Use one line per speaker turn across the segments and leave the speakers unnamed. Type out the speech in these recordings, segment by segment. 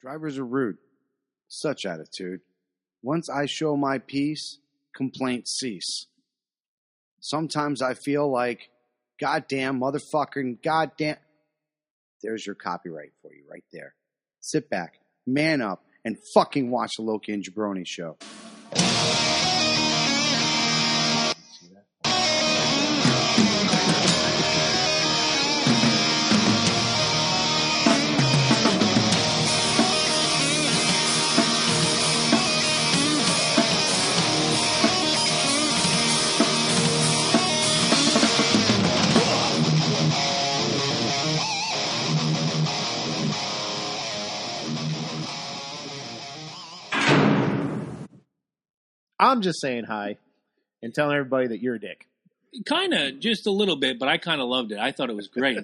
Drivers are rude. Such attitude. Once I show my piece, complaints cease. Sometimes I feel like, goddamn, motherfucking, goddamn. There's your copyright for you right there. Sit back, man up, and fucking watch the Loki and Jabroni show.
I'm just saying hi and telling everybody that you're a dick.
Kind of, just a little bit, but I kind of loved it. I thought it was great.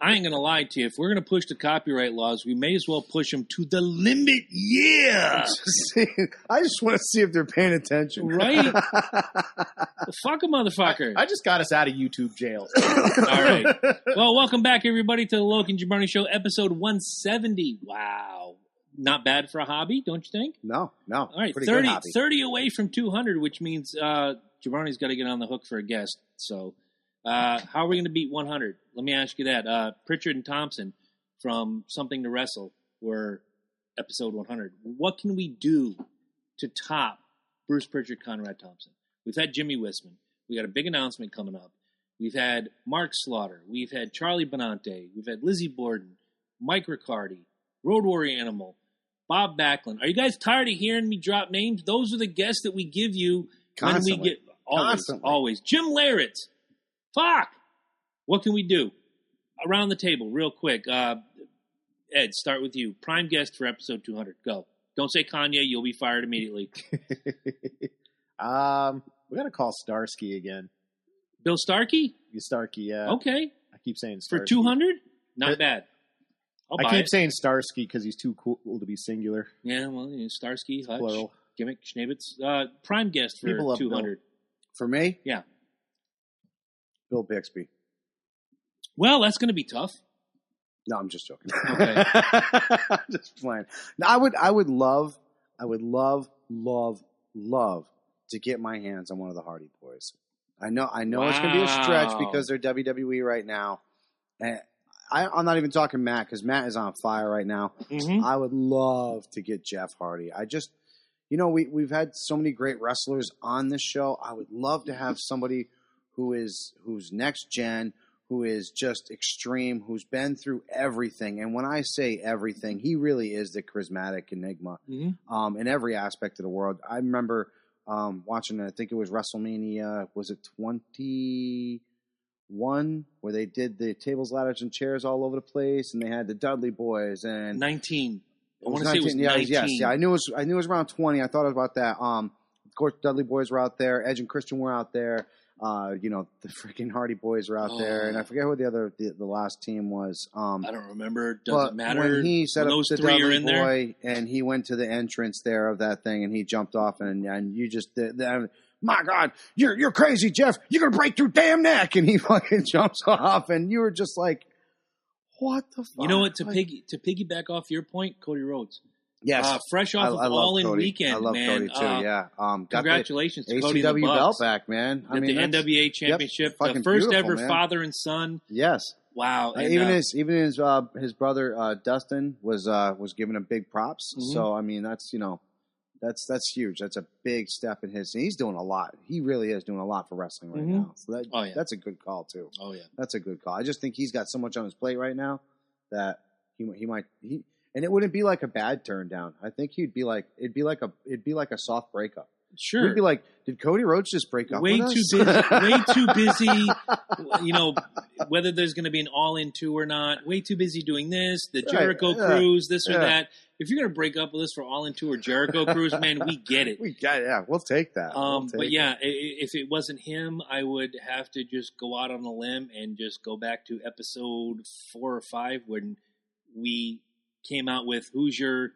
I ain't going to lie to you. If we're going to push the copyright laws, we may as well push them to the limit. Yeah.
Just saying, I just want to see if they're paying attention.
Right? Fuck a motherfucker.
I just got us out of YouTube jail.
All right. Well, welcome back, everybody, to the Loke and Jabroni Show, episode 170. Wow. Not bad for a hobby, don't you think?
no, no.
All right,
Pretty good
30,
hobby.
30 away from 200, which means uh, Giovanni's got to get on the hook for a guest. So, uh, how are we going to beat 100? Let me ask you that. Uh, Pritchard and Thompson from Something to Wrestle were episode 100. What can we do to top Bruce Pritchard, Conrad Thompson? We've had Jimmy Wisman. We got a big announcement coming up. We've had Mark Slaughter. We've had Charlie Benante. We've had Lizzie Borden, Mike Riccardi, Road Warrior Animal, Bob Backlund. Are you guys tired of hearing me drop names? Those are the guests that we give you when we
Constantly.
get always,
Constantly.
always. Jim Larrett. Fuck. What can we do around the table, real quick? Uh, Ed, start with you. Prime guest for episode 200. Go. Don't say Kanye. You'll be fired immediately.
um, we got to call Starsky again.
Bill Starkey.
You Starkey, yeah.
Okay.
I keep saying
Oh. For
Starsky.
200. Not bad. I'll
I
buy
keep
it.
saying Starsky because he's too cool to be singular,
Yeah, well, you know, Starsky, Hutch,
plural.
Gimmick, Schneebitz. Uh, prime guest for
People love
200.
For me?
Yeah.
Bill Bixby.
Well, that's going to be tough.
No, I'm just joking.
Okay.
just playing. No, I would I would love I would love love love to get my hands on one of the Hardy Boys. I know I know it's going to be a stretch
Wow.
because they're WWE right now. And I, I'm not even talking Matt because Matt is on fire right now.
Mm-hmm.
Mhm.
I would love to get Jeff Hardy. I just, you know, we we've had so many great wrestlers on this show. I would love to have somebody who is who's next gen, who is just extreme, who's been through everything. And when I say everything, he really is the charismatic enigma
Mhm.
um, in every aspect of the world. I remember um, watching, I think it was WrestleMania, was it twenty one where they did the tables, ladders, and chairs all over the place, and they had the Dudley Boys and
19. I
it was
want to say it was
19 yeah,
19.
Yes, yeah. I knew it was. I knew it was around twenty. I thought it was about that. Um, of course, Dudley Boys were out there. Edge and Christian were out there. Uh, you know, the freaking Hardy Boys were out there, and I forget who the other the, the last team was. Um,
Oh. I don't remember.
but
Doesn't matter.
when he set
When
up
those
the
three are
Dudley
in there.
Boy, and he went to the entrance there of that thing, and he jumped off, and and you just the, the, my God, you're you're crazy, Jeff. You're gonna break your damn neck, and he fucking jumps off, and you were just like, what the? fuck?
You know what? To
Like,
piggy to piggyback off your point, Cody Rhodes.
Yes,
Uh, fresh off
I,
of
I love
All In
Cody.
Weekend,
I love
man.
Cody too.
Uh,
yeah, um, got the
Congratulations to Cody and the
ACW belt
Bucks
back, man. I
at
mean,
the
that's-
NWA Championship, the
fucking
first
beautiful,
ever
man.
father and son.
yes.
Wow!
Uh,
and,
even
uh,
his even his uh, his brother uh, Dustin was uh, was giving him big props.
Mhm.
So I mean, that's you know, that's that's huge. That's a big step in his. He's doing a lot. He really is doing a lot for wrestling right
Mhm.
now. So that
Oh, yeah.
that's a good call too.
oh yeah,
That's a good call. I just think he's got so much on his plate right now that he he might he and it wouldn't be like a bad turn down. I think he'd be like it'd be like a it'd be like a soft breakup.
sure.
We'd be like, did Cody Rhodes just break up?
way
with
too
us?
busy. way too busy. You know whether there's going to be an all-in two or not. Way too busy doing this, the
Right,
Jericho
yeah,
cruise, this or
yeah.
that. If you're going to break up with us for all-in two or Jericho cruise, man, we get it.
we got yeah, we'll take that. We'll
Um,
take
but
it.
yeah, i- i- if it wasn't him, I would have to just go out on a limb and just go back to episode four or five when we came out with who's your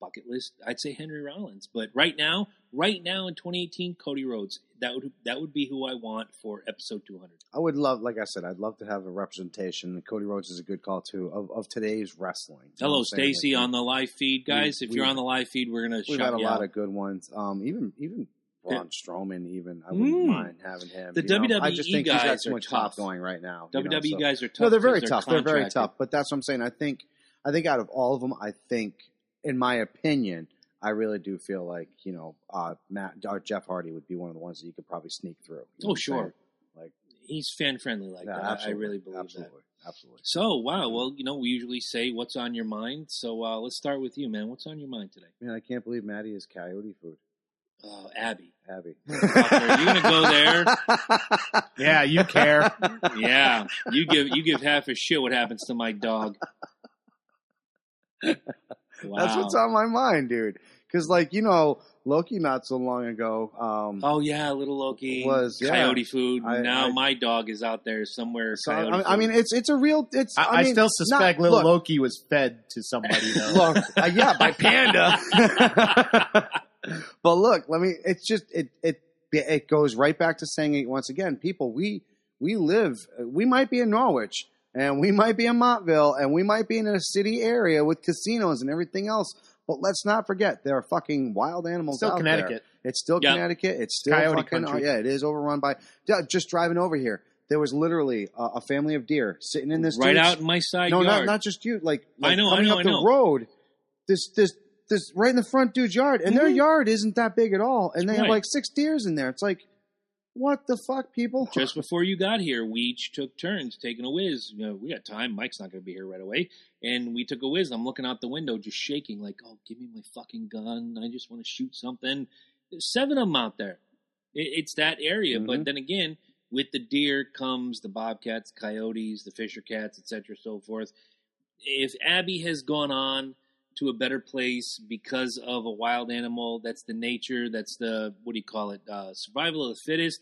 bucket list, I'd say Henry Rollins. But right now, right now in 2018, Cody Rhodes. That would that would be who I want for episode 200.
I would love, like I said, I'd love to have a representation. and Cody Rhodes is a good call too of, of today's wrestling. You know what
Hello,
I'm saying? Like,
Stacy, on the live feed, guys.
We-
if you're
we-
on the live feed, we're gonna
We've
shout
had a
you
lot
out.
of good ones. Um, even even
Yeah.
Braun Strowman, even I wouldn't
Mm.
mind having him.
The
you know? I
WWE
just think he's got
guys
too
are
much
tough.
top
E
going right now. you know,
WWE
so-
guys are tough.
No, they're very
'cause
tough. They're very
contracted.
tough. But that's what I'm saying. I think I think out of all of them, I think, in my opinion, I really do feel like you know uh, Matt or Jeff Hardy would be one of the ones that you could probably sneak through. You know what
Oh,
I'm saying?
sure.
Like-
he's fan friendly like
Yeah,
that. I- I
absolutely.
really believe that.
absolutely, absolutely.
So wow, well, you know, we usually say what's on your mind. So uh, let's start with you, man. What's on your mind today,
Man, I can't believe Maddie is coyote food.
uh, Abby?
Abby,
Fucker, you gonna go there?
Yeah, you care.
Yeah, you give you give half a shit what happens to my dog. Wow.
That's what's on my mind, dude. Because like you know, Loki not so long ago. Um,
Oh yeah, little Loki
Was, yeah.
coyote food.
I-
now
I-
my dog is out there somewhere.
so,
coyote
I, I
food.
mean, it's it's a real. It's
I, I,
I, mean,
still suspect
not-
little
look.
Loki was fed to somebody. Though.
look, uh, yeah, by Panda. but look, let me. It's just it it it goes right back to saying it once again. People, we we live. We might be in Norwich, and we might be in Montville, and we might be in a city area with casinos and everything else. But let's not forget there are fucking wild animals.
still
out there.
Connecticut.
It's still
Yeah.
Connecticut. It's still
Coyote
fucking. Oh,
country.
yeah, it is overrun by. yeah, Just driving over here, there was literally a, a family of deer sitting in this
right
dude's-
out in my side
No, not
yard.
not just you. Like,
I
like
know, I
coming
know,
up
I
the
know.
road, this this this right in the front dude's yard, and their
Mhm.
yard isn't that big at all, and they have
Right.
like six deers in there. It's like, what the fuck, people?
just before you got here, we each took turns taking a whiz. You know, we got time. Mike's not going to be here right away, and we took a whiz. I'm looking out the window, just shaking, like, "Oh, give me my fucking gun! I just want to shoot something." There's seven of them out there. It, it's that area, but
Mhm.
then again, with the deer comes the bobcats, coyotes, the fisher cats, etc., so forth. If Abby has gone on to a better place because of a wild animal, that's the nature. That's the what do you call it? Uh, survival of the fittest.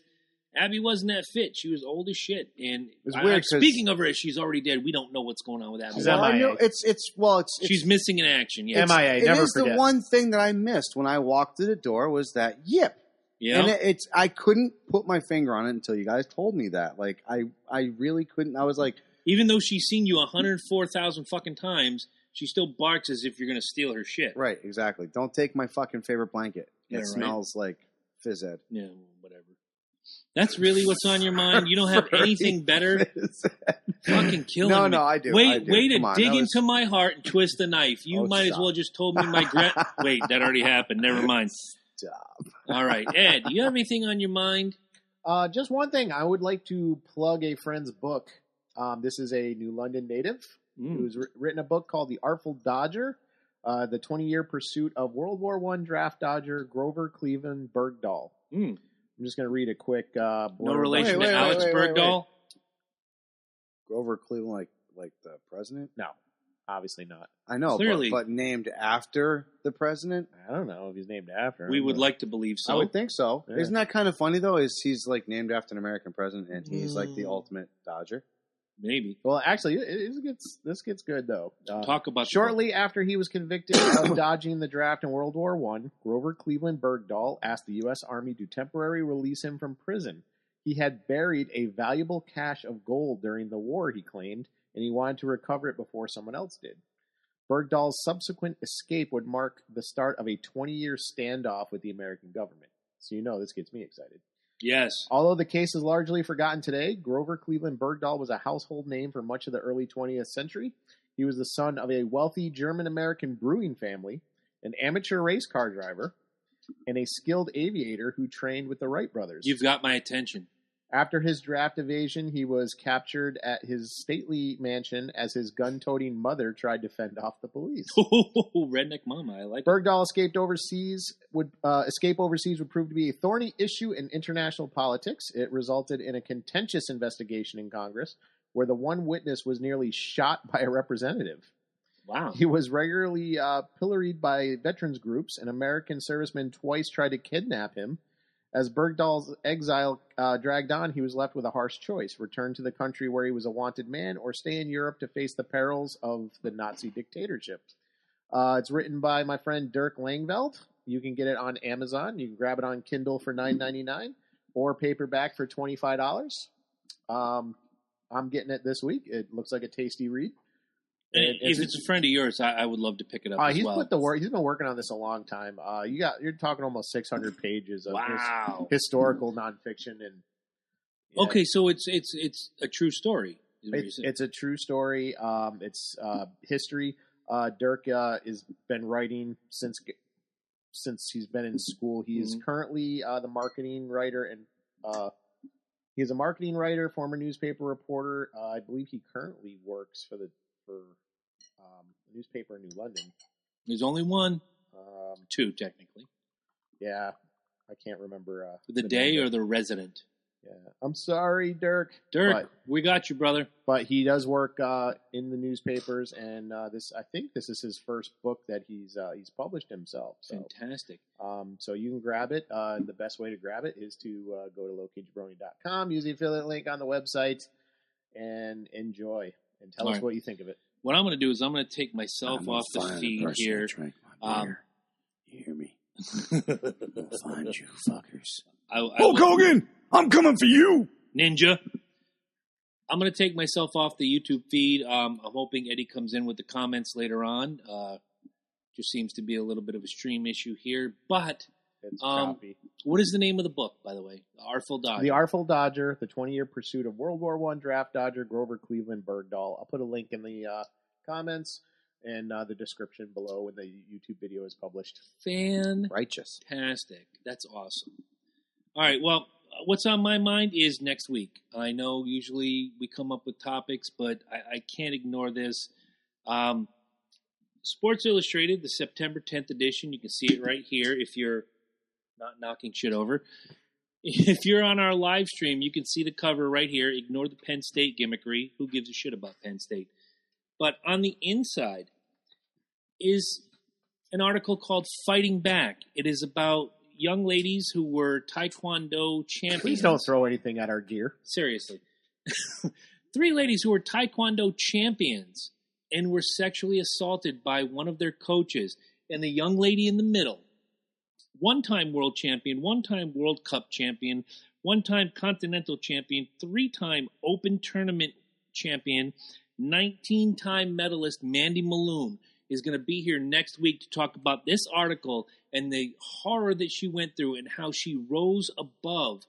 Abby wasn't that fit. She was old as shit. And
was
I-
weird
I-
'cause-
speaking of her, if she's already dead. We don't know what's going on with Abby.
She's
Well, I
MIA.
know- it's it's well, it's, it's
She's missing in action. Yeah,
it's-
MIA,
It
never
is the
forget.
one thing that I missed when I walked through the door was that yip.
yeah.
And it, it's I couldn't put my finger on it until you guys told me that. Like I I really couldn't. I was like,
Even though she's seen you 104,000 fucking times, she still barks as if you're going to steal her shit.
right, exactly. Don't take my fucking favorite blanket. It
Yeah, right.
smells like fizz ed.
Yeah, whatever. That's really what's on your mind. You don't have anything better.
Fizz Ed.
Fucking killing
No,
me.
no, I do.
Wait,
I do.
way to
Come on,
dig
that
into
was-
my heart and twist the knife. You
Oh,
might as
stop.
well just told me my grand. Wait, that already happened. Never mind. All right, Ed, do you have anything on your mind?
Uh, just one thing, I would like to plug a friend's book. Um, this is a New London native
Hmm.
who's wr- written a book called The Artful Dodger, uh, the 20 year pursuit of World War One draft dodger Grover Cleveland Bergdahl.
Mm.
I'm just going to read a quick uh,
No
blurb.
relation
wait,
to
wait,
Alex
wait, wait, wait.
Bergdahl.
Grover Cleveland, like like the president.
Obviously not.
I know,
Clearly.
but, but named after the president.
I don't know if he's named after him.
We would
but-
like to believe
I
so.
would think so.
Yeah.
Isn't that kind of funny though? Is he's like named after an American president, and he's like the
Mm.
ultimate Dodger?
Maybe.
Well, actually, it, it gets, this gets good, though. Uh,
Talk about the
Shortly after he was convicted of dodging the draft in World War One, Grover Cleveland Bergdahl asked the U.S. Army to temporarily release him from prison. He had buried a valuable cache of gold during the war, he claimed, and he wanted to recover it before someone else did. Bergdahl's subsequent escape would mark the start of a 20 year standoff with the American government. So, you know, this gets me excited.
Yes.
Although the case is largely forgotten today, Grover Cleveland Bergdahl was a household name for much of the early 20th century. He was the son of a wealthy German American brewing family, an amateur race car driver, and a skilled aviator who trained with the Wright brothers.
You've got my attention.
After his draft evasion, he was captured at his stately mansion as his gun toting mother tried to fend off the police.
Oh, Redneck Mama, I like it.
Bergdahl escaped overseas would uh, escape overseas would prove to be a thorny issue in international politics. It resulted in a contentious investigation in Congress, where the one witness was nearly shot by a representative.
Wow.
He was regularly uh, pilloried by veterans groups, and American servicemen twice tried to kidnap him. As Bergdahl's exile uh, dragged on, he was left with a harsh choice: return to the country where he was a wanted man, or stay in Europe to face the perils of the Nazi dictatorship. Uh, it's written by my friend Dirk Langveld. You can get it on Amazon. You can grab it on Kindle for nine ninety nine or paperback for twenty five dollars. Um, I'm getting it this week. It looks like a tasty read. And
if it's a friend of yours, I, I would love to pick it up.
Uh,
as
he's
well.
put the work. He's been working on this a long time. Uh, you got you're talking almost six hundred pages of his-
Wow.
historical nonfiction and yeah.
Okay, so it's it's it's a true story. is what you're
It's,
saying.
it's a true story. Um, it's uh, history. Uh, Dirk uh, has been writing since since he's been in school. He
Mm-hmm.
is currently uh, the marketing writer and uh, he's a marketing writer, former newspaper reporter. Uh, I believe he currently works for the for um, a newspaper in New London.
There's only one,
Um,
two technically.
yeah, I can't remember uh,
The day
name of
or
it.
the resident.
yeah. I'm sorry, Dirk.
Dirk,
But-
we got you, brother.
but he does work uh, in the newspapers, and uh, this I think this is his first book that he's uh, he's published himself. So,
Fantastic.
um, so you can grab it. Uh, the best way to grab it is to uh, go to lowkeyjabroni.com, use the affiliate link on the website, and enjoy. And tell us
Alright.
what you think of it.
What I'm going to do is I'm going to take myself
I'm a
off the
fine
feed
person to
here.
drink my
Um,
beer. you hear me? I'm gonna find you, fuckers.
I, I
Hulk
will-
Hogan, I'm coming for you.
Ninja. I'm going to take myself off the YouTube feed. Um, I'm hoping Eddie comes in with the comments later on. Uh, just seems to be a little bit of a stream issue here. But
It's
Um,
copy.
what is the name of the book, by the way? The Artful
Oh,
Dodger.
The Artful Dodger, the 20 year pursuit of World War One draft Dodger, Grover Cleveland Bergdahl. I'll put a link in the uh, comments and uh, the description below when the YouTube video is published.
Fan.
Righteous.
Fantastic. That's awesome. All right. Well, uh, what's on my mind is next week. I know usually we come up with topics, but I, I can't ignore this. Um, Sports Illustrated, the September 10th edition. You can see it right here if you're not knocking shit over. If you're on our live stream, you can see the cover right here. Ignore the Penn State gimmickry. Who gives a shit about Penn State? But on the inside is an article called Fighting Back. It is about young ladies who were Taekwondo champions.
Please don't throw anything at our gear.
Seriously. Three ladies who were Taekwondo champions and were sexually assaulted by one of their coaches and the young lady in the middle. One time world champion, one time World Cup champion, one time continental champion, three time open tournament champion, 19 time medalist Mandy Maloon is going to be here next week to talk about this article and the horror that she went through and how she rose above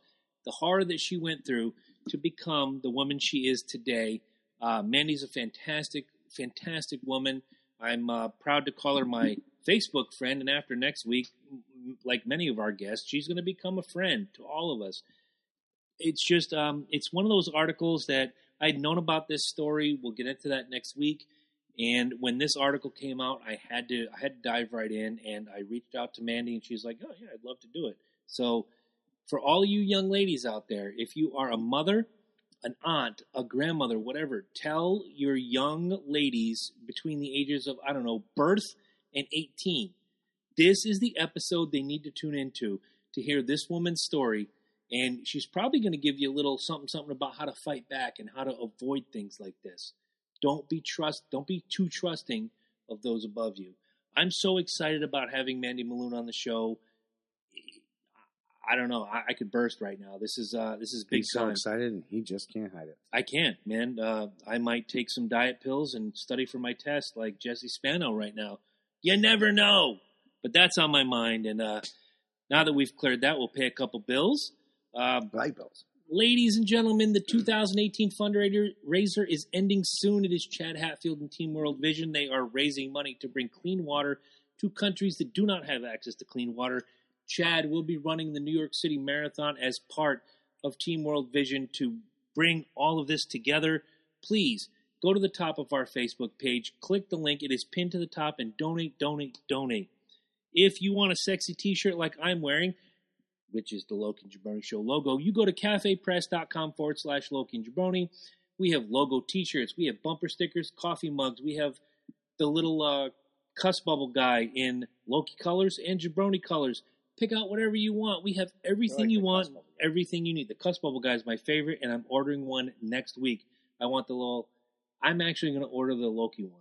the horror that she went through to become the woman she is today. Uh, Mandy's a fantastic, fantastic woman. I'm uh, proud to call her my Facebook friend. And after next week, m- m- like many of our guests, she's going to become a friend to all of us. It's just, um, it's one of those articles that I'd known about this story. We'll get into that next week. And when this article came out, I had to, I had to dive right in, and I reached out to Mandy, and she's like, "Oh yeah, I'd love to do it." So for all you young ladies out there, if you are a mother, an aunt, a grandmother, whatever, tell your young ladies between the ages of, I don't know, birth and 18. This is the episode they need to tune into to hear this woman's story. And she's probably going to give you a little something, something about how to fight back and how to avoid things like this. Don't be trust, don't be too trusting of those above you. I'm so excited about having Mandy Maloon on the show. I don't know. I, I could burst right now. This is uh, this is big
He's so
time.
excited, and he just can't hide it.
I can't, man. Uh, I might take some diet pills and study for my test like Jesse Spano right now. You never know. But that's on my mind. And uh, now that we've cleared that, we'll pay a couple bills. Um,
Light bills.
ladies and gentlemen, the 2018 fundraiser raiser is ending soon. It is Chad Hatfield and Team World Vision. They are raising money to bring clean water to countries that do not have access to clean water. Chad will be running the New York City Marathon as part of Team World Vision to bring all of this together. Please go to the top of our Facebook page, click the link. It is pinned to the top and donate, donate, donate. If you want a sexy t shirt like I'm wearing, which is the Loki and Jabroni Show logo, you go to cafepress.com forward slash Loki and Jabroni. We have logo t shirts, we have bumper stickers, coffee mugs, we have the little uh, cuss bubble guy in Loki colors and Jabroni colors. Pick out whatever you want. We have everything
like
you
the
want,
cuss bubble.
everything you need. The cuss bubble guy is my favorite, and I'm ordering one next week. I want the little, I'm actually going to order the Loki one.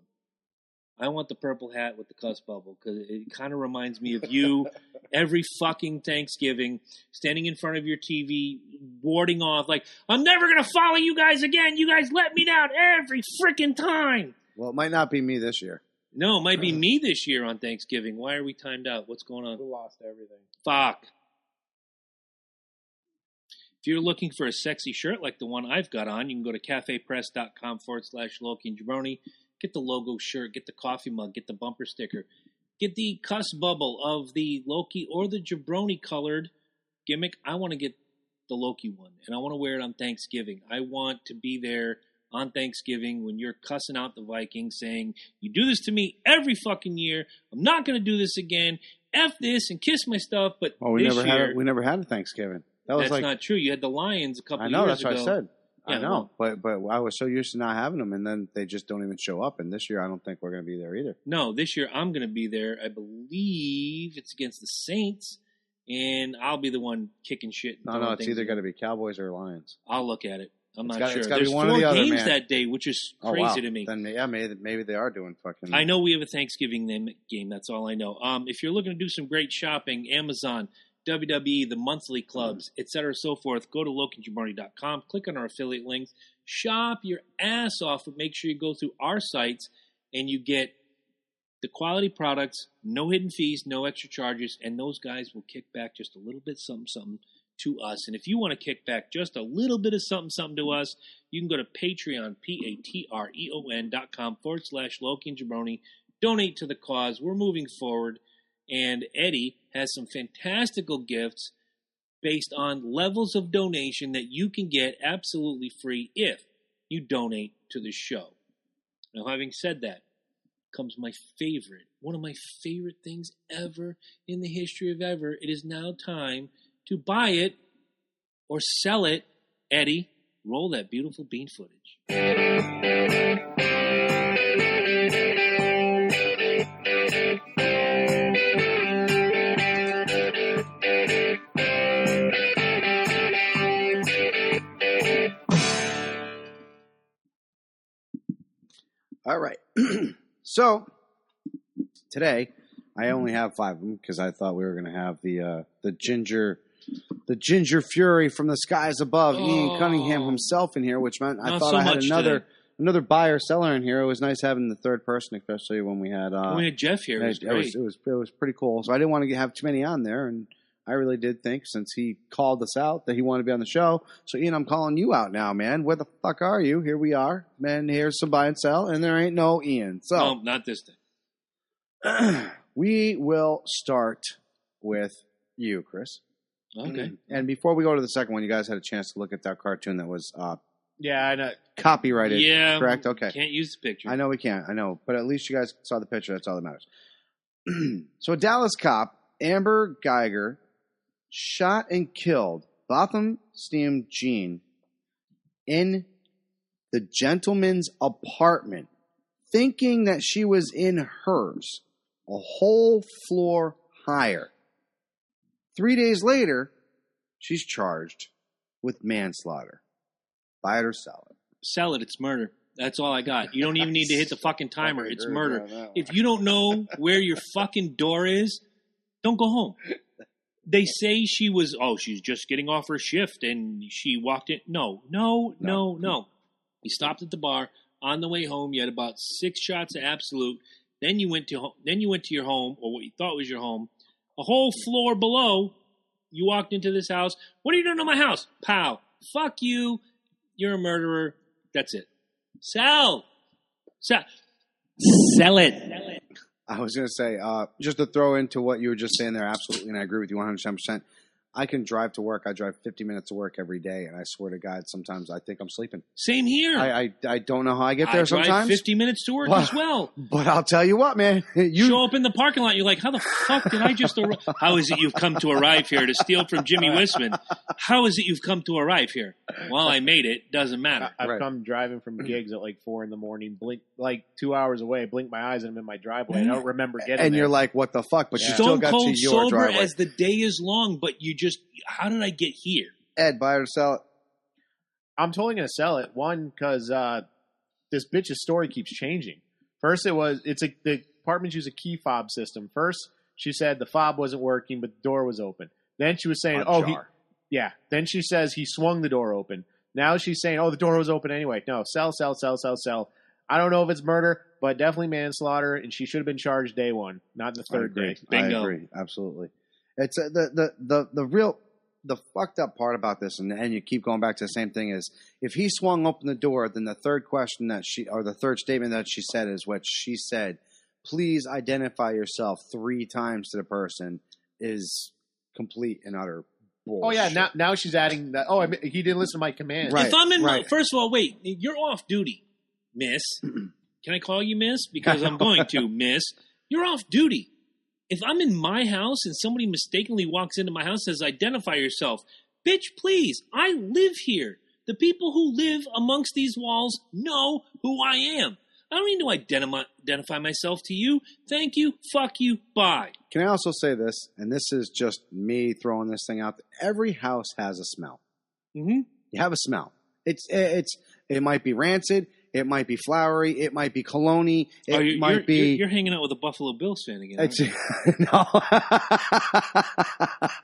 I want the purple hat with the cuss bubble because it kind of reminds me of you every fucking Thanksgiving, standing in front of your TV, warding off, like, I'm never going to follow you guys again. You guys let me down every freaking time.
Well, it might not be me this year.
No, it might be me this year on Thanksgiving. Why are we timed out? What's going on?
We lost everything.
Fuck. If you're looking for a sexy shirt like the one I've got on, you can go to cafepress.com forward slash Loki and Jabroni. Get the logo shirt, get the coffee mug, get the bumper sticker, get the cuss bubble of the Loki or the Jabroni colored gimmick. I want to get the Loki one and I want to wear it on Thanksgiving. I want to be there on Thanksgiving when you're cussing out the Vikings saying, You do this to me every fucking year. I'm not going to do this again. F this and kiss my stuff. But
Oh, we
this
never
year,
had a, we never had a Thanksgiving. That was
that's
like
not true. You had the Lions a couple
I know that's
years ago.
what I said. I
Yeah,
know,
well-
but but I was so used to not having them, and then they just don't even show up. And this year, I don't think we're going to be there either.
No, this year I'm going to be there. I believe it's against the Saints, and I'll be the one kicking shit. and
No,
throwing
no, it's
things.
either going to be Cowboys or Lions.
I'll look at it. I'm
It's
not
gotta-
sure.
it's gotta be
There's
one or
four
the other,
games
man.
that day, which is
Oh,
crazy
wow.
to me.
Then yeah, maybe maybe they are doing fucking.
I know we have a Thanksgiving name- game. That's all I know. Um, if you're looking to do some great shopping, Amazon, WWE, the monthly clubs, et cetera, so forth, go to locanjamarty.com, click on our affiliate links, shop your ass off, but make sure you go through our sites and you get the quality products, no hidden fees, no extra charges, and those guys will kick back just a little bit something something to us. And if you want to kick back just a little bit of something something to us, you can go to Patreon, P A T R E O N dot com forward slash Loki and Jabroni. Donate to the cause. We're moving forward. And Eddie has some fantastical gifts based on levels of donation that you can get absolutely free if you donate to the show. Now, having said that, comes my favorite, one of my favorite things ever in the history of ever. It is now time to buy it or sell it. Eddie, roll that beautiful bean footage.
All right, so today I only have five of them because I thought we were going to have the uh, the ginger. The ginger fury from the skies above, Ian Cunningham
Oh.
himself in here, which meant I
Not
thought
so
I had
much
another
today.
another buyer seller in here. It was nice having the third person, especially when we had uh,
we had Jeff here. It was
it, it was
great.
it was it was pretty cool. So I didn't want to have too many on there, and I really did think since he called us out that he wanted to be on the show. So Ian, I'm calling you out now, man. Where the fuck are you? Here we are, man. Here's some buy and sell, and there ain't no Ian.
No,
So
Oh, not this thing.
we will start with you, Chris.
Okay.
And before we go to the second one, you guys had a chance to look at that cartoon that was uh,
Yeah, I know.
copyrighted,
yeah.
correct? Okay.
Can't use the picture.
I know we can't. I know, but at least you guys saw the picture. That's all that matters. so, a Dallas cop, Amber Geiger, shot and killed Botham Steam Jean in the gentleman's apartment, thinking that she was in hers, a whole floor higher. Three days later, she's charged with manslaughter. Buy it or sell it.
Sell it. It's murder. That's all I got. You don't even need to hit the fucking timer.
Fucking
It's
agree
murder.
with you on that one.
If you don't know where your fucking door is, don't go home. They say she was, oh, she's just getting off her shift and she walked in. No, no, no, no. You stopped at the bar on the way home. You had about six shots of absolute. Then you went to ho- then you went to your home or what you thought was your home. A whole floor below, you walked into this house. What are you doing in my house? Pow! Fuck you! You're a murderer. That's it. Sell, sell, sell it.
I was going to say, uh, just to throw into what you were just saying there, absolutely, and I agree with you 110%. I can drive to work. I drive 50 minutes to work every day, and I swear to God, sometimes I think I'm sleeping.
Same here.
I, I, I don't know how I get there
Hmm. I drive
sometimes,
50 minutes to work
Wow.
as well.
but I'll tell you what, man. You,
Show up in the parking lot, you're like, how the fuck did I just arrive? How is it you've come to arrive here to steal from Jimmy Wisman? How is it you've come to arrive here? Well, I made it. Doesn't matter.
I, have
Right.
come driving from gigs at like four in the morning, blink like two hours away, blink my eyes, and I'm in my driveway. I don't remember getting
Mm-hmm. and
there.
you're like, what the fuck? But you
Yeah.
still
Stone
got to
cold
your
sober
driveway.
as the day is long, but you just, how did I get here?
Ed, buy or sell it.
I'm totally gonna sell it. One, because uh, this bitch's story keeps changing.
First, it was it's a the apartments use a key fob system. First, she said the fob wasn't working, but the door was open. Then she was saying, "Oh, he,
Ajar.
yeah." Then she says he swung the door open. Now she's saying, "Oh, the door was open anyway." No, sell, sell, sell, sell, sell. I don't know if it's murder, but definitely manslaughter, and she should have been charged day one, not the
I
third
agree.
day.
Bingo.
I agree. Absolutely. It's uh, the, the the the real the fucked up part about this, and and you keep going back to the same thing is if he swung open the door, then the third question that she or the third statement that she said is what she said. Please identify yourself three times to the person is complete and utter bullshit.
Oh yeah, now now she's adding that. Oh, I mean, he didn't listen to my command.
Right,
if I'm in my,
right.
first of all, wait, you're off duty, miss. Can I call you miss? Because I'm going to, miss. You're off duty. If I'm in my house and somebody mistakenly walks into my house and says, identify yourself, bitch, please, I live here. The people who live amongst these walls know who I am. I don't need to identify, identify myself to you. Thank you. Fuck you. Bye.
Can I also say this? And this is just me throwing this thing out. Every house has a smell.
Mm-hmm.
You have a smell. It's eh, it's it might be rancid. It might be flowery. It might be cologne. It might
Oh, you're,
be.
You're, you're hanging out with a Buffalo Bills fan again. aren't
It's,
you?
no.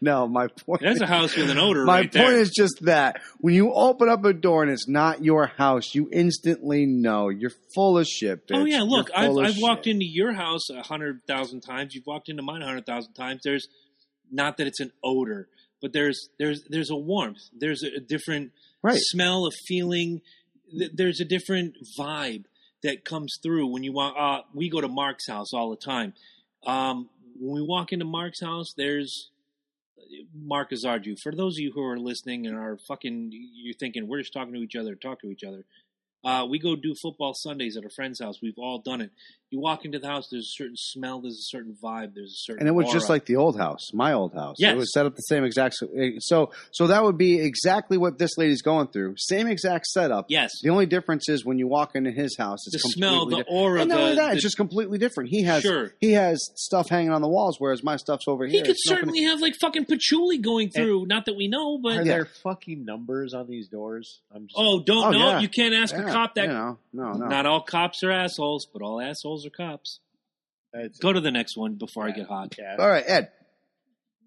no, my point.
That's a house with an odor
my
right
point
there.
is just that when you open up a door and it's not your house, you instantly know you're full of shit. Bitch.
Oh yeah, look,
You're
I've,
full of
I've walked
shit.
into your house a hundred thousand times. You've walked into mine a hundred thousand times. There's not that it's an odor, but there's there's there's a warmth. There's a different
right.
smell, a feeling. Th- There's a different vibe that comes through when you walk. Uh, we go to Mark's house all the time. Um, when we walk into Mark's house, there's Mark Azarju. For those of you who are listening and are fucking, you're thinking we're just talking to each other, talk to each other. Uh, we go do football Sundays at a friend's house. We've all done it. You walk into the house, there's a certain smell, there's a certain vibe, there's a certain.
And it was just
aura.
like the old house, my old house.
Yes.
It was set up the same exact. eh, So, so that would be exactly what this lady's going through. Same exact setup.
yes,
The only difference is when you walk into his house, it's
the
completely
smell, the
different.
aura,
And not only
the,
that,
the-
it's just completely different. He has
sure.
he has stuff hanging on the walls, whereas my stuff's over
He
here.
could
It's not gonna-
certainly have like fucking patchouli going through. Not that we know,
Are
but
there fucking numbers on these doors? I'm just
oh, don't
Oh,
know.
yeah.
You can't ask a
Yeah,
cop that.
you know, no, no.
Not all cops are assholes, but all assholes are cops.
That's-
Go to the next one before I get hot.
yeah.
All right, Ed.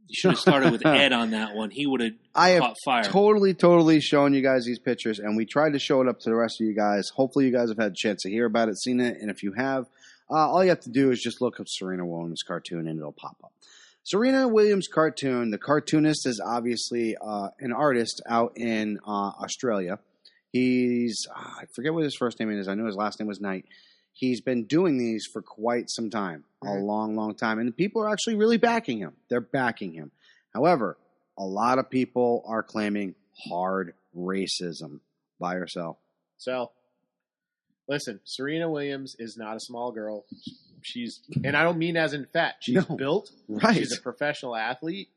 You should have started with Ed on that one. He would have
I have
caught fire.
totally, totally shown you guys these pictures, and we tried to show it up to the rest of you guys. Hopefully, you guys have had a chance to hear about it, seen it, and if you have, uh, all you have to do is just look up Serena Williams cartoon, and it'll pop up. Serena Williams cartoon. The cartoonist is obviously uh, an artist out in uh, Australia. He's ah, I forget what his first name is. I know his last name was Knight. He's been doing these for quite some time, a
Mhm.
long, long time, and people are actually really backing him. They're backing him. However, a lot of people are claiming hard racism. Buy or sell?
So, listen, Serena Williams is not a small girl. She's, and I don't mean as in fat. She's
No.
built.
Right.
She's a professional athlete.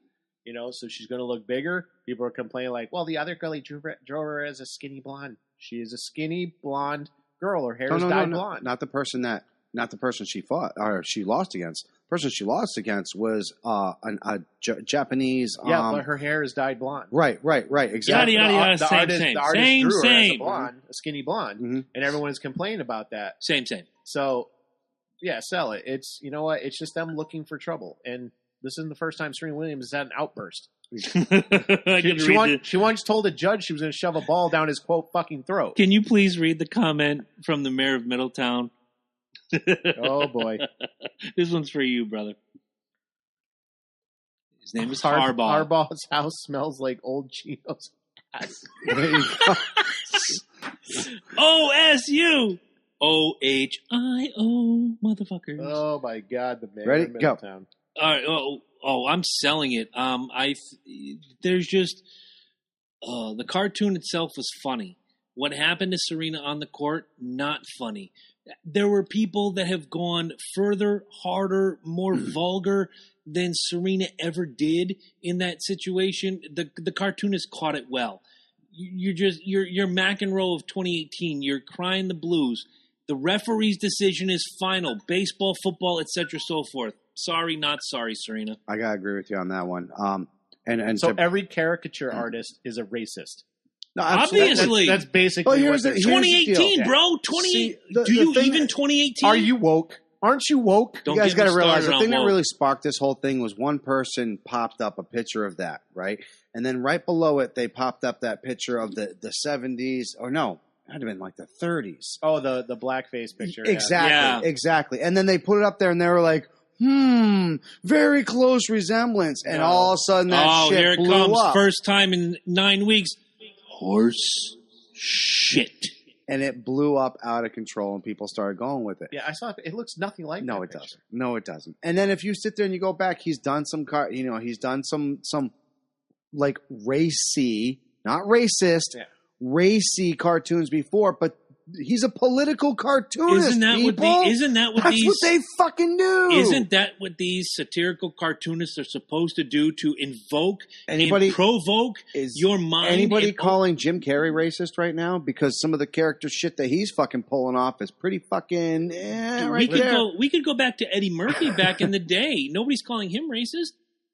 You know, so she's going to look bigger. People are complaining like, "Well, the other girl he drew, drew her as a skinny blonde. She is a skinny blonde girl. Her hair
no,
is
no, no,
dyed
no.
blonde."
Not the person that, not the person she fought or she lost against. The person she lost against was uh, an, a J- Japanese. Um,
yeah, but her hair is dyed blonde.
Right, right, right.
Yada
Exactly.
yada
The ar-
yada.
the
Same
artist-
same
the artist
same
drew her as a
same
blonde, a skinny blonde,
Mhm.
and everyone's complaining about that.
same same.
So, yeah, sell it. It's you know what? It's just them looking for trouble, and this isn't the first time Serena Williams has had an outburst.
I
She,
can,
she,
read
once,
the-
she once told a judge she was going to shove a ball down his quote fucking throat.
can you please read the comment from the mayor of Middletown?
Oh boy,
this one's for you, brother. His name is
Har-
Harbaugh.
Harbaugh's house smells like old Chino's. ass.
There you go.
O S U O H I O motherfuckers.
Oh my god, the mayor
Ready?
of
Go.
Middletown.
All right, oh, oh, I'm selling it. Um, I th- there's just uh, the cartoon itself was funny. What happened to Serena on the court? Not funny. There were people that have gone further, harder, more vulgar than Serena ever did in that situation. The the cartoonist caught it well. You- You're just you're you're McEnroe of 2018. You're crying the blues. The referee's decision is final. Baseball, football, etc., so forth. Sorry, not sorry, Serena.
I gotta agree with you on that one. Um, and and
So
to-
Mm.
every caricature artist is a racist.
No,
That's-
absolutely.
Obviously.
That's, basically.
Well,
what
here's
they're
the-
doing.
here's
2018,
deal.
bro. 20.
See, the-
do
the
you
thing
even
that-
2018?
Are you woke? Aren't you woke?
Don't
you guys
get me
got to realize
started
the
on
thing that
woke.
really sparked this whole thing was one person popped up a picture of that, right? And then right below it, they popped up that picture of the the seventies, or no, it had been like the thirties.
Oh, the the blackface picture. yeah.
Exactly, exactly. And then they put it up there, and they were like, "Hmm, very close resemblance." And
No.
all of a sudden, that
oh,
shit
here it
blew
comes.
up,
First time in nine weeks. Horse shit.
and it blew up out of control, and people started going with it.
Yeah, I saw it. It looks nothing like.
No,
that
it
picture.
doesn't. No, it doesn't. And then if you sit there and you go back, he's done some car. You know, he's done some some like racy, not racist,
Yeah.
racy cartoons before. But he's a political cartoonist.
Isn't that what
people.
the, isn't that what
That's
these
what they fucking do.
isn't that what these satirical cartoonists are supposed to do to invoke
anybody
and provoke
is
your mind?
anybody
and-
calling Jim Carrey racist right now? Because some of the character shit that he's fucking pulling off is pretty fucking eh,
Dude,
right
we could
there.
go we could go back to Eddie Murphy back in the day. Nobody's calling him racist.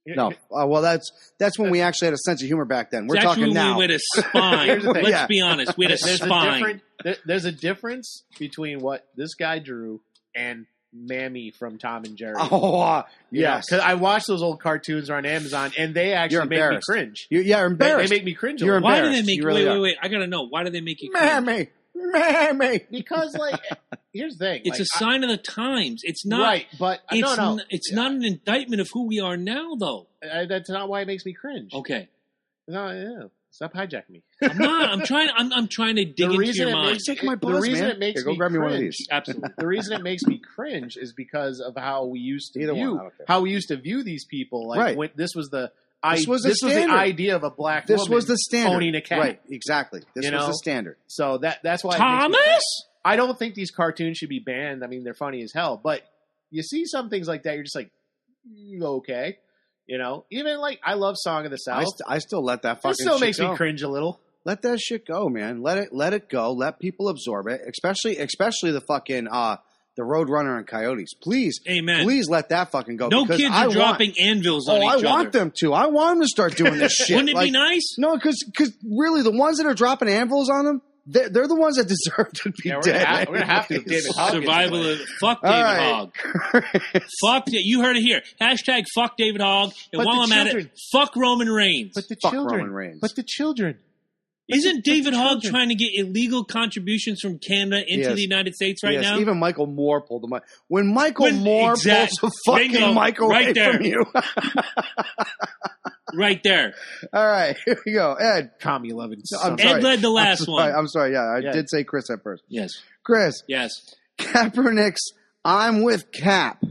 Here-
No, uh, well that's that's when we actually had a sense of humor back then. We're
That's
talking
when
now.
we had a spine.
Here's the
Let's
thing.
Yeah.
be honest. We had a
there's A
spine.
different, there- there's a difference between what this guy drew and Mammy from Tom and Jerry.
Oh, yes.
because I watch those old cartoons are on Amazon, and they
You're
actually make me
embarrassed.
cringe.
You, yeah,
They- They,
embarrassed.
make me cringe. a
You're
little.
why do they
embarrassed.
make
You really
wait,
are.
wait, wait, I gotta know. Why do they make you cringe?
Mammy, mammy.
because like here's the thing.
It's
like,
a sign of the times. It's not
right, but
it's
no, no,
n- it's not an indictment of who we are now though.
I, that's not why it makes me cringe.
Okay.
No, yeah. stop hijacking me.
I'm not I'm trying I'm I'm trying to dig
The
into
reason
your
it
mind.
makes-
Take my
the
buzz,
reason
man.
it makes
Here, go
me
grab me one of
cringe-
these.
Absolutely.
the reason it makes me cringe is because of how we used to
Either one,
view
I don't care.
how we used to view these people. Like
Right.
when this was
This
the I,
was the
this was the
standard.
idea of a black
This
woman
was the standard.
owning a cat.
Right, exactly. This
You
was
know?
the standard.
So that that's why it makes me-
Thomas?
I don't think these cartoons should be banned. I mean, they're funny as hell, but you see some things like that, you're just like, "Mm, okay, you know. Even like I love Song of the
I,
South.
st- I still let that fucking
This still
shit
makes
go.
me cringe a little.
Let that shit go, man. Let it let it go. Let people absorb it, especially especially the fucking uh the Roadrunner and Coyotes. Please,
Amen.
please let that fucking go.
no
because
kids
I
are
want-
dropping anvils on
oh, I
each other.
want them to. I want them to start doing this shit.
Wouldn't it
Like,
be nice?
No, because really, the ones that are dropping anvils on them, they're, they're the ones that deserve to be
Yeah, we're gonna
dead.
have- we're gonna have to
anyways.
David Hogg.
Survival of fuck
All
David
right.
Hogg. Fuck Da- you heard it here. Hashtag fuck David Hogg. And
But
while I'm
the
at
children-
it, fuck Roman Reigns.
But the
Fuck Roman
children,
Reigns.
but the children.
Isn't David Hogg
children-
trying to get illegal contributions from Canada into
Yes.
the United States right
yes,
now?
even Michael Moore pulled the mic. When Michael
When-
Moore
exact-
pulls a fucking
bingo,
mic away
right there.
from you.
right there.
All right, here we go. Ed,
Commie loving.
No,
son
I'm
of a-
Ed
sorry.
led the last
I'm sorry,
one.
I'm sorry. Yeah, I
Yeah.
did say Chris at first.
yes.
Chris,
Yes.
Kaepernick's I'm with Cap.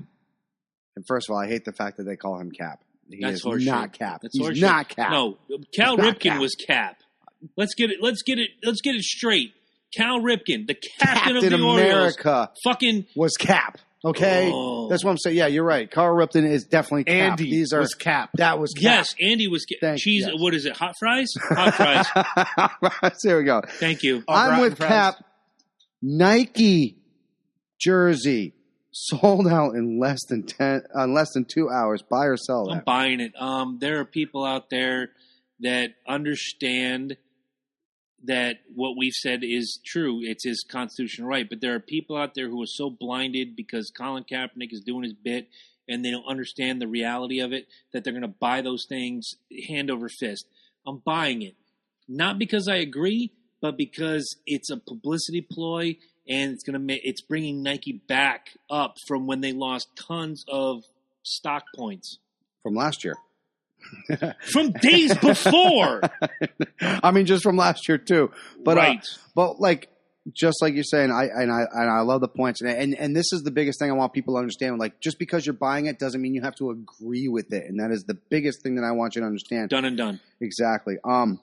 And first of all, I hate the fact that they call him Cap. He
That's
is
horseshit.
not Cap.
That's
He's
horseshit.
not Cap.
No, Cal
It's not
Ripken
Cap.
was Cap. Let's get it. Let's get it. Let's get it straight. Cal Ripken, the captain, of the Orioles,
America.
fucking
was Cap. Okay,
Oh.
that's what I'm saying. Yeah, you're right. Carl Ripton is definitely Cap.
Andy
These are
was Cap.
that was Cap.
yes. Andy was ca-
Thank-
cheese.
yes.
What is it? Hot fries. Hot fries.
there we go.
Thank you.
Oh,
I'm
rotten
with
fries.
Cap. Nike jersey sold out in less than ten, on less than two hours. Buy or sell
I'm
that?
buying it. Um, there are people out there that understand that what we've said is true. It's his constitutional right. But there are people out there who are so blinded because Colin Kaepernick is doing his bit and they don't understand the reality of it that they're going to buy those things hand over fist. I'm buying it. Not because I agree, but because it's a publicity ploy and it's going to make it's bringing Nike back up from when they lost tons of stock points
From last year.
from days before.
I mean, just from last year too. But uh,
right.
But like, just like you're saying, I and I and I love the points, and and, and this is the biggest thing I want people to understand. Like, just because you're buying it doesn't mean you have to agree with it, and that is the biggest thing that I want you to understand.
done and done.
Exactly. Um,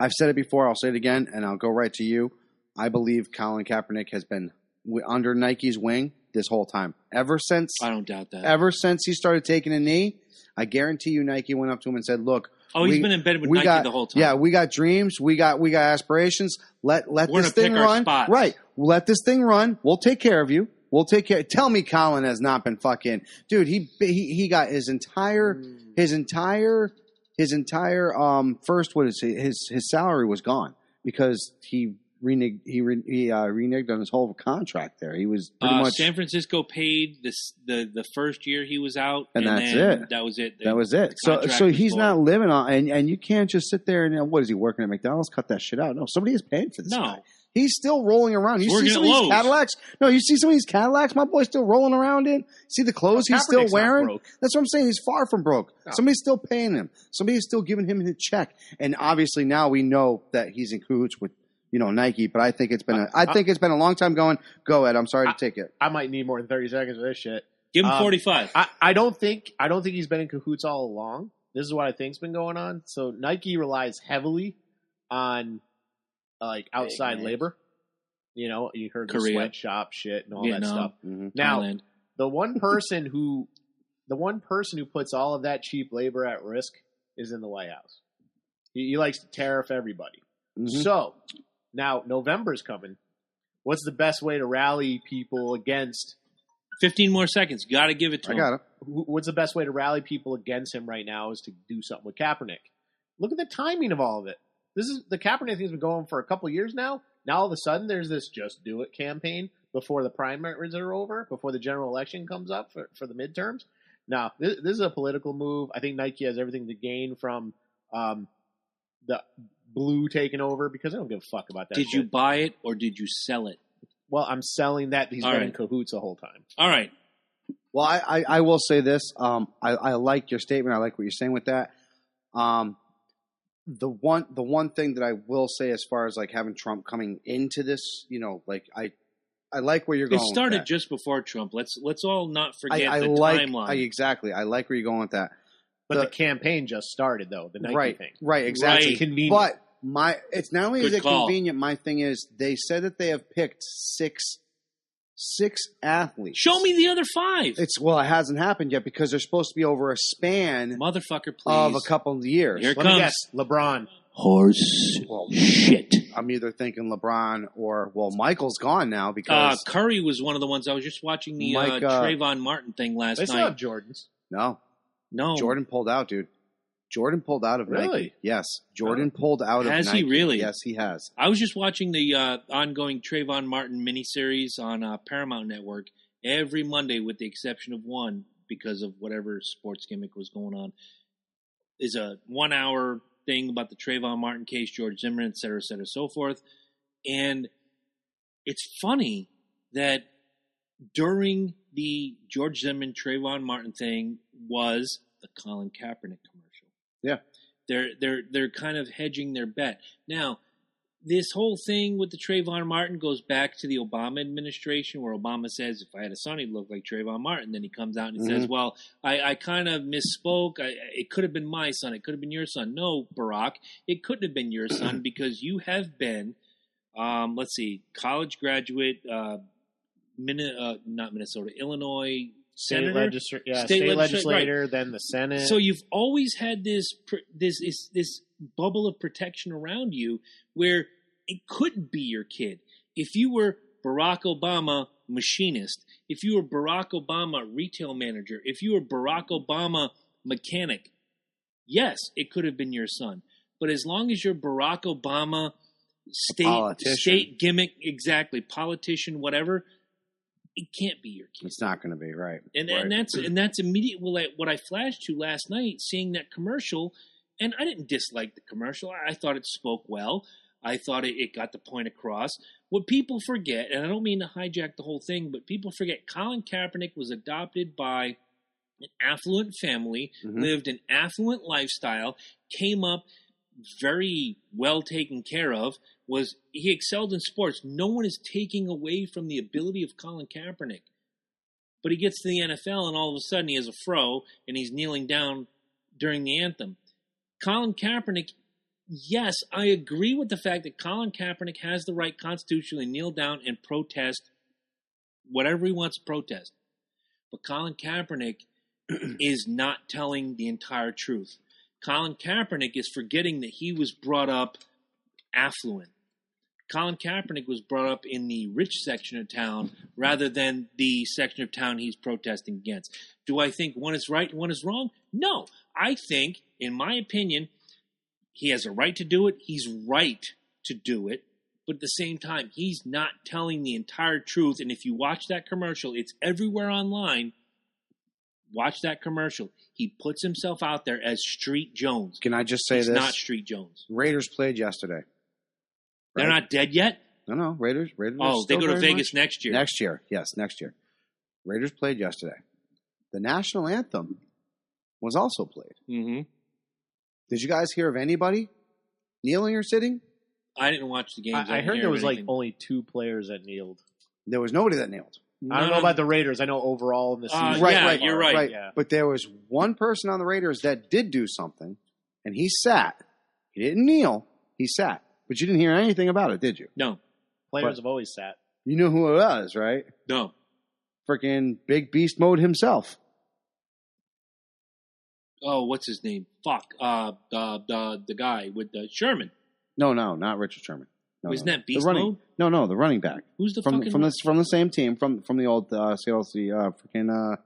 I've said it before. I'll say it again, and I'll go right to you. I believe Colin Kaepernick has been w- under Nike's wing this whole time, ever since
I don't doubt that.
ever since he started taking a knee. I guarantee you, Nike went up to him and said, "Look,
oh, he's
we-
been in bed with
we
Nike
got-
the whole time.
yeah, we got dreams, we got we got aspirations. Let let
We're
this
gonna
thing
pick our
run.
spots.
Right. Let this thing run. We'll take care of you. We'll take care. Tell me Colin
Hmm.
has not been fucking dude, he he, he got his entire his entire his entire um, first what is it, his his salary was gone because he reneged he, re, he uh, reneged on his whole contract there. He was pretty
Uh,
much
San Francisco paid this the the first year he was out,
And that's
then
it.
That was it. They-
that was it. So
contract
so
was
he's
gone.
not living on and and you can't just sit there and uh, what is he working at McDonald's? Cut that shit out. No, somebody is paying for this.
no.
guy. He's still rolling around. You
Working
see some
at
of these
Lowe's.
Cadillacs. No, you see some of these Cadillacs. My boy's still rolling around in. See the clothes he's still
Kaepernick's not
wearing.
broke.
That's what I'm saying. He's far from broke.
No.
Somebody's still paying him. Somebody's still giving him his check. And obviously now we know that he's in cahoots with you know Nike. But I think it's been a, I
I-
think it's been a long time going. Go Ed. I'm sorry
I-
to take it.
I might need more than thirty seconds of this shit.
Give him
Um,
forty five.
I, I don't think I don't think he's been in cahoots all along. This is what I think's been going on. So Nike relies heavily on uh, like outside
names.
labor. You know, you heard the
Korea.
sweatshop shit and all that
Vietnam.
stuff.
hmm
Now,
Thailand.
the one person who the one person who puts all of that cheap labor at risk is in the White House. He, he likes to tariff everybody.
Mm-hmm.
Mm-hmm.
So now November's coming. What's the best way to rally people against
fifteen more seconds. Got to give it to
I
him.
got it.
wh- what's the best way to rally people against him right now is to do something with Kaepernick. Look at the timing of all of it. This is the Kaepernick thing's been going for a couple years now. Now all of a sudden there's this just do it campaign before the primaries are over, before the general election comes up for, for the midterms. Now this, this is a political move. I think Nike has everything to gain from um, the blue taking over because I don't give a fuck about that.
Did you
shit.
buy it or did you sell it?
Well, I'm selling that he's
All
been in
right.
cahoots the whole time.
All right.
Well, I, I, I will say this. Um, I, I like your statement. I like what you're saying with that. Um, the one the one thing that I will say as far as like having Trump coming into this, you know, like I I like where you're
It
going. with
started
that.
just before Trump. Let's let's all not forget
I, I
the
like
timeline.
I, exactly. I like where you're going with that.
But the,
The-
campaign just started though. The Nike
right,
thing.
right, exactly.
Right.
Convenient.
But my it's not only is
Good
it
call.
convenient. My thing is they said that they have picked six six athletes.
Show me the other five,
It's well, it hasn't happened yet because they're supposed to be over a span
motherfucker. Please.
of a couple of years.
Here
Let
comes
me guess, LeBron.
horse
Well,
shit.
I'm either thinking LeBron or well, Michael's gone now
Uh,
because
Curry was one of the ones I was just watching the
Mike,
uh,
uh,
Trayvon Martin thing last
They
night.
still have Jordans.
no,
no,
Jordan pulled out, dude. Jordan pulled out of Nike.
Really?
Yes, Jordan pulled out of
Has he
Nike.
really?
Yes, he has.
I was just watching the uh, ongoing Trayvon Martin miniseries on uh, Paramount Network every Monday, with the exception of one because of whatever sports gimmick was going on. Is a one hour thing about the Trayvon Martin case, George Zimmerman, et cetera, et cetera, so forth. And it's funny that during the George Zimmerman Trayvon Martin thing was the Colin Kaepernick commercial.
Yeah.
They're they're they're kind of hedging their bet. Now, this whole thing with the Trayvon Martin goes back to the Obama administration, where Obama says, "If I had a son, he'd look like Trayvon Martin." Then he comes out and he says, "Well, I, I kind of misspoke. I, it could have been my son. It could have been your son. No, Barack, it couldn't have been your son because you have been, um, let's see, college graduate, uh, Min- uh, not Minnesota, Illinois
State,
senator,
legisl- yeah,
State
state,
legisla-
legislator, then the Senate.
so you've always had this pr- this this, this bubble of protection around you where it could be your kid. If you were Barack Obama machinist, if you were Barack Obama retail manager, if you were Barack Obama mechanic, yes, it could have been your son. But as long as you're Barack Obama state
Politician.
state gimmick exactly politician whatever, it can't be your kid
It's not going to be right.
and
right.
and that's and that's immediate. Well, I, what I flashed to last night, seeing that commercial, and I didn't dislike the commercial. I, I thought it spoke well. I thought it, it got the point across. What people forget, and I don't mean to hijack the whole thing, but people forget Colin Kaepernick was adopted by an affluent family,
Mhm.
lived an affluent lifestyle, came up very well taken care of. Was he excelled in sports? No one is taking away from the ability of Colin Kaepernick. But he gets to the NFL and all of a sudden he has a fro and he's kneeling down during the anthem. Colin Kaepernick, yes, I agree with the fact that Colin Kaepernick has the right constitutionally to kneel down and protest whatever he wants to protest. But Colin Kaepernick is not telling the entire truth. Colin Kaepernick is forgetting that he was brought up affluent. Colin Kaepernick was brought up in the rich section of town rather than the section of town he's protesting against. Do I think one is right and one is wrong? No. I think in my opinion, he has a right to do it. He's right to do it. But at the same time, he's not telling the entire truth. And if you watch that commercial, it's everywhere online. Watch that commercial. He puts himself out there as Street Jones.
Can I just say
He's
this?
not Street Jones.
Raiders played yesterday.
They're
Right?
not dead yet.
No, no. Raiders. Raiders. are
Oh, they
still
go to
very
Vegas
much-
next year.
Next year. Yes, next year. Raiders played yesterday. The national anthem was also played.
hmm
Did you guys hear of anybody kneeling or sitting?
I didn't watch the game.
I, I heard there was like only two players that kneeled.
There was nobody that kneeled.
I don't know about the Raiders. I know overall in the
Uh,
season.
Right,
yeah,
right,
you're right.
yeah.
But there was one person on the Raiders that did do something, and he sat. He didn't kneel. He sat. But you didn't hear anything about it, did you?
No,
But-
Players have always sat.
You knew who it was, right?
no.
Freaking Big Beast Mode himself.
Oh, what's his name? Fuck. Uh, the the the guy with the Sherman.
No, no, not Richard Sherman. No,
Wasn't
no.
that Beast
the running,
Mode?
No, no, the running back
Who's the
from
fucking
from this from the same team from from the old uh, Seattle C uh, freaking uh,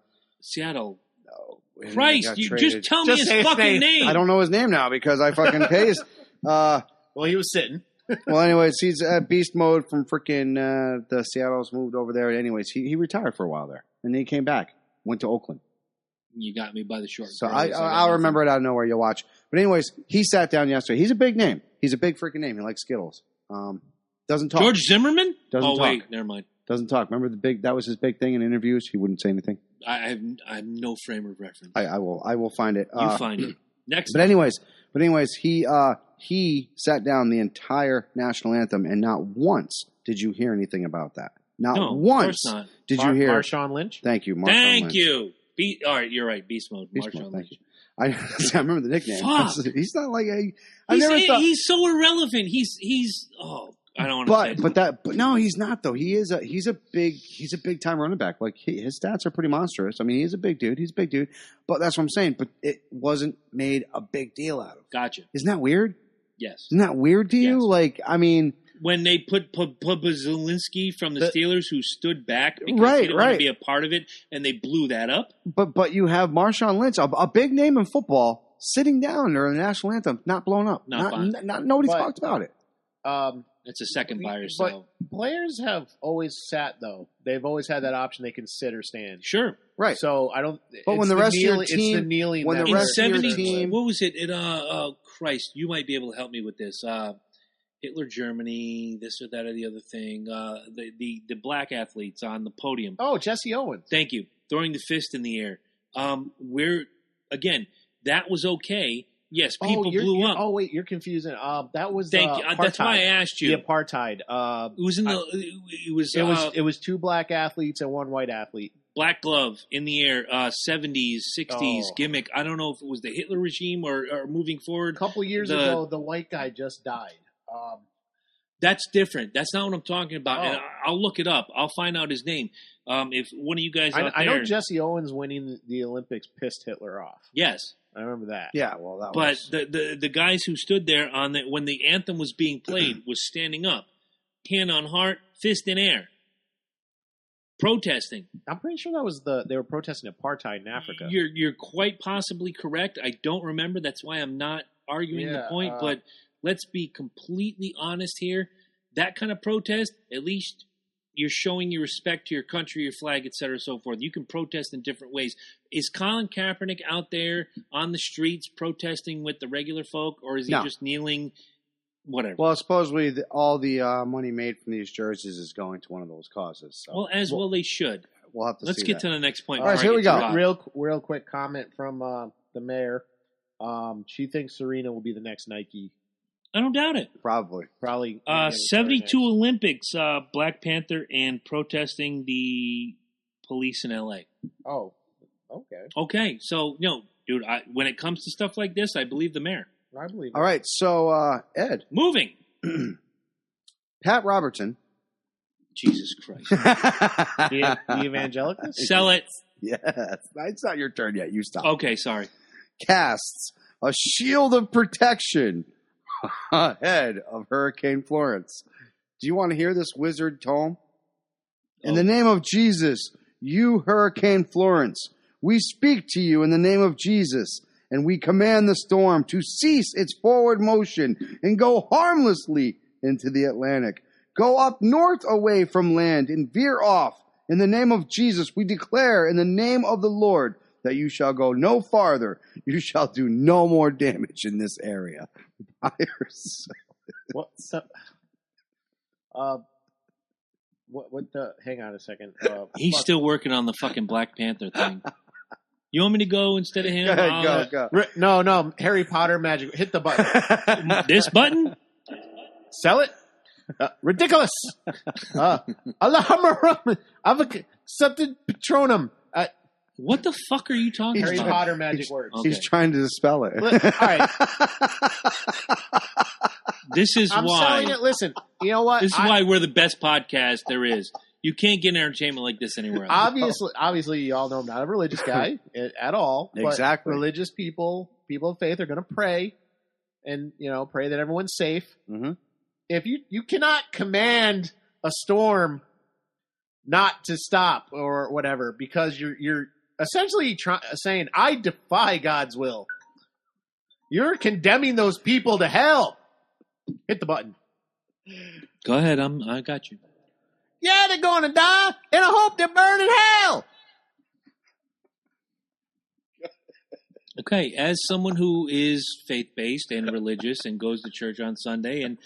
Seattle?
oh, he
Christ,
got
you
traded.
just tell
Just
me
say
his
his
fucking name.
name.
I don't know his name now because I fucking pays. Uh,
Well, he was sitting.
well, anyways, he's at Beast Mode from freaking uh, the Seattle's moved over there. Anyways, he, he retired for a while there, and then he came back, went to Oakland.
You got me by the short.
So
curls.
I,
got
I, I'll
nothing.
remember it out of nowhere. You'll watch. But anyways, he sat down yesterday. He's a big name. He's a big freaking name. He likes Skittles. Um, doesn't talk.
George Zimmerman.
Doesn't
oh
talk.
wait, never mind.
Doesn't talk. Remember the big. That was his big thing in interviews. He wouldn't say anything.
I I have I have no frame of reference.
I, I will. I will find it. Uh,
you find it next.
But anyways, but anyways, he uh, he sat down the entire national anthem, and not once did you hear anything about that. Not
no, Of
once
course not.
did
Mar-
you hear.
Marshawn Lynch?
Thank you, Marshawn
Thank
Lynch.
you. Be- all right, you're right. Beast mode.
Beast
Marshawn
Mode,
Lynch.
thank I, I remember the nickname.
Fuck.
He's not like a, I
He's,
never
he-
thought.
he's so irrelevant. He's he's oh I don't want to.
but but that but no, he's not though. He is a he's a big he's a big time running back. Like he, his stats are pretty monstrous. I mean, he's a big dude. He's a big dude. But that's what I'm saying. But it wasn't made a big deal out of.
gotcha.
Isn't that weird?
Yes.
Isn't that weird to you?
Yes.
Like I mean,
When they put P- P- Pazulinski from the,
The-
Steelers, who stood back because
Right,
he didn't want
right.
to be a part of it, and they blew that up.
but but you have Marshawn Lynch, a, a big name in football, sitting down during the national anthem, not blown up.
Not
Not,
fine.
not, nobody
But-
talked about it.
Um,
That's a second
We-
by or
but-
so.
players have always sat, though. They've always had that option they can sit or stand.
Sure.
Right.
So I don't.
But when
it's
the rest of your
kneel-
team-
It's the kneeling.
when the
that
In
rest of your
70,
hurts.
team-
what was it? It uh, oh Christ, you might be able to help me with this. Uh, Hitler Germany, this or that or the other thing. Uh, the, the the black athletes on the podium.
Oh, Jesse Owens.
Thank you. Throwing the fist in the air. Um, we're again. That was okay. Yes, people
oh, you're,
blew
you're-
up.
Oh, wait, you're confusing. Uh, that was
Thank
uh,
you. Uh, That's why I
apartheid.
asked you.
The apartheid. Uh,
It was in the. it was.
it was
uh,
it was two black athletes and one white athlete.
black glove in the air. Uh, 70s, 60s
Oh.
gimmick. I don't know if it was the Hitler regime or, or moving
A
forward.
couple years
The-
ago, the white guy just died. Um,
That's different. That's not what I'm talking about. And
Oh.
I- I'll look it up. I'll find out his name. Um, if one of you guys
I,
out
I
there,
know Jesse Owens winning the Olympics pissed Hitler off.
yes,
I remember that.
Yeah, well, that
but
was
the, the the guys who stood there on the when the anthem was being played was standing up, hand on heart, fist in air, protesting.
I'm pretty sure that was the they were protesting apartheid in Africa.
You're you're quite possibly correct. I don't remember. That's why I'm not arguing the
Yeah,
point.
uh,
but let's be completely honest here. That kind of protest, at least you're showing your respect to your country, your flag, et cetera, so forth. You can protest in different ways. Is Colin Kaepernick out there on the streets protesting with the regular folk, or is he
No.
just kneeling? Whatever. Well,
well, supposedly the, all the uh, money made from these jerseys is going to one of those causes. So
as well, they should.
we'll have to
Let's
see
get
that.
to the next point.
All right,
before I
here we
get too
go.
hot.
Real real quick comment from uh, the mayor. Um, she thinks Serena will be the next Nike.
I don't doubt it.
probably.
Probably
Uh,
gonna be the
72
next.
Olympics, uh, Black Panther and protesting the police in LA.
Oh, okay.
Okay, so, you know, dude, I, when it comes to stuff like this, I believe the mayor.
I believe.
All right, so uh, Ed
Moving.
Pat Robertson,
Jesus Christ.
The, the evangelicals.
Sell it.
yes, it's not your turn yet. You stop.
Okay, sorry.
Casts a shield of protection ahead of Hurricane Florence. Do you want to hear this wizard tome? In
Oh.
the name of Jesus, you Hurricane Florence, we speak to you in the name of Jesus and we command the storm to cease its forward motion and go harmlessly into the Atlantic. Go up north away from land and veer off. In the name of Jesus, we declare in the name of the Lord that you shall go no farther. You shall do no more damage in this area. By yourself.
What? So, uh, what? What the? Hang on a second. Uh,
He's
fuck.
still working on the fucking Black Panther thing. You want me to go instead of him?
Go
Uh,
ahead, go,
Ri- no, no. Harry Potter magic. Hit the button.
go.
Uh, This button?
Sell it. Uh, ridiculous. Uh, Alhamarum. I've accepted Patronum. Uh,
What the fuck are you talking
Harry
about?
Potter magic words.
Okay.
He's trying to dispel it.
Look, all right.
This is
I'm
why.
selling it. Listen, you know what?
This is
I-
why we're the best podcast there is. You can't get entertainment like this anywhere else.
obviously, obviously, you all know I'm not a religious guy a- at all. but
Exactly.
religious people, people of faith, are going to pray, and you know, pray that everyone's safe.
Mhm.
If you you cannot command a storm not to stop or whatever because you're you're essentially try, saying I defy God's will. You're condemning those people to hell. Hit the button.
Go ahead. I'm. I got you.
Yeah, they're going to die, and I hope they burn in hell.
Okay, as someone who is faith based and religious and goes to church on Sunday and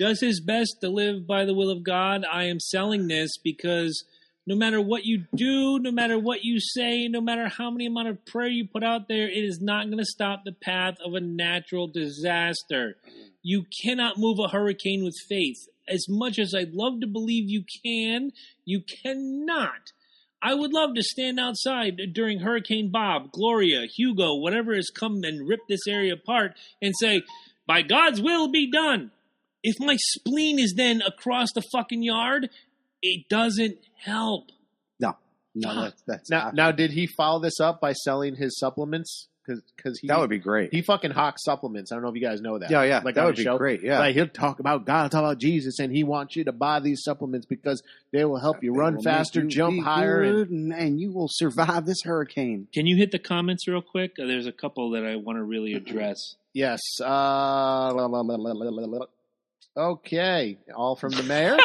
does his best to live by the will of God, I am selling this because no matter what you do, no matter what you say, no matter how many amount of prayer you put out there, it is not going to stop the path of a natural disaster. You cannot move a hurricane with faith. As much as I'd love to believe you can, you cannot. I would love to stand outside during Hurricane Bob, Gloria, Hugo, whatever has come and ripped this area apart and say, by God's will be done. If my spleen is then across the fucking yard, it doesn't help.
No, that's, that's
Now, now, did he follow this up by selling his supplements? Because he
that would be great.
he fucking hawks supplements. I don't know if you guys know that.
yeah, yeah,
like
that
on
would
the
be
show?
great. Yeah,
Like he'll talk about God, talk about Jesus, and he wants you to buy these supplements because they will help you
They will
run
make
faster,
you
jump
be
higher. And,
good and, and you will survive this hurricane.
Can you hit the comments real quick? Uh, There's a couple that I want to really
Mm-hmm.
address.
yes. Uh, la, la, la, la, la, la, la. Okay, all from the mayor.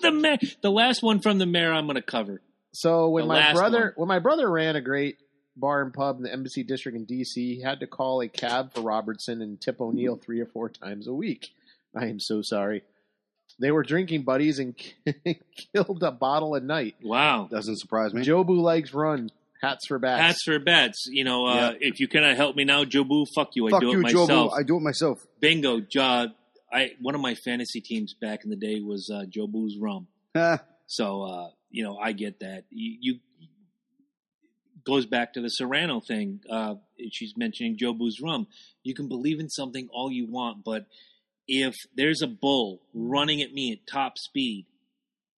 The ma- the last one from the mayor I'm going to cover.
So when
The
my
last
brother
one.
when my brother ran a great bar and pub in the Embassy District in DC, he had to call a cab for Robertson and Tip O'Neill three or four times a week. I am so sorry. They were drinking buddies and killed a bottle a night.
Wow.
Doesn't surprise me.
Jobu likes run. Hats for bats.
Hats for bets. You know, uh, if you cannot help me now, Joe Boo, fuck you. I
Fuck
do it
you,
myself.
Joe. I do it myself.
Bingo. Uh, I, one of my fantasy teams back in the day was uh, Joe Boo's Rum.
Ah,
So uh, you know, I get that. You, you goes back to the Serrano thing. Uh, she's mentioning Jobu's rum. You can believe in something all you want, but if there's a bull running at me at top speed,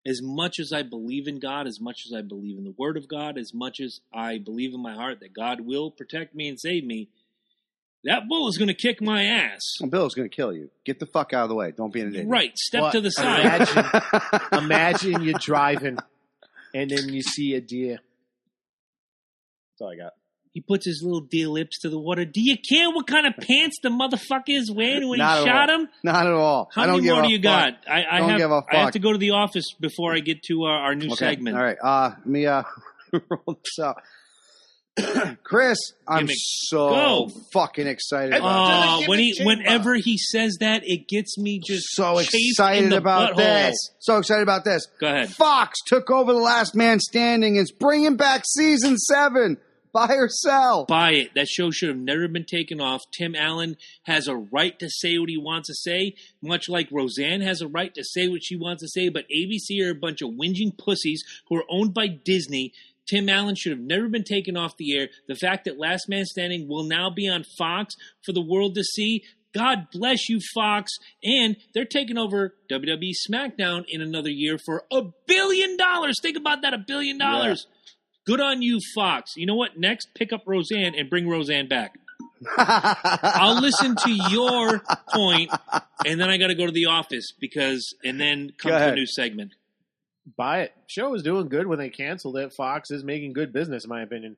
as much as I believe in God, as much as I believe in the Word of God, as much as I believe in my heart that God will protect me and save me, that bull is going to kick my ass.
Bill's going to kill you. Get the fuck out of the way. Don't be an idiot.
Right, step
What
to the
a
side.
Imagine, imagine you driving and then you see a deer. That's all I got.
He puts his little dear lips to the water. Do you care what kind of pants the motherfucker is wearing when
Not
he
at
shot him?
Not at all.
How
I don't
many
give
more
a
do you
fuck.
got? I, I
Don't
have.
give a
I have
fuck.
to go to the office before I get to uh, our, our new
Okay.
segment.
All right. Uh, let me uh, roll this out. Chris, I'm
Give me-
so
go.
fucking excited.
I-
About
Doesn't
Oh,
give
when
me
he,
chamber.
whenever he says that, it gets me
this.
just
so
chafed in
excited
the
about
butthole.
this. So excited about this.
Go ahead.
Fox took over the Last Man Standing. It's bringing back season seven. Buy or sell?
Buy it. That show should have never been taken off. Tim Allen has a right to say what he wants to say, much like Roseanne has a right to say what she wants to say. But ABC are a bunch of whinging pussies who are owned by Disney. Tim Allen should have never been taken off the air. The fact that Last Man Standing will now be on Fox for the world to see. God bless you, Fox. And they're taking over WWE SmackDown in another year for a billion dollars. Think about that a billion dollars. Good on you, Fox. You know what? Next, pick up Roseanne and bring Roseanne back. I'll listen to your point, and then I got to go to the office because, and then come
Go
to a
ahead.
new segment.
Buy it. Show is doing good when they canceled it. Fox is making good business, in my opinion.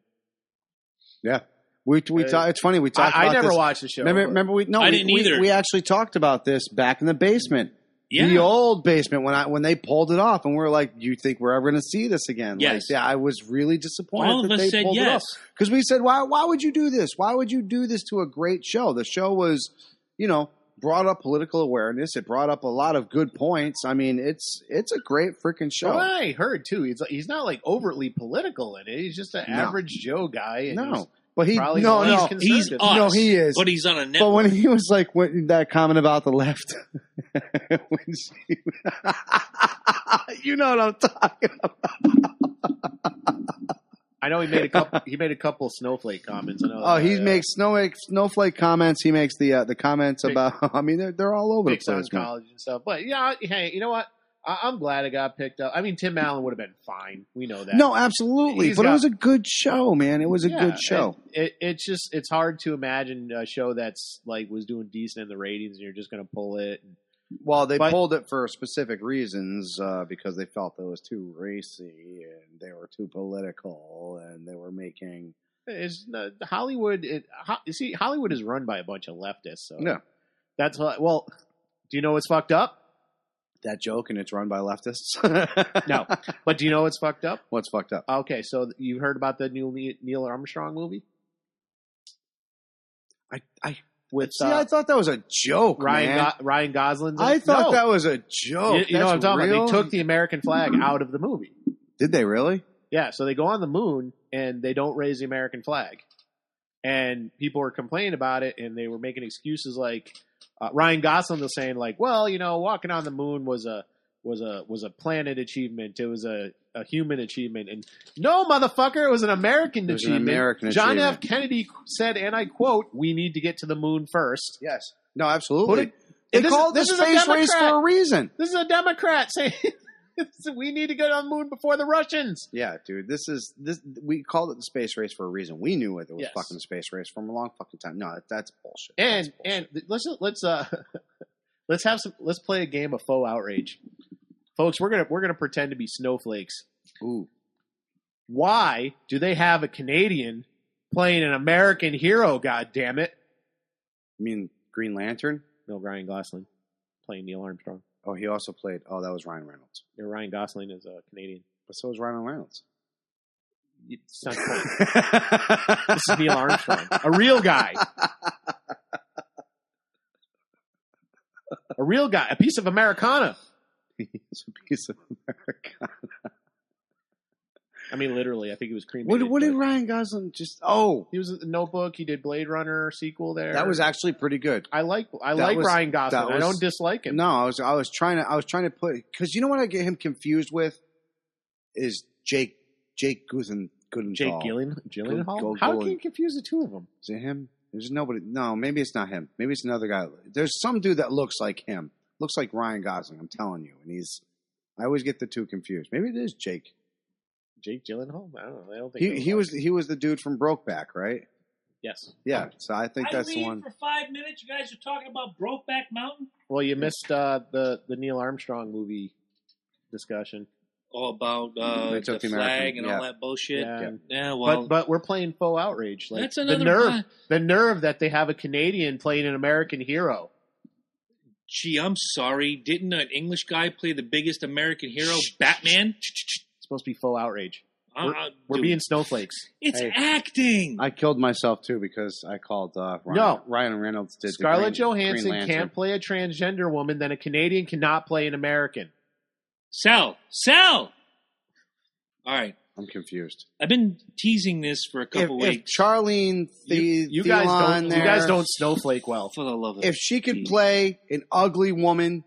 We we
Uh,
talk, It's funny we talked.
I, I
about
never
this.
watched the show.
Remember,
but-
remember we no, we,
I didn't
we-
either.
we actually talked about this back in the basement,
Yeah.
the old basement when I when they pulled it off, and we were like, "You think we're ever going to see this again?" Like,
Yes.
yeah, I was really disappointed
All of
that
us
they
said
pulled it
yes.
off because we said, "Why? Why would you do this? Why would you do this to a great show?" The show was, you know, brought up political awareness. It brought up a lot of good points. I mean, it's it's a great freaking show.
From what I heard too, he's like, he's not like overtly political in it. He's just an
No.
average Joe guy. And he's-
No, but he
probably
no
the
no
least
He's
conservative.
us.
No, he is.
But he's on a
But
network.
when he was like when, that comment about the left, when she, you know what I'm talking about.
I know he made a couple. he made a couple snowflake comments. I know.
Oh, he
uh,
makes snowflake snowflake comments. He makes the uh, the comments
Big-
about. I mean, they're they're all over the
picks on
place. man.
college and stuff. But yeah, hey, you know what? I, I'm glad it got picked up. I mean, Tim Allen would have been fine. We know that.
No, absolutely.
He's
but
got-
it was a good show, man. It was a
Yeah,
good show.
It, it, it's just it's hard to imagine a show that's like was doing decent in the ratings, and you're just going to pull it.
well, they
but-
pulled it for specific reasons uh, because they felt it was too racy and they were too political and they were making.
It's uh, Hollywood. It, ho- you see, Hollywood is run by a bunch of leftists. So
Yeah.
that's what. Well, do you know what's fucked up?
That joke and it's run by leftists.
No. But do you know what's fucked up?
what's fucked up?
Okay, so you heard about the new Ne- Neil Armstrong movie
I I
with
See,
uh,
I thought that was a joke,
Ryan
man.
Go- Ryan Gosling?
I thought
No.
that was a joke.
you, you know what I'm
That's
talking
real?
about. They took the American flag out of the movie.
Did they really?
Yeah, so they go on the moon and they don't raise the American flag, and people were complaining about it, and they were making excuses like uh, Ryan Gosling was saying like, well, you know, walking on the moon was a was a was a planet achievement. It was a a human achievement, and no motherfucker, it was an American
It was an
achievement.
American
John
achievement.
F. Kennedy said, and I quote, "We need to get to the moon first.
Yes. No, absolutely.
Put it-
they
and this
called
is-
this
this is a
space race
Democrat.
for a reason.
This is a Democrat saying we need to get on the moon before the Russians.
Yeah, dude. This is this. We called it the space race for a reason. We knew it was
Yes.
fucking space race from a long fucking time. No, that, that's bullshit. That's
and
bullshit.
and th- let's let's uh let's have some let's play a game of faux outrage folks we're gonna we're gonna pretend to be snowflakes
Ooh.
why do they have a canadian playing an american hero god damn it
I mean, Green Lantern.
no ryan gosling playing neil armstrong
Oh, he also played. Oh, that was Ryan Reynolds.
Yeah, ryan gosling is a canadian
But so was Ryan Reynolds.
it's not funny. this is neil armstrong a real guy a real guy a piece of americana
It's a piece of America.
i mean literally i think he was cream
What, what did Ryan Gosling just? Oh,
He was in the Notebook. He did Blade Runner sequel there.
that was actually pretty good.
I like I
that
like
was-
Ryan Gosling.
that
I
was-
don't dislike him.
No, I was I was trying to I was trying to put because you know what I get him confused with is Jake Jake Guthen Goodenthal.
Jake Gillen, Gyllenhaal.
Go- go
How
Gillen.
can you confuse the two of them?
Is it him? There's nobody. No, maybe it's not him. Maybe it's another guy. There's some dude that looks like him. Looks like Ryan Gosling. I'm telling you, and he's. I always get the two confused. Maybe it is Jake.
Jake Gyllenhaal. I don't know. I don't think
He he was he was the dude from Brokeback, right?
Yes.
Yeah. So I think
I
that's the
leave
one.
for five minutes. You guys are talking about Brokeback Mountain.
Well, you missed uh, the the Neil Armstrong movie discussion.
All about uh,
Mm-hmm. They
the,
took the
flag
American-
and
yeah.
all that bullshit. Yeah,
Yeah.
well,
but but we're playing faux outrage. Like
that's
the
another
nerve,
one.
the nerve that they have a Canadian playing an American hero.
Gee, I'm sorry. Didn't an English guy play the biggest American hero, Batman?
It's supposed to be faux outrage.
Uh, uh,
We're
dude,
being snowflakes.
It's
Hey.
acting.
I killed myself too because I called uh, Ryan,
No.
Ryan Reynolds did the
Scarlett
Green- Green
Johansson
Lantern.
can't play a transgender woman, then a Canadian cannot play an American.
sell, sell. All right,
I'm confused.
I've been teasing this for a
if,
couple
if
weeks.
Charlene the
you, you guys don't
there,
you guys don't snowflake well.
for the love of
if she could
Jeez.
play an ugly woman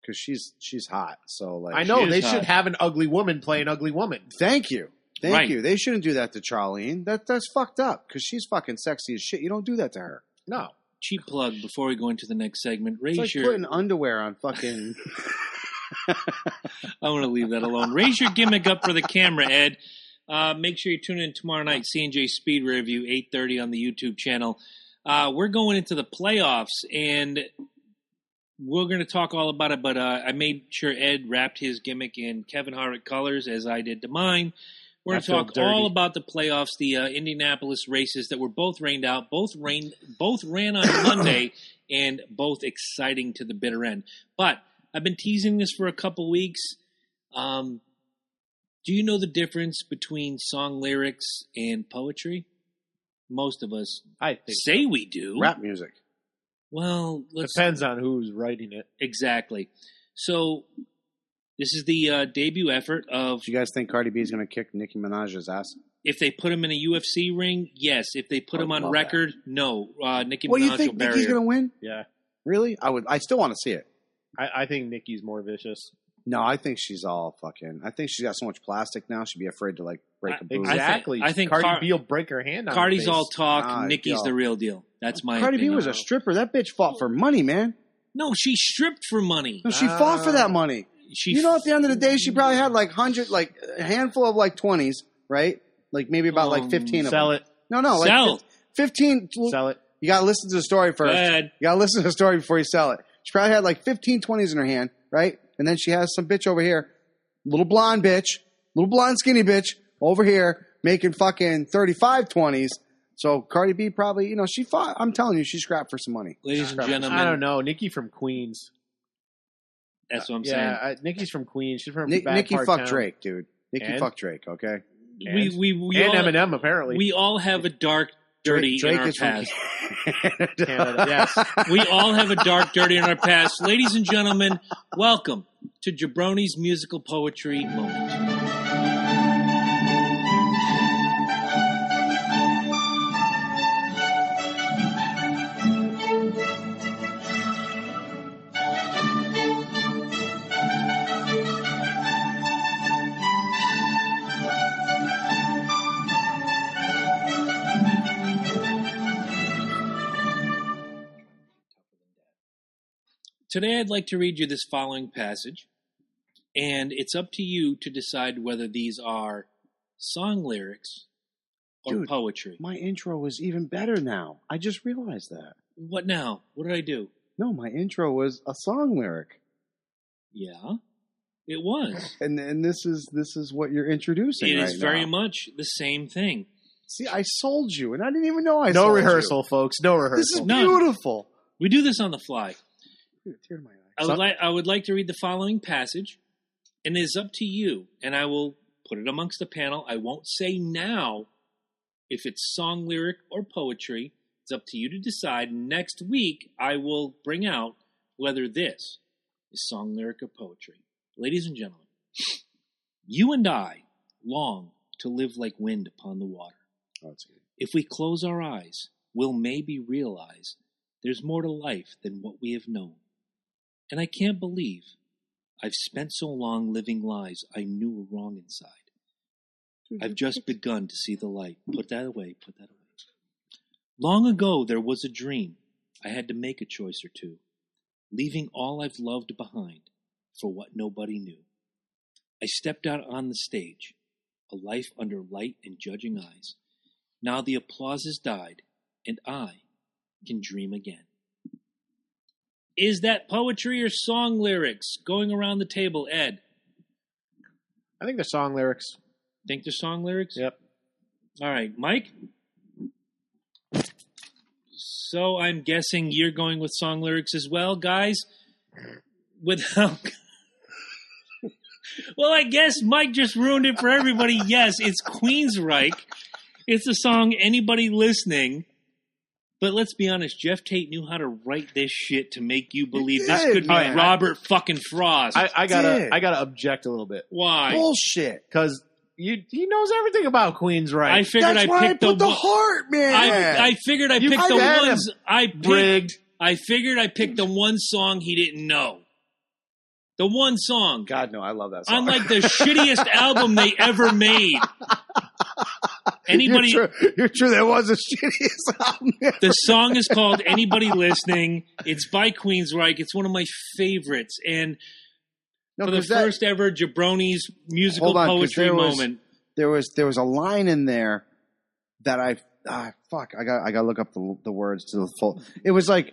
because she's she's hot so like
I know
is
they
hot.
should have an ugly woman play an ugly woman.
thank you thank
Right.
you they shouldn't do that to Charlene that that's fucked up because she's fucking sexy as shit you don't do that to her
No,
cheap plug before we go into the next segment,
it's
raise
like
your.
putting underwear on fucking
I'm going to leave that alone. Raise your gimmick up for the camera, Ed. Uh, make sure you tune in tomorrow night, C&J Speed Review, 8.30 on the YouTube channel. Uh, we're going into the playoffs, and we're going to talk all about it, but uh, I made sure Ed wrapped his gimmick in Kevin Harvick colors, as I did to mine. We're going
I
to
feel
talk
dirty.
all about the playoffs, the uh, Indianapolis races that were both rained out, both rain, both ran on Monday, and both exciting to the bitter end. But I've been teasing this for a couple weeks. Um, do you know the difference between song lyrics and poetry? Most of us
I think
say we do.
Rap music.
Well, let's
depends on who's writing it.
exactly. So this is the uh, debut effort of
Do you guys think Cardi B is going to kick Nicki Minaj's ass?
If they put him in a UFC ring, yes. If they put
I
him on
love
record, no. Uh, Nicki
What do
Minaj
you think
will bury
Nicki's
her.
going to win?
Yeah,
Really? I would. I still want to see it.
I, I think Nikki's more vicious.
No, I think she's all fucking. I think she's got so much plastic now. She'd be afraid to like break a
I-
boob.
I-
Exactly.
I think
Cardi
Car-
B will break her hand. on her
Cardi's
face.
all talk.
Nah,
Nicki's
Ah, yo.
the real deal. That's my
Cardi B
opinion.
was a stripper. That bitch fought for money, man.
no. She stripped for money.
No, she
Ah.
fought for that money.
Uh, She
you know, at the end of the day, she probably had like hundred, like a handful of like twenties, right? Like maybe about
Um,
like fifteen of
Sell
them.
it.
No, no, like
Sell.
fifteen.
Sell it.
You gotta listen to the story
Go
first.
ahead.
You gotta listen to the story before you sell it. She probably had like 15, 20s in her hand, right? And then she has some bitch over here, little blonde bitch, little blonde skinny bitch over here making fucking 35 20s. So Cardi B probably, you know, she fought. I'm telling you, she scrapped for some money.
ladies and gentlemen.
I don't know. Nikki from Queens.
That's what I'm
yeah, I, Nikki's from Queens. She's from
Nick,
a bad
Nicki
part
fucked
town.
Drake, dude. Nicki
And?
fucked Drake, okay?
saying. We we we
and
all,
Eminem apparently.
we all have a dark, dirty
Drake
in our
is from-
past.
Canada. Yes.
we all have a dark, dirty in our past. Ladies and gentlemen, welcome to Jabroni's musical poetry moment. Today, I'd like to read you this following passage, and it's up to you to decide whether these are song lyrics or
Dude.
poetry.
My intro was even better now. I just realized that.
What now? What did I do?
No, my intro was a song lyric.
Yeah, it was.
And and this is this is what you're introducing.
It is
right
very
now.
much the same thing.
See, I sold you, and I didn't even know I
no
sold you.
rehearsal, folks. No rehearsal.
This is
None.
beautiful.
We do this on the fly.
Tear in my eye.
I would, li- I would like to read the following passage, and it is up to you, and I will put it amongst the panel. I won't say now if it's song lyric or poetry. It's up to you to decide. Next week, I will bring out whether this is song lyric or poetry. Ladies and gentlemen, you and I long to live like wind upon the water.
Oh, it's good.
If we close our eyes, we'll maybe realize there's more to life than what we have known. And I can't believe I've spent so long living lies I knew were wrong inside. I've just begun to see the light. Put that away, put that away. Long ago, there was a dream. I had to make a choice or two, leaving all I've loved behind for what nobody knew. I stepped out on the stage, a life under light and judging eyes. Now the applause has died, and I can dream again. Is that poetry or song lyrics going around the table, Ed?
I think the song lyrics.
Think they're song lyrics?
Yep.
All right, Mike. So I'm guessing you're going with song lyrics as well, guys. Without. well, I guess Mike just ruined it for everybody. Yes, it's Queensryche. It's a song anybody listening. But let's be honest, Jeff Tate knew how to write this shit to make you believe this
did,
could be
man.
Robert fucking Frost.
I, I gotta.
Dude.
I gotta object a little bit
Why?
Bullshit.
because you he knows everything about Queens, right?
I figured
That's
I
why I
picked
put the,
one-
heart, man.
I, I figured I
You
picked the
had him.
ones I picked
rigged.
I figured I picked the one song he didn't know. The one song.
God, no, I love that song.
Unlike the shittiest album they ever made. Anybody
You're true. You're true. That was the shittiest album. ever.
the song is called Anybody Listening. It's by Queensryche. It's one of my favorites. And
No,
for the
'cause that-
first ever Jabroni's musical
Hold on, 'cause
poetry
there was-
moment.
there was there was a line in there that I ah, fuck. I got I got to look up the the words to the full. It was like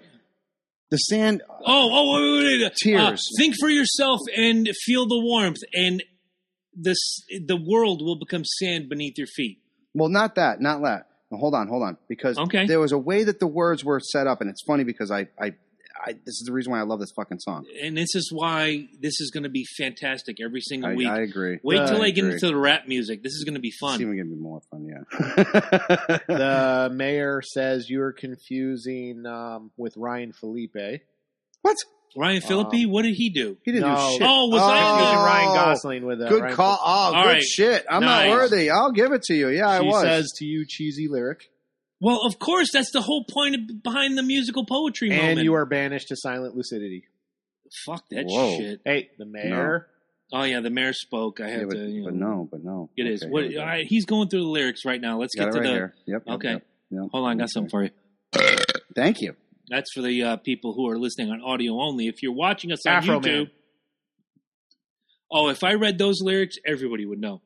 the sand.
Oh, oh, wait, wait, wait. Uh,
Tears.
think for yourself and feel the warmth and this the world will become sand beneath your feet.
Well, not that, not that. Now, hold on, hold on, because
Okay.
there was a way that the words were set up, and it's funny because I, I, I this is the reason why I love this fucking song.
And this is why this is going to be fantastic every single
I,
week.
I agree.
Wait till I
I
get
agree.
into the rap music. This is going to be fun.
It's even gonna be more fun, yeah.
The mayor says you're confusing um, with Ryan Felipe.
what?
Ryan
uh,
Philippi, what did he do?
He didn't
No.
do shit.
Oh, was I in the?
Oh,
Confusing Ryan Gosling with uh,
good
Ryan
call. Oh,
All
good
right.
shit. I'm
Nice.
not worthy. I'll give it to you. Yeah, I
Felipe. She
was.
says to you, cheesy lyric,
Well, of course, that's the whole point of, behind the musical poetry moment.
and you are banished to silent lucidity.
fuck that
Whoa.
shit.
Hey, the mayor.
Oh yeah, the mayor spoke. I
Yeah,
have
but,
to. You know,
but no, but no.
It is.
Okay,
What,
here we go.
all right, he's going through the lyrics right now. Let's
Got
get
it
to
right
the.
here. Yep. yep,
Okay.
yep, yep.
Hold on, I got
Okay.
something for you.
Thank you.
That's for the uh, people who are listening on audio only. If you're watching us on
Afro
YouTube,
Man.
oh, if I read those lyrics, everybody would know.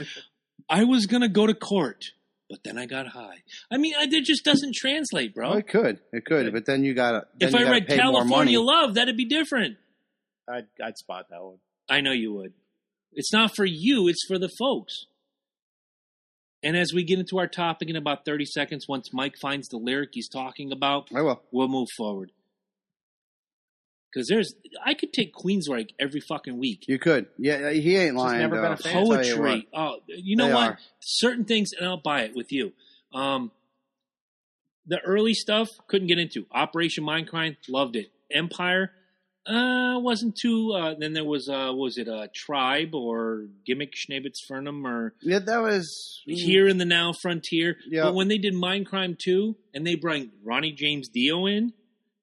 I was gonna go to court, but then I got high. I mean, I, it just doesn't translate, bro.
Well, Oh, it could. It could. But then you gotta. Then
Oh. if
you
I
gotta
read
pay more
California
money.
Love, that'd be different.
I'd, I'd spot that one.
I know you would. It's not for you, it's for the folks. And as we get into our topic in about 30 seconds, once Mike finds the lyric he's talking about,
I will.
we'll move forward. Because there's, I could take Queensryche every fucking week.
You could. Yeah, uh, he ain't lying.
never
though.
been a fan.
I'll tell you what.
Poetry. Oh, you know
They
what?
are.
Certain things, and I'll buy it with you. Um, the early stuff couldn't get into. Operation Mindcrime, loved it. Empire, uh, wasn't too. Uh, then there was, uh, what was it uh, Tribe or Gimmick Schneebitz or
Yeah, that was
Here in the Now Frontier?
Mm. Yeah.
But when they did Mindcrime two, and they bring Ronnie James Dio in,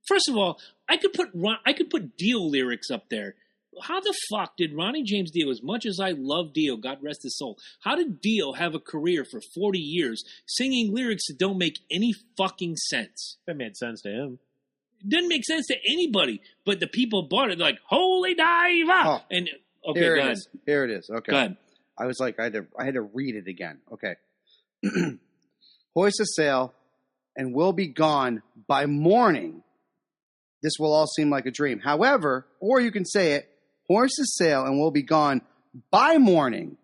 first of all, I could put Ron, I could put Dio lyrics up there. How the fuck did Ronnie James Dio, as much as I love Dio, God rest his soul, how did Dio have a career for 40 years singing lyrics that don't make any fucking sense?
That made sense to him.
It doesn't make sense to anybody, but the people bought it like, holy diva!
Oh,
and, okay,
Here
go
it
ahead.
is. Here it is. Okay.
Go ahead.
I was like, I had to, I had to read it again. Okay. Hoist a sail and will be gone by morning. This will all seem like a dream. However, or you can say it, hoist a sail and will be gone by morning.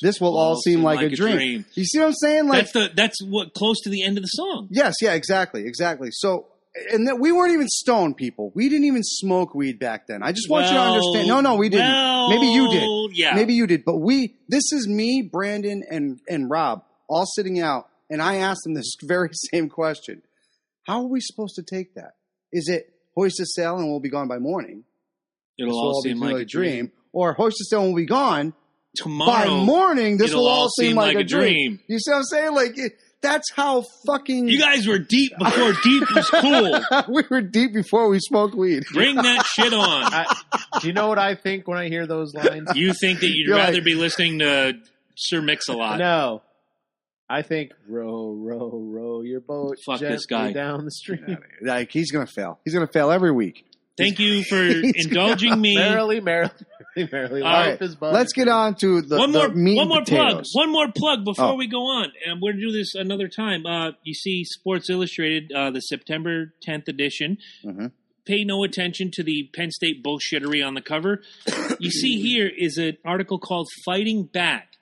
This will all seem like a dream. You see what I'm saying? Like,
that's the that's what close to the end of the song.
yes, yeah, exactly, exactly. So, and that we weren't even stoned people. We didn't even smoke weed back then. I just want you to understand. No, no, we didn't.
well,
Maybe you did.
Yeah.
Maybe you did, but we. This is me, Brandon, and and Rob all sitting out, and I asked them this very same question: How are we supposed to take that? Is it hoist a sail and we'll be gone by morning?
It'll
This will
all
be
seem like a dream.
Or hoist a sail and we'll be gone by
Tomorrow,
morning. This
it'll
will all seem like, a dream.
dream.
You see what I'm saying? Like it, that's how fucking
You guys were deep before deep was cool.
we were deep before we smoked weed.
Bring that shit on.
I, do you know what I think when I hear those lines?
You think that you'd
You're
rather
like-
be listening to Sir Mix-a-Lot?
No. I think row, row, row your boat
Fuck
gently
this guy.
down the stream.
Like he's gonna fail. He's gonna fail every week.
Thank you for
He's
indulging me.
Merrily, merrily, merrily,
All
life
right,
is but
Let's get on to the,
one
the
more,
meat
one
and
more plug.
potatoes.
One more plug before
Oh.
we go on, and we're gonna do this another time. Uh, you see, Sports Illustrated, uh, the September 10th edition.
Mhm.
Pay no attention to the Penn State bullshittery on the cover. you see, here is an article called "Fighting Back."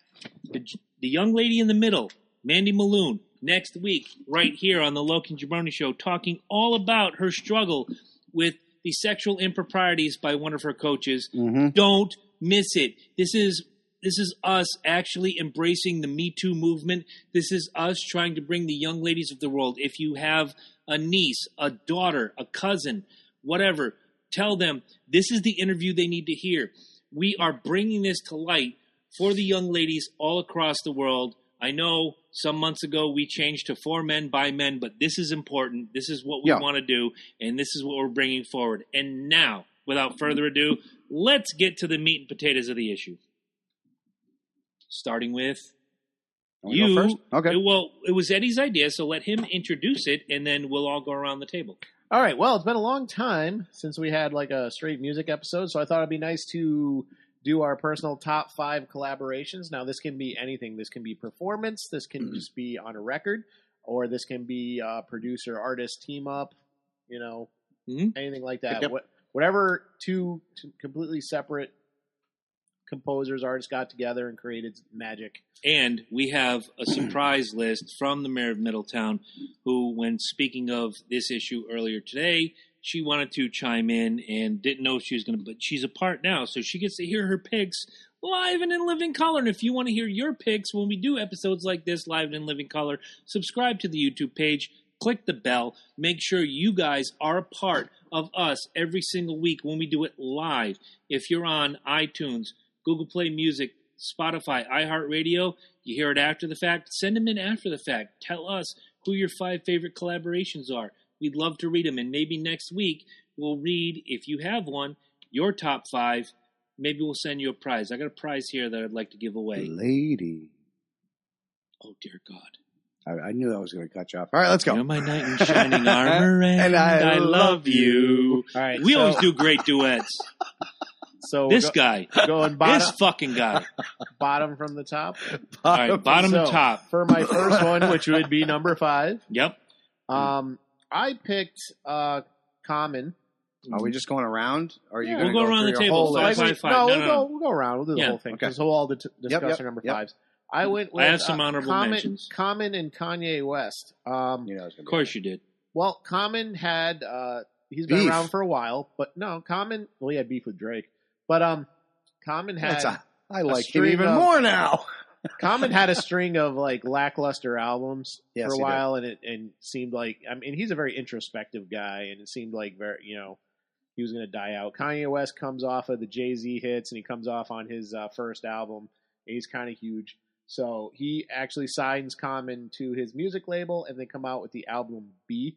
The, the young lady in the middle, Mandy Malone, next week, right here on the Loken Jabroni Show, talking all about her struggle with the sexual improprieties by one of her coaches
Mhm.
don't miss it. This is this is us actually embracing the Me Too movement. This is us trying to bring the young ladies of the world. If you have a niece, a daughter, a cousin, whatever, tell them this is the interview they need to hear. We are bringing this to light for the young ladies all across the world. I know some months ago we changed to for men by men, but this is important. This is what we
Yeah.
want to do, and this is what we're bringing forward. And now, without further ado, let's get to the meat and potatoes of the issue. Starting with
Wanna go
you.
first? Okay.
Well, it was Eddie's idea, so let him introduce it, and then we'll all go around the table.
All right. Well, it's been a long time since we had like a straight music episode, so I thought it'd be nice to do our personal top five collaborations. Now, this can be anything. This can be performance. This can just be on a record, or this can be uh, producer artist team up. You know,
Mhm.
anything like that.
Yep.
What, whatever two, two completely separate
composers, artists got together and created magic.
And we have a surprise list from the mayor of Middletown, who, when speaking of this issue earlier today, she wanted to chime in and didn't know if she was going to, but she's a part now, so she gets to hear her picks live and in living color. And if you want to hear your picks when we do episodes like this live and in living color, subscribe to the YouTube page, click the bell, make sure you guys are a part of us every single week when we do it live. If you're on iTunes, Google Play Music, Spotify, iHeartRadio. You hear it after the fact. Send them in after the fact. Tell us who your five favorite collaborations are. We'd love to read them. And maybe next week we'll read, if you have one, your top five. Maybe we'll send you a prize. I got a prize here that I'd like to give
Mm.
away.
Lady.
Oh, dear God.
I, I knew that was going to cut you off. All right, let's go.
You're my knight in shining armor, and, I, love you.
All right,
We
so,
always do great duets.
so
This
go-
guy.
going bottom,
This fucking guy.
bottom from the top.
All right, bottom to
So-
top.
For my first one, which would be number five,
Yep.
um, I picked uh, Common.
Are we just going around? Or are you
Yeah.
going to
We'll go around the table. Five,
list?
five, five.
No,
No,
we'll,
no,
Go,
no.
we'll go around. We'll do the
Yeah.
whole thing
Okay.
because we'll all d- discuss
Yep, yep,
our number
yep.
fives. I went with
I have some
uh,
honorable
Common,
mentions.
Common and Kanye West. Um,
You know it's gonna be
Of course you did.
Well, Common had uh he's been
Beef.
around for a while, but no, Common well he had beef with Drake. But um Common had
That's a, I like him
stream
even
of-
more now.
Common had a string of like lackluster albums
Yes,
for
he
a
did.
while and it and seemed like I mean he's a very introspective guy and it seemed like very you know he was gonna die out. Kanye West comes off of the Jay Z hits and he comes off on his uh, first album. And he's kind of huge. So he actually signs Common to his music label and they come out with the album B.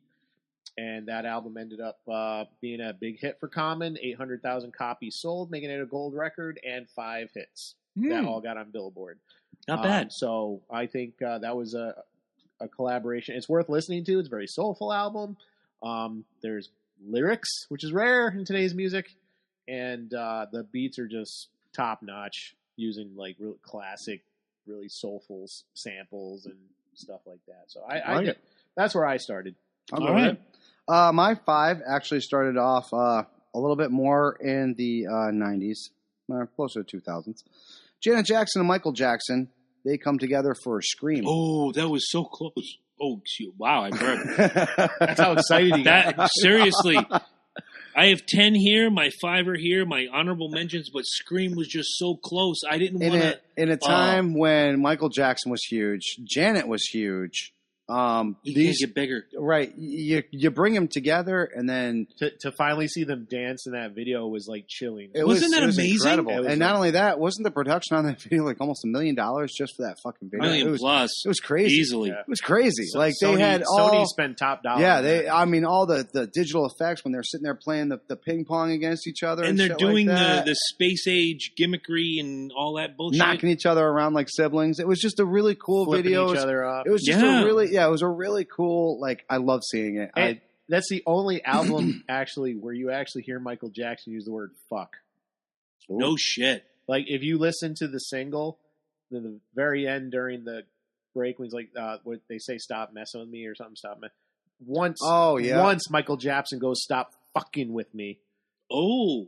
And that album ended up uh, being a big hit for Common, 800,000 copies sold, making it a gold record, and five hits that
Hmm,
all got on Billboard.
not
Um,
bad.
so I think uh, that was a a collaboration. It's worth listening to. It's a very soulful album. Um, there's lyrics, which is rare in today's music, and uh, the beats are just top notch, using like real classic, really soulful s- samples and stuff like that. So I, I
Like
think that's where I started.
I'm
All
good with
right.
it. Uh, my five actually started off uh, a little bit more in the uh, 90s, uh, closer to 2000s. Janet Jackson and Michael Jackson, they come together for Scream.
Oh, that was so close. Oh, shoot. Wow, I burned.
That's
That's how excited you got.
that seriously. I have ten here, my five are here, my honorable mentions, but Scream was just so close. I didn't
in
want to.
a in a time when Michael Jackson was huge, Janet was huge. Um,
You
these
can't get bigger.
right, you you bring them together, and then
To, to finally see them dance in that video was like chilling.
it
Wasn't
was,
that
it was
amazing?
incredible.
It was
and
like-
not only that, wasn't the production on that video like almost a million dollars just for that fucking video?
Million
it was
plus,
it was crazy.
easily.
Yeah.
It was crazy.
So-
like
Sony-
they had
Sony
all.
spent top dollar.
yeah,
on
they.
that.
I mean, all the, the digital effects when they're sitting there playing the, the ping pong against each other, and,
And they're
shit
doing
like that,
the, the space age gimmickry and all that bullshit.
knocking each other around like siblings. It was just a really cool
flipping
video. It
each
was
other off.
It was just
Yeah.
a really yeah, it was a really cool like I love seeing it.
And
I,
that's the only album actually where you actually hear Michael Jackson use the word fuck.
no shit.
Like if you listen to the single, the, the very end during the break when he's like, uh, what they say, stop messing with me or something, stop me. Once,
oh yeah.
once Michael Jackson goes, stop fucking with me.
Oh,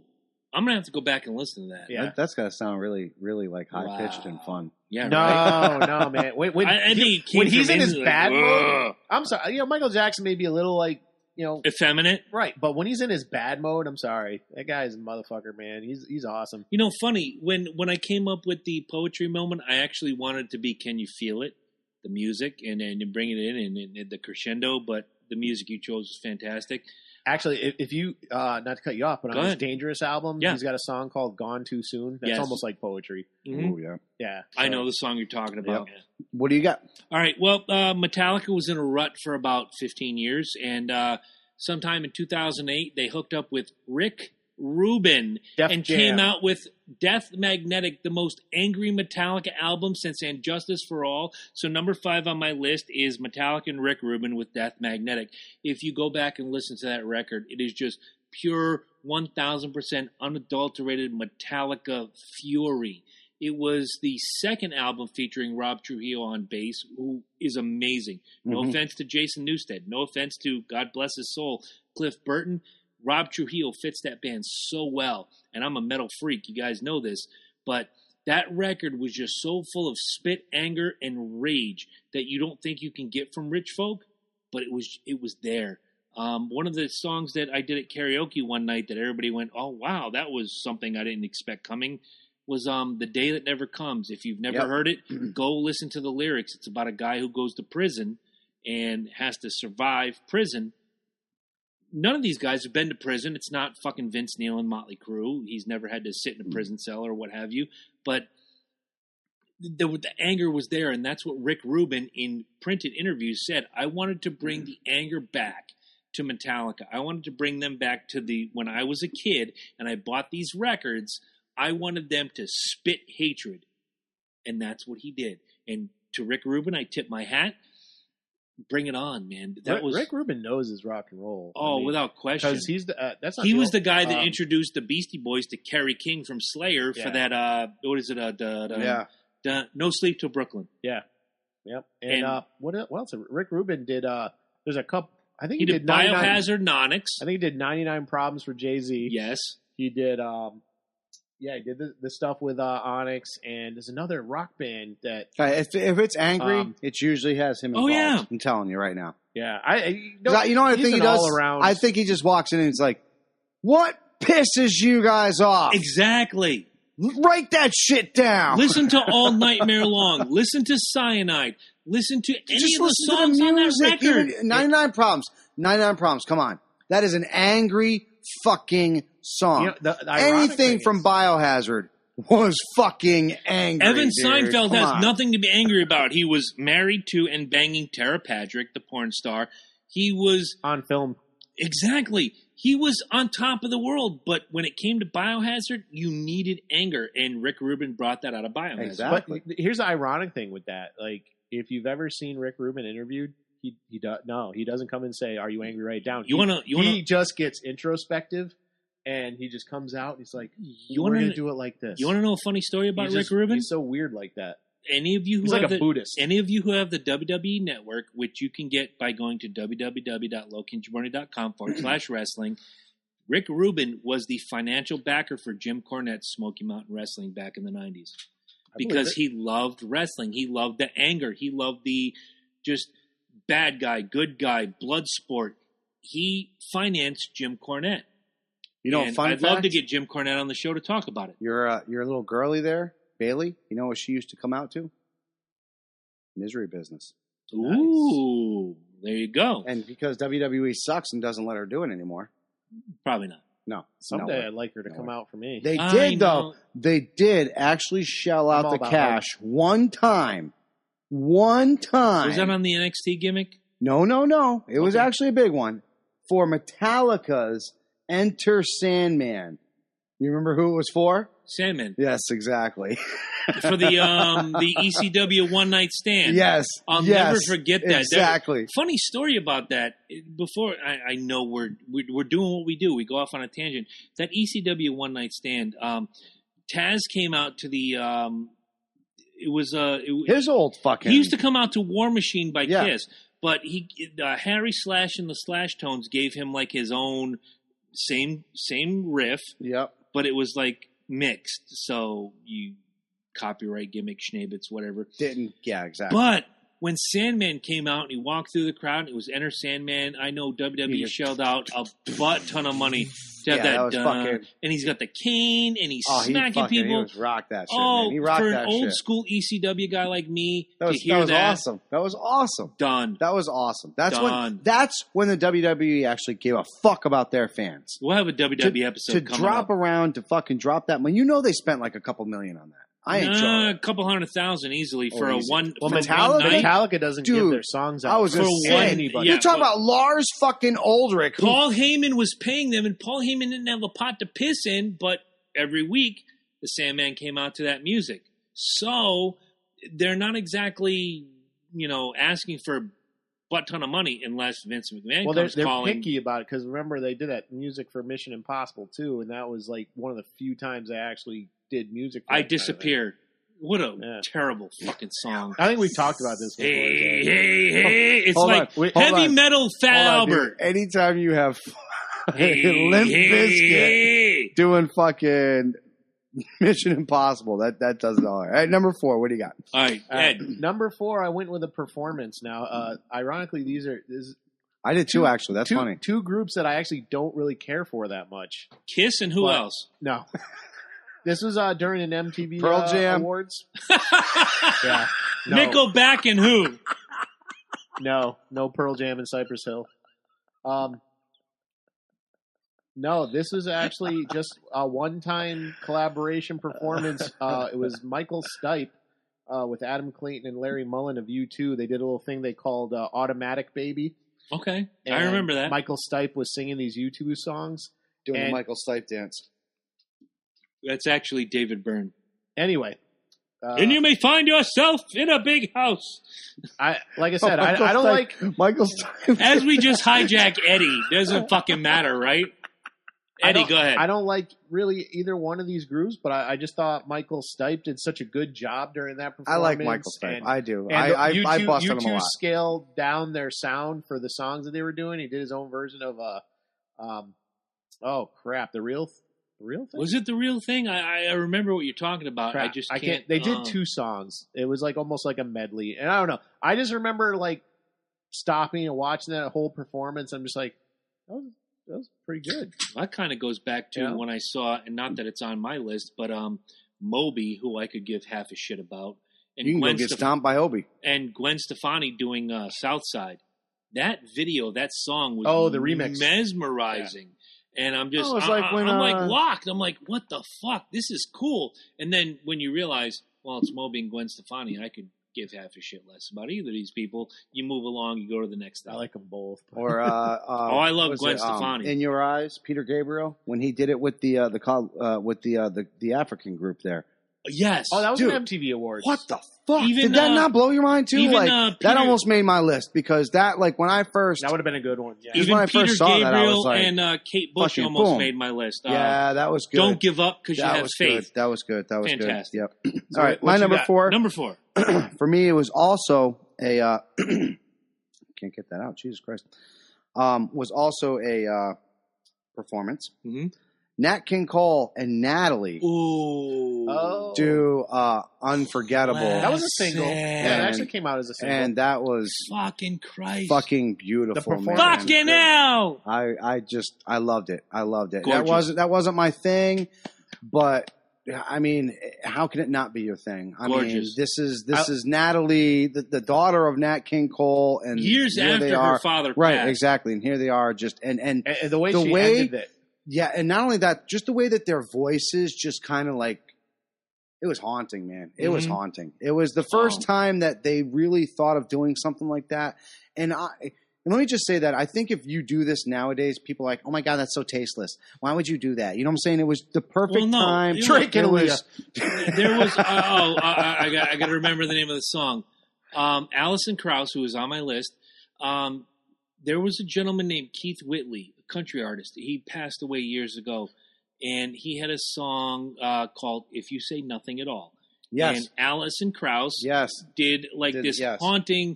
I'm gonna have to go back and listen to that.
Yeah.
That, that's gotta sound really, really like
Wow.
high pitched and fun.
yeah.
no,
right?
no, man. When, when,
I, I think it came
when he's
from
in his
like,
bad mode-
ugh.
I'm sorry, you know, Michael Jackson may be a little like, you know,
effeminate.
right, but when he's in his bad mode, I'm sorry, that guy is a motherfucker, man. He's he's awesome.
You know, funny when when I came up with the poetry moment, I actually wanted to be "Can You Feel It," the music, and and bringing it in and, and, the crescendo. But the music you chose was fantastic.
Actually, if, if you uh, not to cut you off, but
Go
on his
ahead.
Dangerous album,
Yeah.
he's got a song called "Gone Too Soon." That's
Yes.
almost like poetry.
Mm-hmm.
Ooh, yeah.
Yeah,
I
so-
know the song you're talking about.
What do you got?
All right. Well, uh, Metallica was in a rut for about 15 years, and uh, sometime in 2008, they hooked up with Rick Rubin
Def
and
Jam.
came out with Death Magnetic, the most angry Metallica album since And Justice for All. So number five on my list is Metallica and Rick Rubin with Death Magnetic. If you go back and listen to that record, it is just pure 1000% unadulterated Metallica fury. It was the second album featuring Rob Trujillo on bass, who is amazing. No
Mhm.
offense to Jason Newsted. No offense to God bless his soul, Cliff Burton. Rob Trujillo fits that band so well, and I'm a metal freak. You guys know this, But that record was just so full of spit, anger, and rage that you don't think you can get from rich folk, but it was it was there. Um, one of the songs that I did at karaoke one night that everybody went, "Oh wow, that was something I didn't expect coming," was um, "The Day That Never Comes." If you've never
Yep.
heard it, go listen to the lyrics. It's about a guy who goes to prison and has to survive prison. None of these guys have been to prison. It's not fucking Vince Neil and Motley Crue. He's never had to sit in
Hmm.
a prison cell or what have you. But the, the anger was there, and that's what Rick Rubin in printed interviews said. I wanted to bring the anger back to Metallica. I wanted to bring them back to the when I was a kid and I bought these records. I wanted them to spit hatred, and that's what he did. And to Rick Rubin, I tip my hat. Bring it on, man! That
Rick,
was
Rick Rubin knows his rock and roll.
oh, without question.
because he's the uh, that's not
He was the guy that
um,
introduced the Beastie Boys to Kerry King from Slayer for
Yeah.
that. uh What is it? Uh, da, da,
yeah.
da, no sleep till Brooklel.
Yep. And,
And-
uh, what, el- what else? Rick Rubin did. uh There's a couple. I think
He
he,
did
99
Biohazard Nonics.
I think he did 99 problems for Jay Z.
Yes.
He did. um Yeah, he did the, the stuff with uh, Onyx, and there's another rock band that.
Okay, if, if it's angry,
Um,
it usually has him
Oh,
involved.
yeah.
I'm telling you right now.
Yeah, I- I. you
'Cause
know-
I- you know what I
he's
think he
an
does?
all-around-
I think he just walks in and he's like, what pisses you guys off?
Exactly.
Write that shit down.
Listen to All Nightmare Long. Listen to Cyanide. Listen to any
just
of the
listen
songs
to the
on that
music.
record.
Even- 99 Problems. 99 Problems. Come on. That is an angry fucking song.
you know, the- the ironic
Anything
thing
from
is-
Biohazard was fucking angry.
Evan
dude.
Seinfeld
Come
has
on.
nothing to be angry about. He was married to and banging Tara Patrick, the porn star. He was
on film.
Exactly. He was on top of the world, but when it came to Biohazard, you needed anger, and Rick Rubin brought that out of Biohazard.
Exactly.
But here's the ironic thing with that: like, if you've ever seen Rick Rubin interviewed, he he does no, he doesn't come and say, "Are you angry right down?"
You
He-
wanna, you
he
wanna,
just gets introspective, and he just comes out. And he's like,
you
"We're
wanna,
gonna do it like this."
you wanna know a funny story
He's
about Rick
just-
Rubin?
He's so weird like that.
Any of you who
He's
have
like a
the,
Buddhist.
any of you who have the WWE network, which you can get by going to www.lowkinjabroni.com forward slash wrestling, Rick Rubin was the financial backer for Jim Cornette's Smoky Mountain Wrestling back in the 90s because he loved wrestling. He loved the anger. He loved the just bad guy, good guy, blood sport. He financed Jim Cornette.
You know,
And
fun
I'd
fact,
love to get Jim Cornette on the show to talk about it.
your, uh, your little girly there, Bailey, you know what she used to come out to? Misery business.
Nice.
Ooh, there you go.
And because WWE sucks and doesn't let her do it anymore.
Probably not.
No.
someday
no.
I'd like her to
No
come
way.
out for me.
They
I
did, though.
know.
They did actually shell
I'm
out
all
the
about
cash one time. One time.
Was that on the NXT gimmick?
No, no, no. It was
Okay.
actually a big one for Metallica's Enter Sandman. You remember who it was for?
Salmon
Yes, exactly.
for the um the ECW one night stand.
yes.
I'll
yes,
never forget that. That-
Exactly.
Funny story about that. Before I, I know we're, we're we're doing what we do. We go off on a tangent. That ECW one night stand. Um, Taz came out to the. Um, it was uh, it,
His old fucking.
he used to come out to War Machine by
Yeah.
Kiss, but he uh, Harry Slash and the Slash Tones gave him like his own same same riff,
Yep.
but it was like mixed. So you copyright gimmick, schnabitz, whatever.
Didn't. Yeah, exactly.
But when Sandman came out and he walked through the crowd, and it was Enter Sandman. I know WWE
Yeah.
shelled out a butt ton of money to have
yeah,
that,
that, was
done.
fucking.
And he's got the cane, and he's
Oh, he
smacking
fucking. He
people.
was rocked that shit.
oh,
man. He rocked
for an
that
old
shit.
school ECW guy like me
That was
to hear
that
that,
was awesome. That was awesome.
done.
That was awesome. That's
Done.
when that's when the WWE actually gave a fuck about their fans.
We'll have a WWE episode
to
coming
drop
up.
around to fucking drop that money. You know they spent like a couple million on that. I ain't
Nah,
sure.
a couple hundred thousand easily
Oh,
for a
easy.
one
well,
for
Metallica,
one night.
Metallica doesn't give
Dude,
their songs out.
I was
for
gonna
for
say
anybody.
yeah,
you're talking
but-
about Lars fucking Ulrich. who-
Paul Heyman was paying them, and Paul Heyman didn't have a pot to piss in, but every week the Sandman came out to that music. So they're not exactly, you know, asking for a butt ton of money unless Vince McMahon
well, they're,
comes
they're
calling.
picky about it because remember they did that music for Mission Impossible too, and that was like one of the few times they actually did music. For
I
that kind of thing.
disappear. What a
Yeah.
terrible fucking song.
I think we've talked about this before.
Hey,
Jay.
hey, hey. It's
Hold
like
on, wait, hold
heavy
on.
metal Fat
Hold on, dude.
Albert.
Anytime you have
Hey,
Limp
hey,
Bizkit
hey.
doing fucking Mission Impossible. That that does it all. All right, number four. What do you got?
All right,
Uh,
Ed.
number four, I went with a performance. Now, uh, ironically, these are this,
I did two actually. That's
two
funny.
two groups that I actually don't really care for that much.
Kiss and who
What?
else?
No, this was uh, during an MTV
Pearl
uh,
Jam.
awards. Yeah, no,
Nickelback and who?
no, no Pearl Jam and Cypress Hill. Um, no, this was actually just a one-time collaboration performance. Uh, it was Michael Stipe. Uh, with Adam Clayton and Larry Mullen of U2, they did a little thing they called uh, "Automatic Baby."
Okay, I
and
remember that.
Michael Stipe was singing these U2 songs.
Doing the
and-
Michael Stipe dance.
That's actually David Byrne.
Anyway, uh,
and you may find yourself in a big house.
I like I said,
Oh, Michael
I, I don't
Stipe-
like.
Michael Stipe.
As we just hijack Eddie, doesn't fucking matter, right?
I
Eddie,
don't-
go ahead.
I don't like really either one of these groups, but I, I just thought Michael Stipe did such a good job during that
I
performance.
like Michael Stipe.
and-
I do.
and
I I,
U2,
I bust on
U2
him a lot.
scaled down their sound for the songs that they were doing. He did his own version of uh, um, oh crap, the real, the real thing.
Was it the real thing? I, I- I remember what you're talking about. I
Crap,
just
I
can't.
can't. They did
um,
two songs. It was like almost like a medley, and I don't know. I just remember like stopping and watching that whole performance. I'm just like, that was, that was pretty good.
That kind of goes back to
Yeah.
when I saw, and not that it's on my list, but um, Moby, who I could give half a shit about, and
You can go
Gwen
get
Stef-
stomped by Obi.
and Gwen Stefani doing uh, Southside. That video, that song was
Oh, the remix.
mesmerizing. And I'm just,
Oh, it's
I,
like
I-
when,
I'm
uh,
like locked. I'm like, what the fuck? This is cool. And then when you realize, well, it's Moby and Gwen Stefani, I could give half a shit less about either of these people. You move along, you go to the next
I
thing.
like them both.
Or uh, um, oh,
I love Gwen Stefani.
In your eyes, Peter Gabriel when he did it with the uh, the col- uh, with the, uh, the the African group there.
yes.
Oh, that was
Dude,
an MTV Awards.
What the fuck?
Even,
Did that
uh,
not blow your mind too?
even,
like
uh,
that
Peter-
almost made my list because that like when I first
That would have been a good one. Yeah.
Even
Even
when I first
Peter
saw that, I was
Gabriel
like,
and uh, Kate Bush
fucking
almost
boom.
made my list. Uh,
yeah that was good.
Don't give up because you
that
have
was
faith.
good. That was good. That was
Fantastic.
good. Yep.
So
All right,
what-
my
what you
number
got?
four.
Number four.
for me, it was also a uh, can't get that out. Jesus Christ, um, was also a uh, performance.
Mm-hmm.
Mhm.
Nat King Cole and Natalie
Ooh.
Oh,
do uh, unforgettable,
that was a single. Yeah,
And-
it actually came out as a single.
and that was
Fucking Christ.
fucking beautiful. man.
performance
Fucking hell.
I I just I loved it. I loved it. That
Gorgeous.
wasn't that wasn't my thing, but I mean, how can it not be your thing? I mean,
Gorgeous.
this is this is Natalie, the, the daughter of Nat King Cole, and
Years
here they
after
are.
her father
right?
passed.
Exactly, and here they are, just and and
And- and the way
the
she
way-
ended it.
yeah, and not only that, just the way that their voices just kind of like it was haunting, man. It was
Mhm.
haunting. It was the first
Oh.
time that they really thought of doing something like that. And I and let me just say that I think if you do this nowadays, people are like, oh my god, that's so tasteless. Why would you do that? You know what I'm saying? It was the perfect
Well, no,
time.
you know-
It
Drinking
was
There was, oh, oh, I, I, got, I got to remember the name of the song. Um, Allison Krauss, who was on my list, um, there was a gentleman named Keith Whitley, a country artist. He passed away years ago, and he had a song uh, called If You Say Nothing at All.
yes,
And Allison Krauss
yes,
did like
Did-
this
yes.
haunting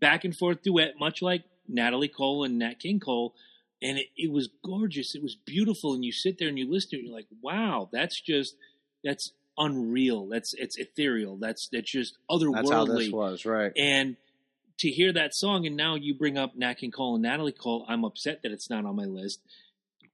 back and forth duet, much like Natalie Cole and Nat King Cole. And it, it was gorgeous. It was beautiful. And you sit there and you listen to it, and you're like, wow, that's just that's unreal. That's it's ethereal. That's that's just
that's how this
otherworldly.
was, right?
And to hear that song, and now you bring up Nat King Cole and Natalie Cole, I'm upset that it's not on my list.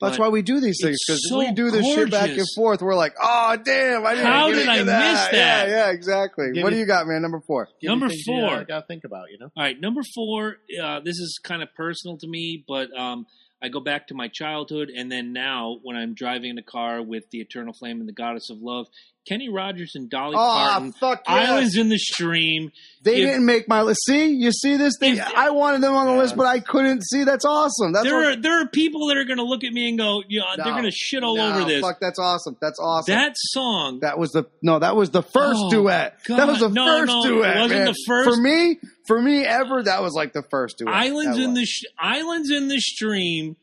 That's
but
why we do these things
it's
because
so
we do this shit back and
gorgeous.
forth. We're like, oh damn, I didn't.
How
get
did
into
I miss that?
Yeah, yeah, exactly.
Give
what
me-
do you got, man? Number four.
Give me
Number
things, you know,
four.
I got to think about. You know,
All right, number four. Uh, this is kind of personal to me, but um, I go back to my childhood, and then now when I'm driving in a car with the Eternal Flame and the Goddess of Love, Kenny Rogers and Dolly
Oh
Parton,
fuck yes.
Islands in the Stream.
They
If-
didn't make my list. See, you see this thing?
If-
I wanted them on the
Yeah.
list, but I couldn't see. That's awesome. That's
there
what-
are there are people that are going to look at me and go, you know,
No.
they're going to shit all
No,
over this.
Fuck, that's awesome. That's awesome.
That song.
that was the no. That was the first
Oh,
duet. That
God.
was the
No,
first
no, it
duet.
wasn't
man.
the first.
for me. For me, ever that was like the first duet.
Islands
That
in
was.
the sh- Islands in the Stream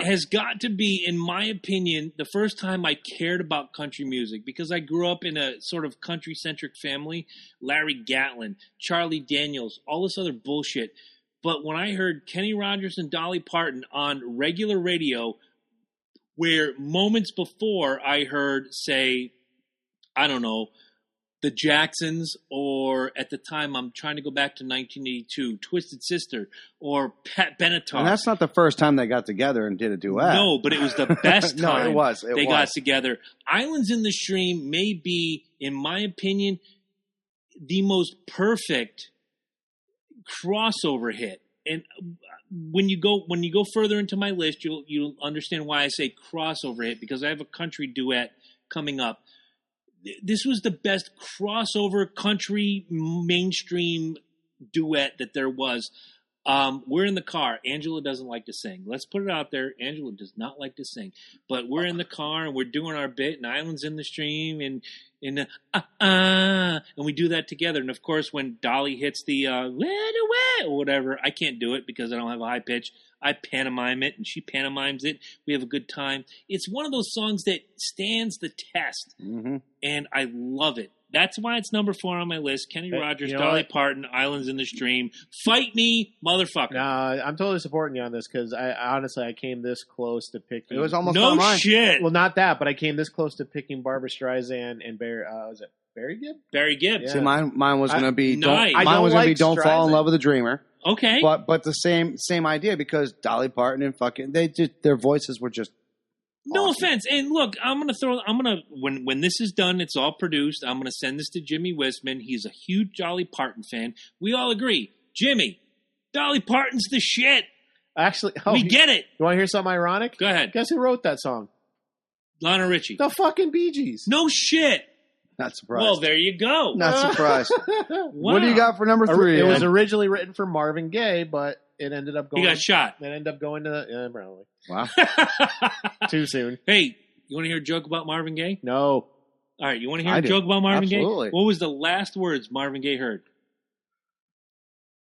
has got to be, in my opinion, the first time I cared about country music because I grew up in a sort of country centric family. Larry Gatlin, Charlie Daniels, all this other bullshit. But when I heard Kenny Rogers and Dolly Parton on regular radio, where moments before I heard, say, I don't know, the Jacksons, or at the time, I'm trying to go back to 1982, Twisted Sister, or Pat Benatar.
And that's not the first time they got together and did a duet.
No, but it was the best
no,
time
it was. It
they got
was.
together. Islands in the Stream may be, in my opinion, the most perfect crossover hit. And when you go when you go further into my list, you'll you'll understand why I say crossover hit because I have a country duet coming up. Th- This was the best crossover country mainstream duet that there was. Um, we're in the car. Angela doesn't like to sing. Let's put it out there. Angela does not like to sing, but we're in the car and we're doing our bit. And Islands in the Stream and and the, ah ah, and we do that together. And of course, when Dolly hits the uh, "Wet away" or whatever, I can't do it because I don't have a high pitch. I pantomime it, and she pantomimes it. We have a good time. It's one of those songs that stands the test,
hmm
and I love it. That's why it's number four on my list. Kenny
Hey,
Rogers,
you know
Dolly
what?
Parton, Islands in the Stream. Fight me, motherfucker.
Nah, I'm totally supporting you on this because I honestly I came this close to picking.
It was almost
no
on mine.
shit.
well, not that, but I came this close to picking Barbara Streisand and Barry. Uh, was it Barry Gibb?
Barry Gibbs.
See, mine, mine was
I-
going to be don't,
Nice. I
mine
don't
was going to
like
be "Don't Fall in
Streisand.
Love with a Dreamer,"
Okay.
but but the same same idea because Dolly Parton and fucking they just their voices were just
no
awesome.
offense. And look, I'm gonna throw. I'm gonna when when this is done, it's all produced. I'm gonna send this to Jimmy Wisman. He's a huge Dolly Parton fan. We all agree, Jimmy. Dolly Parton's the shit.
Actually, oh,
we
you-
get it.
you want to hear something ironic?
Go ahead,
Guess who wrote that song?
Lana Richie.
The fucking Bee Gees.
No shit.
not surprised.
Well, there you go.
not surprised. What do you
Wow.
got for number three?
it was
Ed?
originally written for Marvin Gaye, but it ended up
He
going.
got shot.
it ended up going to the yeah, probably
wow.
too soon.
hey, you want to hear a joke about Marvin Gaye?
No,
All right, you want to hear
I
a
do.
joke about Marvin
Absolutely.
Gaye? What was the last words Marvin Gaye heard?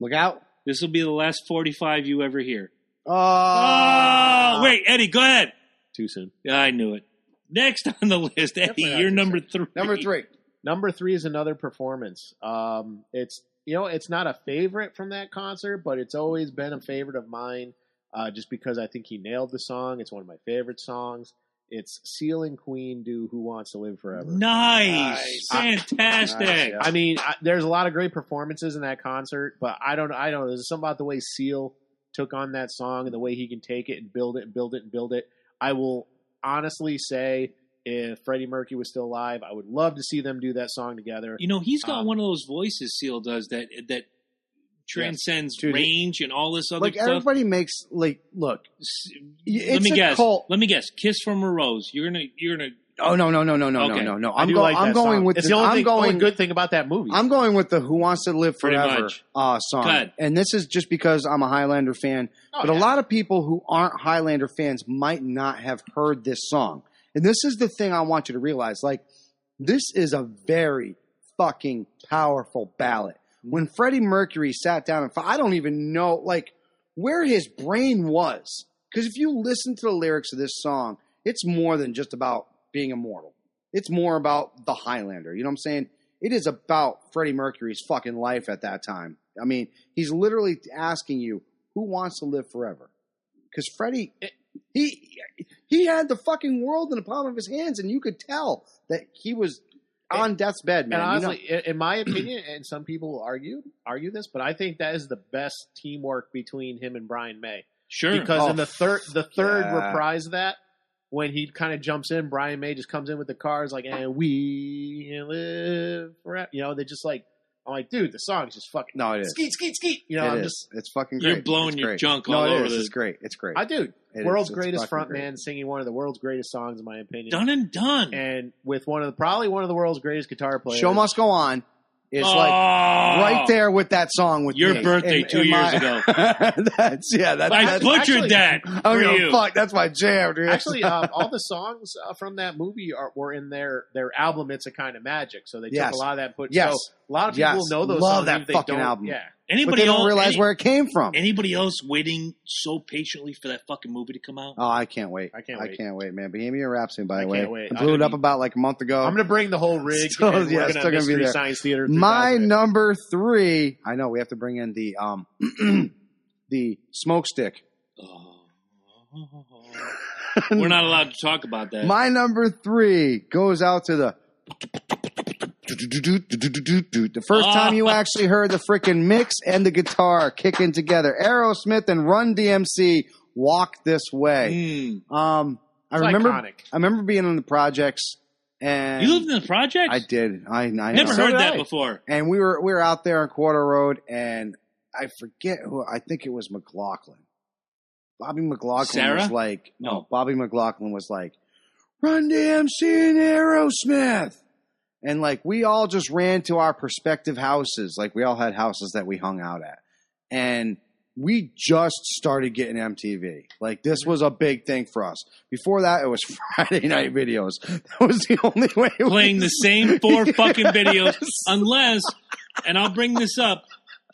Look out!
This will be the last 45 you ever hear.
Oh,
Oh, wait, Eddie, go ahead.
too soon.
Yeah, I knew it. Next on the list, Eddie,
Definitely not
you're
too
number three.
number three.
Number three is another performance. Um, it's you know it's not a favorite from that concert, but it's always been a favorite of mine, uh, just because I think he nailed the song. It's one of my favorite songs. It's Seal and Queen do "Who Wants to Live Forever."
Nice.
Nice.
Fantastic.
Nice, yeah.
I mean, I, there's a lot of great performances in that concert, but I don't, I don't. There's something about the way Seal took on that song and the way he can take it and build it and build it and build it. I will honestly say, if Freddie Mercury was still alive, I would love to see them do that song together.
You know, he's got
Um,
one of those voices Seal does that that transcends
Dude, he-
range and all this other
Like
stuff.
everybody makes like look.
S-
It's
Let me
a
guess.
cult.
Let me guess. Kiss from a Rose. You're gonna you're gonna
Oh no no no no no
Okay.
no no no!
I
I'm,
do
go-
like
I'm
that
going
song.
with.
it's
the-
the only,
I'm
thing,
going.
only good thing about that movie.
I'm going with the "Who Wants to Live
Pretty
Forever"
much.
uh, song,
Good.
and this is just because I'm a Highlander fan.
Oh,
but a
yeah.
lot of people who aren't Highlander fans might not have heard this song, and this is the thing I want you to realize: like, this is a very fucking powerful ballad.
Mm-hmm.
When Freddie Mercury sat down and I don't even know like where his brain was, because if you listen to the lyrics of this song, it's more than just about being immortal. It's more about the Highlander. You know what I'm saying? It is about Freddie Mercury's fucking life at that time. I mean, he's literally asking you who wants to live forever, because Freddie he he had the fucking world in the palm of his hands, and you could tell that he was on death's bed, man.
and
You know-
honestly, i in my opinion, and some people will argue argue this, but I think that is the best teamwork between him and Brian May.
sure.
because
Oh,
in the third the third
yeah.
reprise of that when he kind of jumps in, Brian May just comes in with the cars like and we live forever. You know, they just like I'm like, dude, the song's just fucking
no, it is.
skeet skeet skeet. You know,
It
I'm
is.
just
it's fucking great.
You're blowing
It's
your
great.
junk
no,
all
it
over
is.
the-
It's great. It's great.
I dude,
It is.
world's
It's
greatest
fucking
frontman
great.
singing one of the world's greatest songs in my opinion.
done and done.
And with one of the probably one of the world's greatest guitar players.
Show must go on. It's
Oh.
like right there with that song with
Your
me.
birthday
In-
two
in
years
my-
ago.
that's yeah. That,
I
that's
butchered
actually-
that.
oh
for
no,
you.
fuck. That's my jam, dude.
Actually, um, all the songs uh, from that movie are, were in their, their album. It's a kind of magic, so they
Yes.
took a lot of that. Put
Yes.
so a lot of people
Yes.
know those.
Love
songs,
that
even if they
fucking
don't-
album.
Yeah,
but
Anybody
they don't
else,
realize
any-
where it came from.
anybody else waiting so patiently for that fucking movie to come out?
Oh, I can't wait.
I can't
I
wait.
can't wait, man. Bohemian Rhapsody, by
I
the way.
can't wait.
I blew
I
it up
mean-
about like a month ago.
I'm gonna bring the whole rig.
Still-
and
yeah,
we're
still
gonna
gonna be
mystery
there.
science theater.
My
3000.
number three. I know we have to bring in the um the smoke stick.
Oh. We're not allowed to talk about that.
My number three goes out to the The first time you actually heard the freaking mix and the guitar kicking together. Aerosmith and Run DMC walk this way.
Mm.
Um, I
It's
remember.
iconic.
I remember being on the projects, and
You lived in the projects?
I did. I, I know.
Never
So
heard
did
that
I.
before.
And we were we were out there on Quarter Road, and I forget who. I think it was McLaughlin. Bobby McLaughlin
Sarah?
was like,
No.
Bobby McLaughlin was like, Run DMC and Aerosmith. And like we all just ran to our prospective houses. Like we all had houses that we hung out at. And we just started getting MTV. Like this was a big thing for us. Before that, it was Friday night videos. That was the only way. it
Playing the
was-
same four fucking videos.
Yes.
Unless, and I'll bring this up,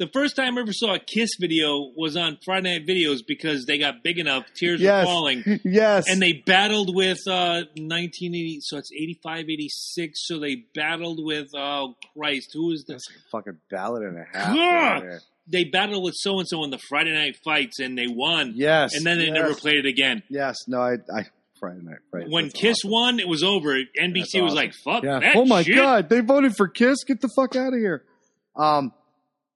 the first time I ever saw a Kiss video was on Friday Night Videos because they got big enough, tears
Yes.
were falling.
Yes.
And they battled with uh, 1980, so it's 85, 86. So they battled with, oh, Christ, who was the
That's like a fucking ballad and a half.
Gah!
right there.
They battled with so and so in the Friday Night Fights and they won.
Yes.
And then they
yes,
never played it again.
Yes. No, I. I Friday night. Right.
when
That's
Kiss
awesome.
won, it was over. NBC
That's
was
awesome.
like, fuck
Yeah.
that
oh my
shit.
god, they voted for Kiss. Get the fuck out of here. Um,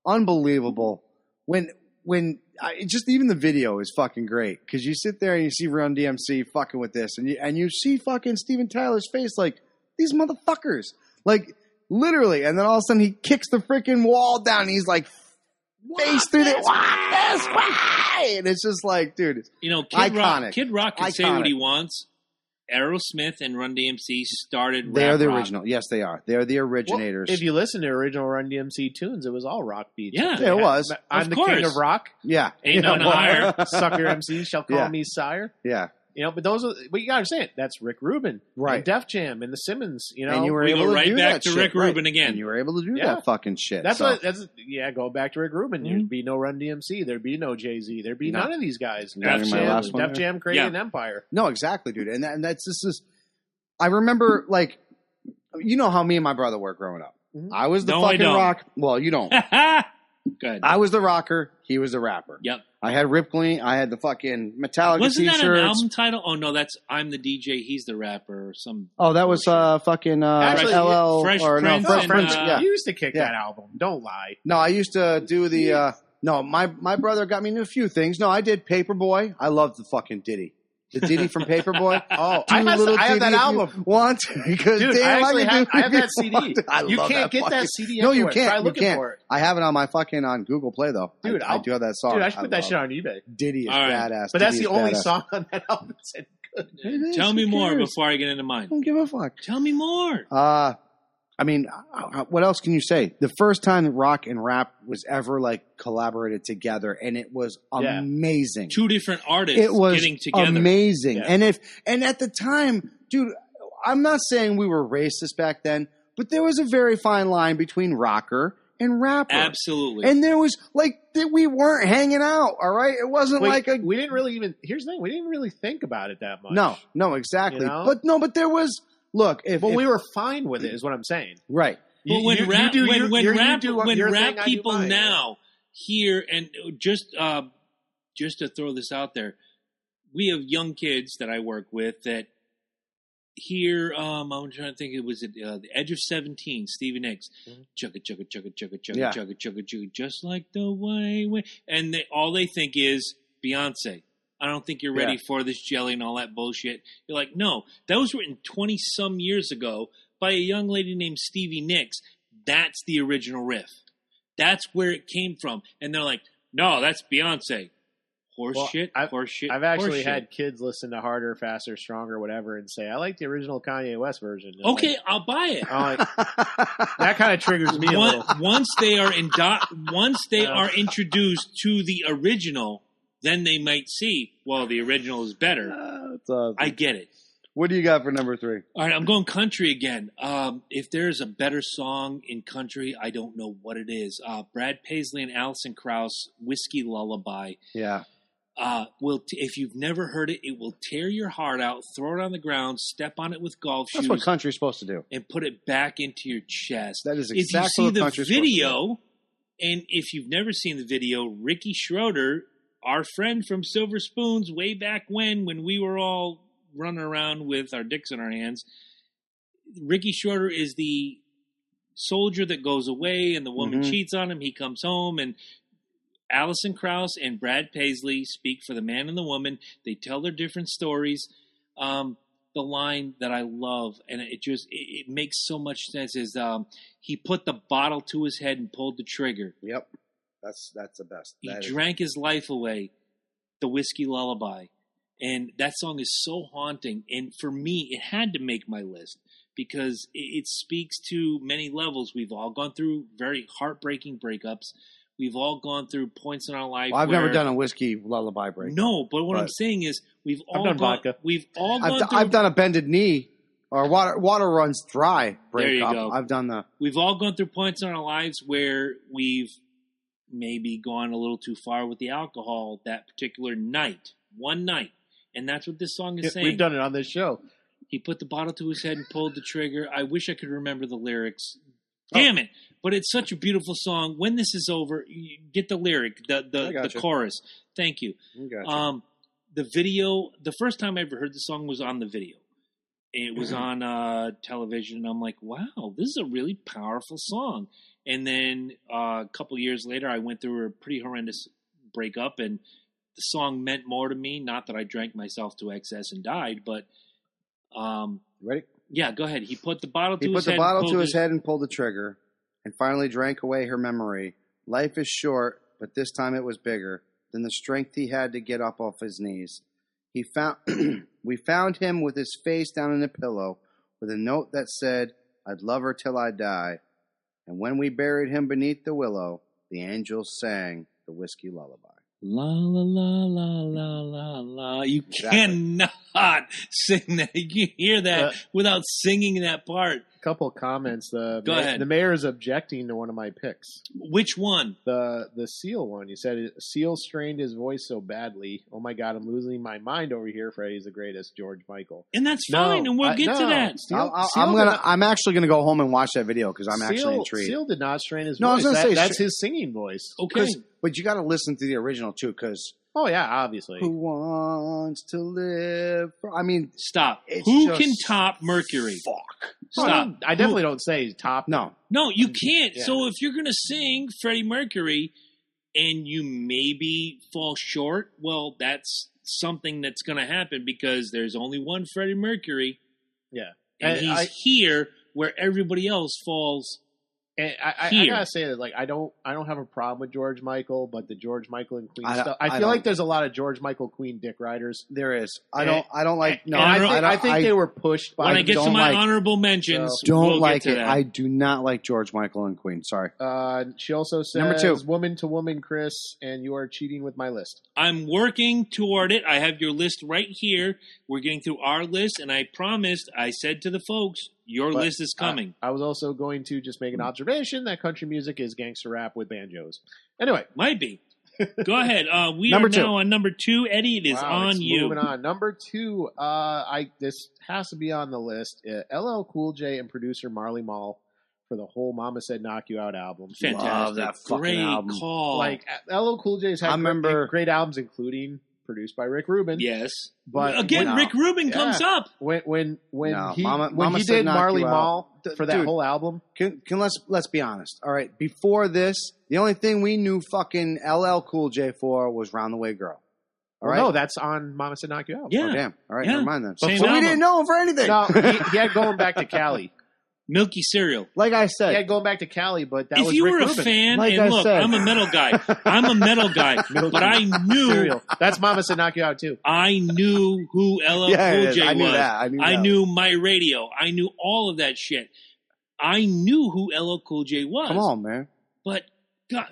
unbelievable. When when I, it just even the video is fucking great because you sit there and you see Run DMC fucking with this, and you and you see fucking Steven Tyler's face like these motherfuckers, like literally, and then all of a sudden he kicks the freaking wall down. And he's like. Face through the why this way, and it's just like, dude,
You know, Kid
Iconic.
Rock, Kid Rock can say
Iconic.
what he wants. Aerosmith and Run DMC started
They
rap
are the
rock.
original. Yes, they are. They are the
Well,
originators.
if you listen to original Run DMC tunes, it was all rock beats.
Yeah.
Yeah, it was.
I'm
Of
the
course.
king of rock.
yeah.
Ain't
yeah,
none higher.
Sucker MC shall call
Yeah.
me sire.
Yeah.
You know, but those are. But you gotta understand, that's Rick Rubin,
Right.
And Def Jam, and the Simmons. You know,
and you were
we
able
go
to
right
do
back
that
to
shit,
Rick
right.
Rubin again.
And you were able to do
Yeah.
that fucking shit.
That's
so-
what. That's yeah. Go back to Rick Rubin.
Mm-hmm.
There'd be no Run DMC. There'd be no Jay Z. There'd be
No.
none of these guys.
Is that
Def
in my
Jam,
last one
Def
there?
Jam created
Yeah.
an empire.
No, exactly, dude. And, that, and that's this is. I remember, like, you know how me and my brother were growing up.
Mhm.
I was the
Mm-hmm. No, I
fucking
don't.
rock. Well, you don't.
Good.
I was the rocker. He was the rapper.
Yep.
I had Rip Clean. I had the fucking Metallica
Wasn't that an
t-shirts.
album title? Oh no, that's I'm the DJ, he's the rapper, or some
Oh, that was uh, fucking uh,
Actually,
LL
Fresh
or no,
Prince
Fresh
and,
Prince.
uh,
yeah.
You used to kick
Yeah.
that album. Don't lie.
No, I used to do the. Uh, no, my my brother got me into a few things. No, I did Paperboy. I loved the fucking Diddy. The Diddy from Paperboy.
Oh, I, must, I have that album.
Want because
Dude,
damn,
I actually
can
have,
do
I have that
if you
CD.
want. I
you
love
can't get
fucking-
that CD.
No, you
anywhere.
can't.
Try
You
looking
can't.
for it.
I have it on my fucking on Google Play though. I-
Dude,
Oh, I,
I'll-
do have that song.
Dude, I should put that
love
shit on eBay.
it. Diddy is
All right.
badass.
But that's
Diddy
the
is
only
badass.
song on that album. that said-
It is,
Tell me
who
more
cares?
before I get into mine.
I don't give a fuck.
Tell me more.
Uh, I mean, uh, what else can you say? The first time rock and rap was ever like collaborated together, and it was
Yeah.
amazing.
Two different artists
It was
getting together.
amazing.
Yeah.
And if and at the time, dude, I'm not saying we were racist back then, but there was a very fine line between rocker and rapper.
Absolutely.
And there was like that we weren't hanging out. All right, it wasn't
We-
like a
we didn't really even. Here's the thing. We didn't really think about it that much.
no, no, exactly.
You know?
But no, but there was. Look, if,
but
if-
we were fine with it. Is what I'm saying.
right,
But when rap,
do
when,
your-
when
your- you
rap,
do
when
your
rap
thing, I do
people
mine.
now hear and just uh, just to throw this out there, we have young kids that I work with that hear. Um, I'm trying to think. It was at uh, the Edge of Seventeen, Stevie Nicks,
Mhm.
chugga chugga chugga chugga
Yeah.
chugga chugga chugga chugga, just like the way. we And they, all they think is Beyonce. I don't think you're ready
Yeah.
for this jelly and all that bullshit. You're like, no, that was written 20 some years ago by a young lady named Stevie Nicks. That's the original riff. That's where it came from. And they're like, no, that's Beyonce. Horse
Well,
shit,
I've-
horse shit.
I've actually
horse shit.
had kids listen to harder, faster, stronger, whatever, and say I like the original Kanye West version. And I'm
Okay,
like-
I'll buy it.
I'm like, that kind of triggers me a
Once,
little.
once they are in once they
Yeah.
are introduced to the original, then they might see, well, the original is better.
Uh, it's, uh,
I get it.
what do you got for number three?
All right, I'm going country again. Um, if there's a better song in country, I don't know what it is. Uh, Brad Paisley and Alison Krauss, "Whiskey Lullaby."
Yeah,
Uh, will t- if you've never heard it, it will tear your heart out. Throw it on the ground, step on it with golf
that's
shoes,
what country's supposed to do.
and put it back into your chest.
That is
if you
exactly
see
what
the
country's supposed to do.
video, and if you've never seen the video, Ricky Schroeder, our friend from Silver Spoons, way back when, when we were all running around with our dicks in our hands, Ricky Schroeder is the soldier that goes away and the woman
Mhm.
cheats on him. He comes home and Allison Krauss and Brad Paisley speak for the man and the woman. They tell their different stories. Um, the line that I love and it just it, it makes so much sense is um, he put the bottle to his head and pulled the trigger.
Yep. That's that's the best.
He
That is-
drank his life away, the whiskey lullaby. And that song is so haunting. And for me, it had to make my list because it, it speaks to many levels. We've all gone through very heartbreaking breakups. We've all gone through points in our life.
Well, I've never
where-
done a whiskey lullaby break.
No, but what I'm
Right.
saying is we've all
done
gone,
vodka.
We've all
I've,
gone
d-
through.
I've done a bended knee or water water runs dry break
There you
up.
go.
I've done the
we've all gone through points in our lives where we've maybe gone a little too far with the alcohol that particular night, one night. And that's what this song is
Yeah,
saying.
We've done it on this show.
He put the bottle to his head and pulled the trigger. I wish I could remember the lyrics.
Oh.
Damn it! But it's such a beautiful song. When this is over, you get the lyric, the
I
the,
gotcha.
the chorus. Thank you. Um, the video. The first time I ever heard the song was on the video. It was
Mm-hmm.
on uh, television. I'm like, wow, this is a really powerful song. And then uh, a couple years later, I went through a pretty horrendous breakup, and the song meant more to me. Not that I drank myself to excess and died, but um,
ready.
yeah, go ahead. He put the bottle to
He put
his
the
head.
bottle to
pulled
his head and pulled the trigger, and finally drank away her memory. Life is short, but this time it was bigger than the strength he had to get up off his knees. He found we found him with his face down in a pillow, with a note that said, "I'd love her till I die." And when we buried him beneath the willow, the angels sang the whiskey lullaby.
La la la la la la la. You
Exactly.
cannot sing that. You can't hear that
Uh,
without singing that part.
couple comments. The
Go
ma-
ahead.
the mayor is objecting to one of my picks.
Which one?
The the seal one. He said seal strained his voice so badly. Oh my god, I'm losing my mind over here. Freddie's the greatest. George Michael.
And that's
No,
fine, and we'll
I-
get to
no.
that.
Seal-
I'll- I'll-
Seal
I'm
did
gonna.
not-
I'm actually gonna go home and watch that video because I'm actually
Seal-
intrigued.
Seal did not strain his
No, I was
voice.
gonna
That-
say
that's
stra-
his singing voice.
Okay.
'Cause- But you got to listen to the original too, because
Oh yeah, obviously.
who wants to live? For, I mean,
Stop.
It's
Who can
just-
top Mercury?
fuck.
Oh, I,
Stop.
don't- I definitely don't say top.
No,
No, you can't.
Yeah.
So if you're going to sing Freddie Mercury and you maybe fall short, well, that's something that's going to happen because there's only one Freddie Mercury.
Yeah.
And,
And
he's
I-
here where everybody else falls.
And I, I, I
Here.
gotta say that like I don't I don't have a problem with George Michael, but the George Michael and Queen
I-
stuff. I,
I
feel
don't-
like there's a lot of George Michael Queen dick riders.
there is. I don't. I don't like. No,
and
Eh, I,
I,
don't-
think,
I, don't,
I think
I
they were pushed by.
When I, get to
don't
my
like-
honorable mentions,
don't
we'll
like
get to
it.
that.
I do not like George Michael and Queen. Sorry.
uh, she also says
Number two.
woman to woman, Chris, and you are cheating with my list.
I'm working toward it. I have your list right here. We're getting through our list, and I promised, I said to the folks, your
But,
list is
uh,
coming.
I was also going to just make an observation that country music is gangster rap with banjos. Anyway,
Might be. Go ahead. Uh, we
Number
are
two.
now on number two. Eddie, it is
wow,
on
it's
you.
Moving on, number two. Uh, I this has to be on the list. Uh, LL Cool J and producer Marley Mall for the whole "Mama Said Knock You Out" album.
Fantastic.
Love that fucking
Great
album.
call.
Like LL Cool J's had
I remember-
great, great albums, including produced by Rick Rubin.
yes.
But
Again,
No.
Rick Rubin comes up.
when when when
No,
he
Mama-
when
Mama
he
Said
did
Knock
Marley
You Out.
Mall
D-
for that
dude.
whole album,
Can, can let's let's be honest. All right. Before this, the only thing we knew fucking LL Cool J for was "Round the Way Girl." All
well,
right.
no, that's on Mama Said Knock You Out.
Oh,
Yeah.
damn. All right.
Yeah.
Never mind then. So
Same
we
album.
didn't know him for anything.
No, he, he had going back to Cali.
Milky cereal.
Like I
He
said,
had going back to Cali, but that
if
was
you
Rick
were a
Rubin.
fan,
Like
and
I
look,
said.
I'm a metal guy. I'm a metal guy, but I knew
Cereal. That's Mama Said Knock You Out too.
I knew who LL
yeah, it
Cool
is.
J
I knew
was.
that. I knew.
I
that.
knew my radio. I knew all of that shit. I knew who LL Cool J was.
Come on, man.
But God,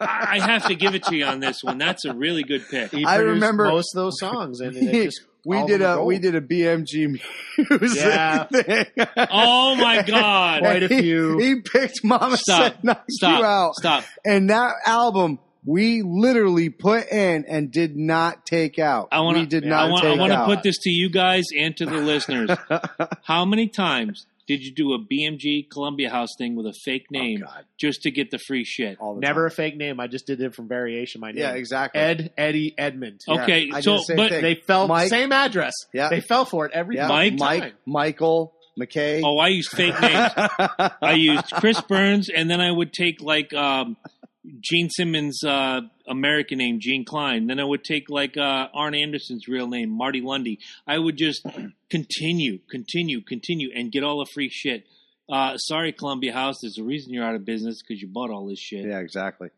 I, I have to give it to you on this one. That's a really good pick.
He
I
produced
remember-
most of those songs, and it just
We
all
did
of them
a
are
we
gold.
did a BMG music
Yeah.
thing.
Oh my
Quite
God!
a few.
He, he picked Mama
Stop.
Said Knock You
Stop!
Out,
Stop!
and that album we literally put in and did not take out.
I wanna-
we did
yeah,
not
I want, I
take
want to
out.
put this to you guys and to the listeners. How many times did you do a BMG Columbia House thing with a fake name
Oh, God. Oh,
just to get the free shit?
All the
never a
time.
fake name. I just did it from variation. My name.
Yeah, exactly.
Ed, Eddie, Edmund.
Yeah,
okay,
I did
so-
the same
but
thing.
They fell
Mike-
same address.
Yeah.
They fell for it every
yeah,
fucking
Mike-
time.
Mike, Michael, McKay.
Oh, I used fake names. I used Chris Burns, and then I would take like um, Gene Simmons' uh, American name, Gene Klein. Then I would take like uh, Arn Anderson's real name, Marty Lundy. I would just continue, continue, continue, and get all the free shit. Uh, sorry, Columbia House. There's a reason you're out of business because you bought all this shit.
Yeah, exactly.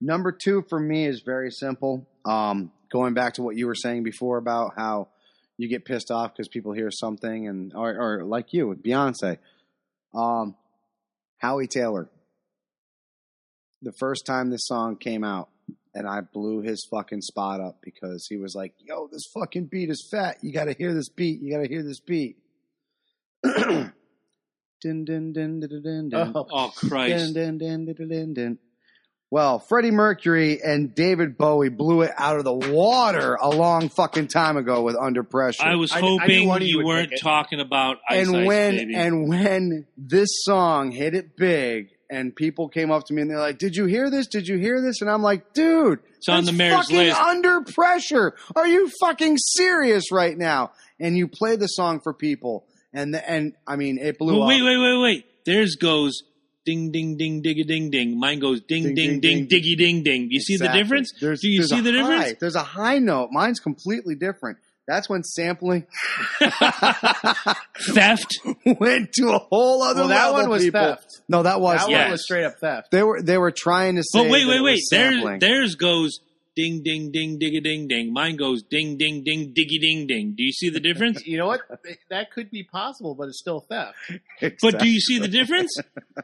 Number two for me is very simple. Um, going back to what you were saying before about how you get pissed off because people hear something, and or, or like you with Beyonce, um, Howie Taylor. The first time this song came out, and I blew his fucking spot up because he was like, "Yo, this fucking beat is fat. You got to hear this beat. You got to hear this beat." dun, dun, dun, dun, dun, dun, dun.
Oh,
Oh
Dun,
Christ!
dun, dun, dun, dun, dun, dun. Well, Freddie Mercury and David Bowie blew it out of the water a long fucking time ago with Under Pressure.
I was
I- I knew
hoping
one of you
you
would
weren't
pick it.
talking about Ice
and
Ice
when
Baby.
and when this song hit it big and people came up to me and they're like, "Did you hear this? Did you hear this?" And I'm like, "Dude,
It's on
that's
the mayor's
fucking
list.
Under Pressure. Are you fucking serious right now?" And you play the song for people and the, and I mean, it blew
Well,
up.
wait, wait, wait, wait. Theirs goes ding, ding, ding, digga, ding, ding. Mine goes ding,
Ding,
ding,
ding,
ding, diggy, ding, ding. You see the
Exactly.
difference?
There's,
Do you
there's
see
a
the difference?
high. There's a high note. Mine's completely different. That's when sampling
Theft.
went to a whole other
well, that
level.
one was
people.
theft.
No, that was
That
theft.
one
Yes.
was straight up theft.
They were they were trying to say.
But Oh, wait,
that
wait,
it
wait.
was
Theirs,
sampling.
theirs goes ding, ding, ding, digga, ding, ding. Mine goes ding, ding, ding, diggy, ding, ding. Do you see the difference?
You know what? That could be possible, but it's still theft.
But do you see the difference?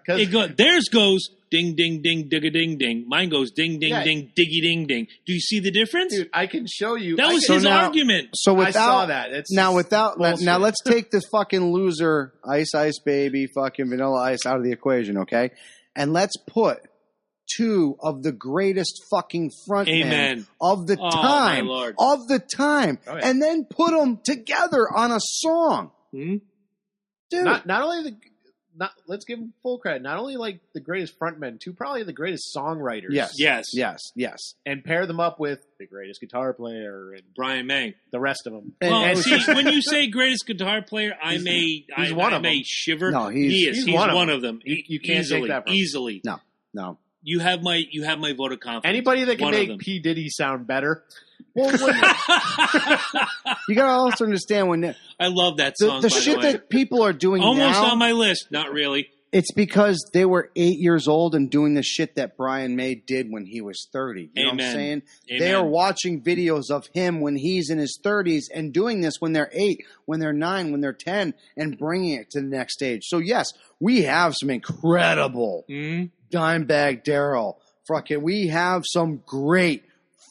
It go, theirs goes ding, ding, ding, digga, ding, ding. Mine goes ding, ding,
Yeah.
ding, diggy, ding, ding. Do you see the difference?
Dude, I can show you.
that
I
was
can-
his
So now-
argument.
so
I saw
without
that. It's
now without now,
bullshit.
now let's take the fucking loser Ice Ice Baby fucking Vanilla Ice out of the equation, okay? And let's put two of the greatest fucking front men
Amen.
of the
Oh, my
time
Lord.
of the time
Oh, yeah.
and then put them together on a song.
Hmm?
Dude,
not, not only the not let's give him full credit. Not only like the greatest frontmen, two probably the greatest songwriters.
Yes.
Yes.
yes, yes.
and pair them up with the greatest guitar player and
Brian May.
the rest of them.
And-
well,
and-
see, when you say greatest guitar player, I may,
he's
I,
one
I
of
may
them.
shiver.
No, he's-
he is.
he's
He's,
one
one,
of
of them.
You- you can't take
easily,
that from him.
easily.
No. No.
You have my, you have my vote of confidence.
Anybody that can
One of
make
them.
P Diddy sound better.
Well, when- you got to also understand when the,
I love that
the,
song. by
shit
the way.
that people are doing
almost
now,
on my list. Not really.
It's because they were eight years old and doing the shit that Brian May did when he was 30. You know what I'm
Amen.
saying?
Amen.
They are watching videos of him when he's in his 30s and doing this when they're eight, when they're nine, when they're 10, and bringing it to the next stage. So, yes, we have some incredible
Mhm.
Dimebag Daryl. Fucking, we have some great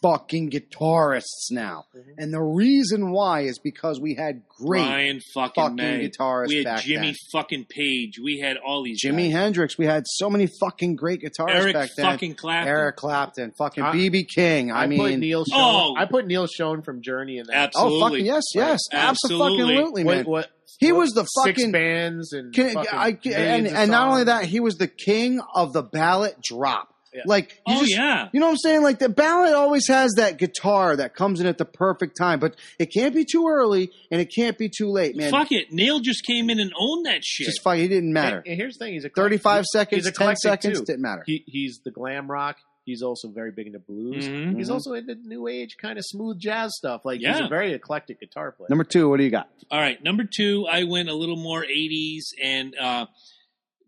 fucking guitarists now.
Mm-hmm.
And the reason why is because we had great
Brian fucking,
fucking
May.
guitarists
We had
back
Jimmy
then.
fucking Page. We had all these.
Jimi
guys.
Hendrix. We had so many fucking great guitarists
Eric
back then.
fucking Clapton.
Eric Clapton, fucking
I-
BB King. I,
put
mean,
Neil. Schon,
Oh.
I put Neil Schoen from Journey in that.
oh
absolutely.
fucking yes, yes, absolutely,
Absolutely.
absolutely man.
What, what?
he
what-
was the
six
fucking.
bands and
Can,
fucking
I, and
millions of
and not only
songs.
that, he was the king of the ballot drop.
Yeah.
Like you
Oh
just,
yeah.
you know what I'm saying? Like the ballad always has that guitar that comes in at the perfect time, but it can't be too early and it can't be too late, man.
Fuck it. Neil just came in and owned that shit.
Just fuck. It didn't
And,
matter.
and here's the thing: he's a
35
he's-
seconds,
he's
10
eclectic,
seconds,
too.
didn't matter.
He, he's the glam rock. He's also very big into blues.
Mhm.
He's
Mhm.
also into new age kind of smooth jazz stuff. Like he's a
Yeah.
very eclectic guitar player.
Number two, what do you got?
All right, number two, I went a little more '80s, and uh,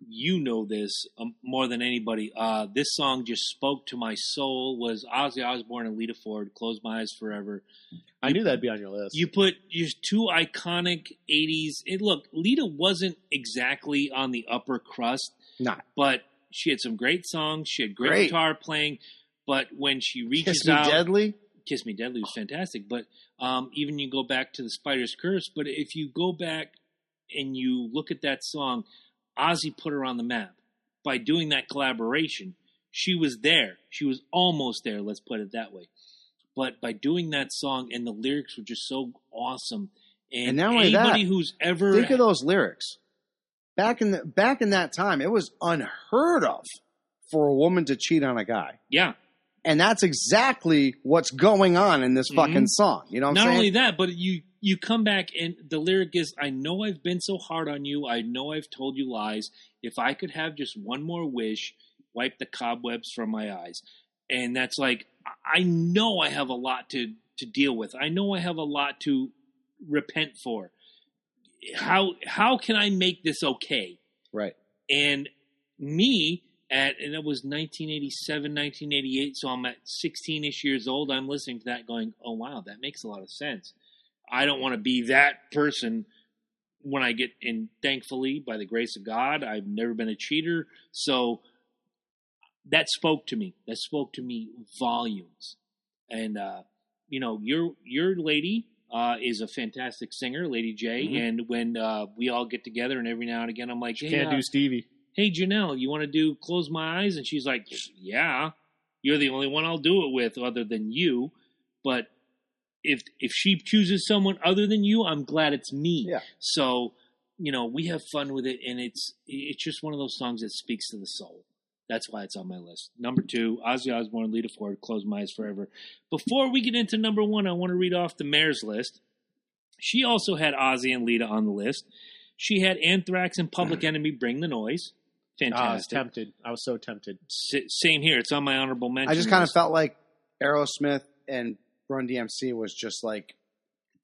you know this um, more than anybody. Uh, this song just spoke to my soul. Was Ozzy Osbourne and Lita Ford? Close my eyes forever.
I knew that'd be on your list.
You put just two iconic '80s. It, look, Lita wasn't exactly on the upper crust,
Nah.
but she had some great songs. She had great,
Great.
guitar playing, but when she reaches
Kiss Me
out,
Deadly?
Kiss Me Deadly was fantastic, but um, even you go back to the Spider's Curse. But if you go back and you look at that song, Ozzy put her on the map by doing that collaboration. She was there. She was almost there. Let's put it that way. But by doing that song and the lyrics were just so awesome, and,
And not only that,
anybody who's ever
Think of those lyrics. Back in the back in that time, it was unheard of for a woman to cheat on a guy.
yeah,
And that's exactly what's going on in this
Mhm.
fucking song. You know what I'm
not
saying?
only that, but you you come back and the lyric is I know I've been so hard on you, I know I've told you lies. If I could have just one more wish, wipe the cobwebs from my eyes. And that's like I- I know I have a lot to to deal with. I know I have a lot to repent for. How how can I make this okay?
Right.
And me at and it was 1987, 1988, so I'm at 16ish years old. I'm listening to that going, "Oh wow, that makes a lot of sense." I don't want to be that person when I get in. Thankfully, by the grace of God, I've never been a cheater. So that spoke to me. That spoke to me volumes. And uh, you know, your your lady uh, is a fantastic singer, Lady J.
Mhm.
And when uh, we all get together, and every now and again, I'm like,
She
hey,
can't
uh,
do Stevie.
Ah,
hey Janelle, you want to do close my eyes? And she's like, yeah, you're the only one I'll do it with other than you. But if if she chooses someone other than you, I'm glad it's me.
Yeah.
So you know we have fun with it, and it's it's just one of those songs that speaks to the soul. That's why it's on my list. Number two, Ozzy Osbourne, Lita Ford, Close My Eyes Forever. Before we get into number one, I want to read off the mayor's list. She also had Ozzy and Lita on the list. She had Anthrax and Public Enemy, Bring the Noise.
Ah, I was
Fantastic.
tempted. I was so tempted.
S- same here. It's on my honorable mention.
I just kind of
list.
felt like Aerosmith and Run DMC was just like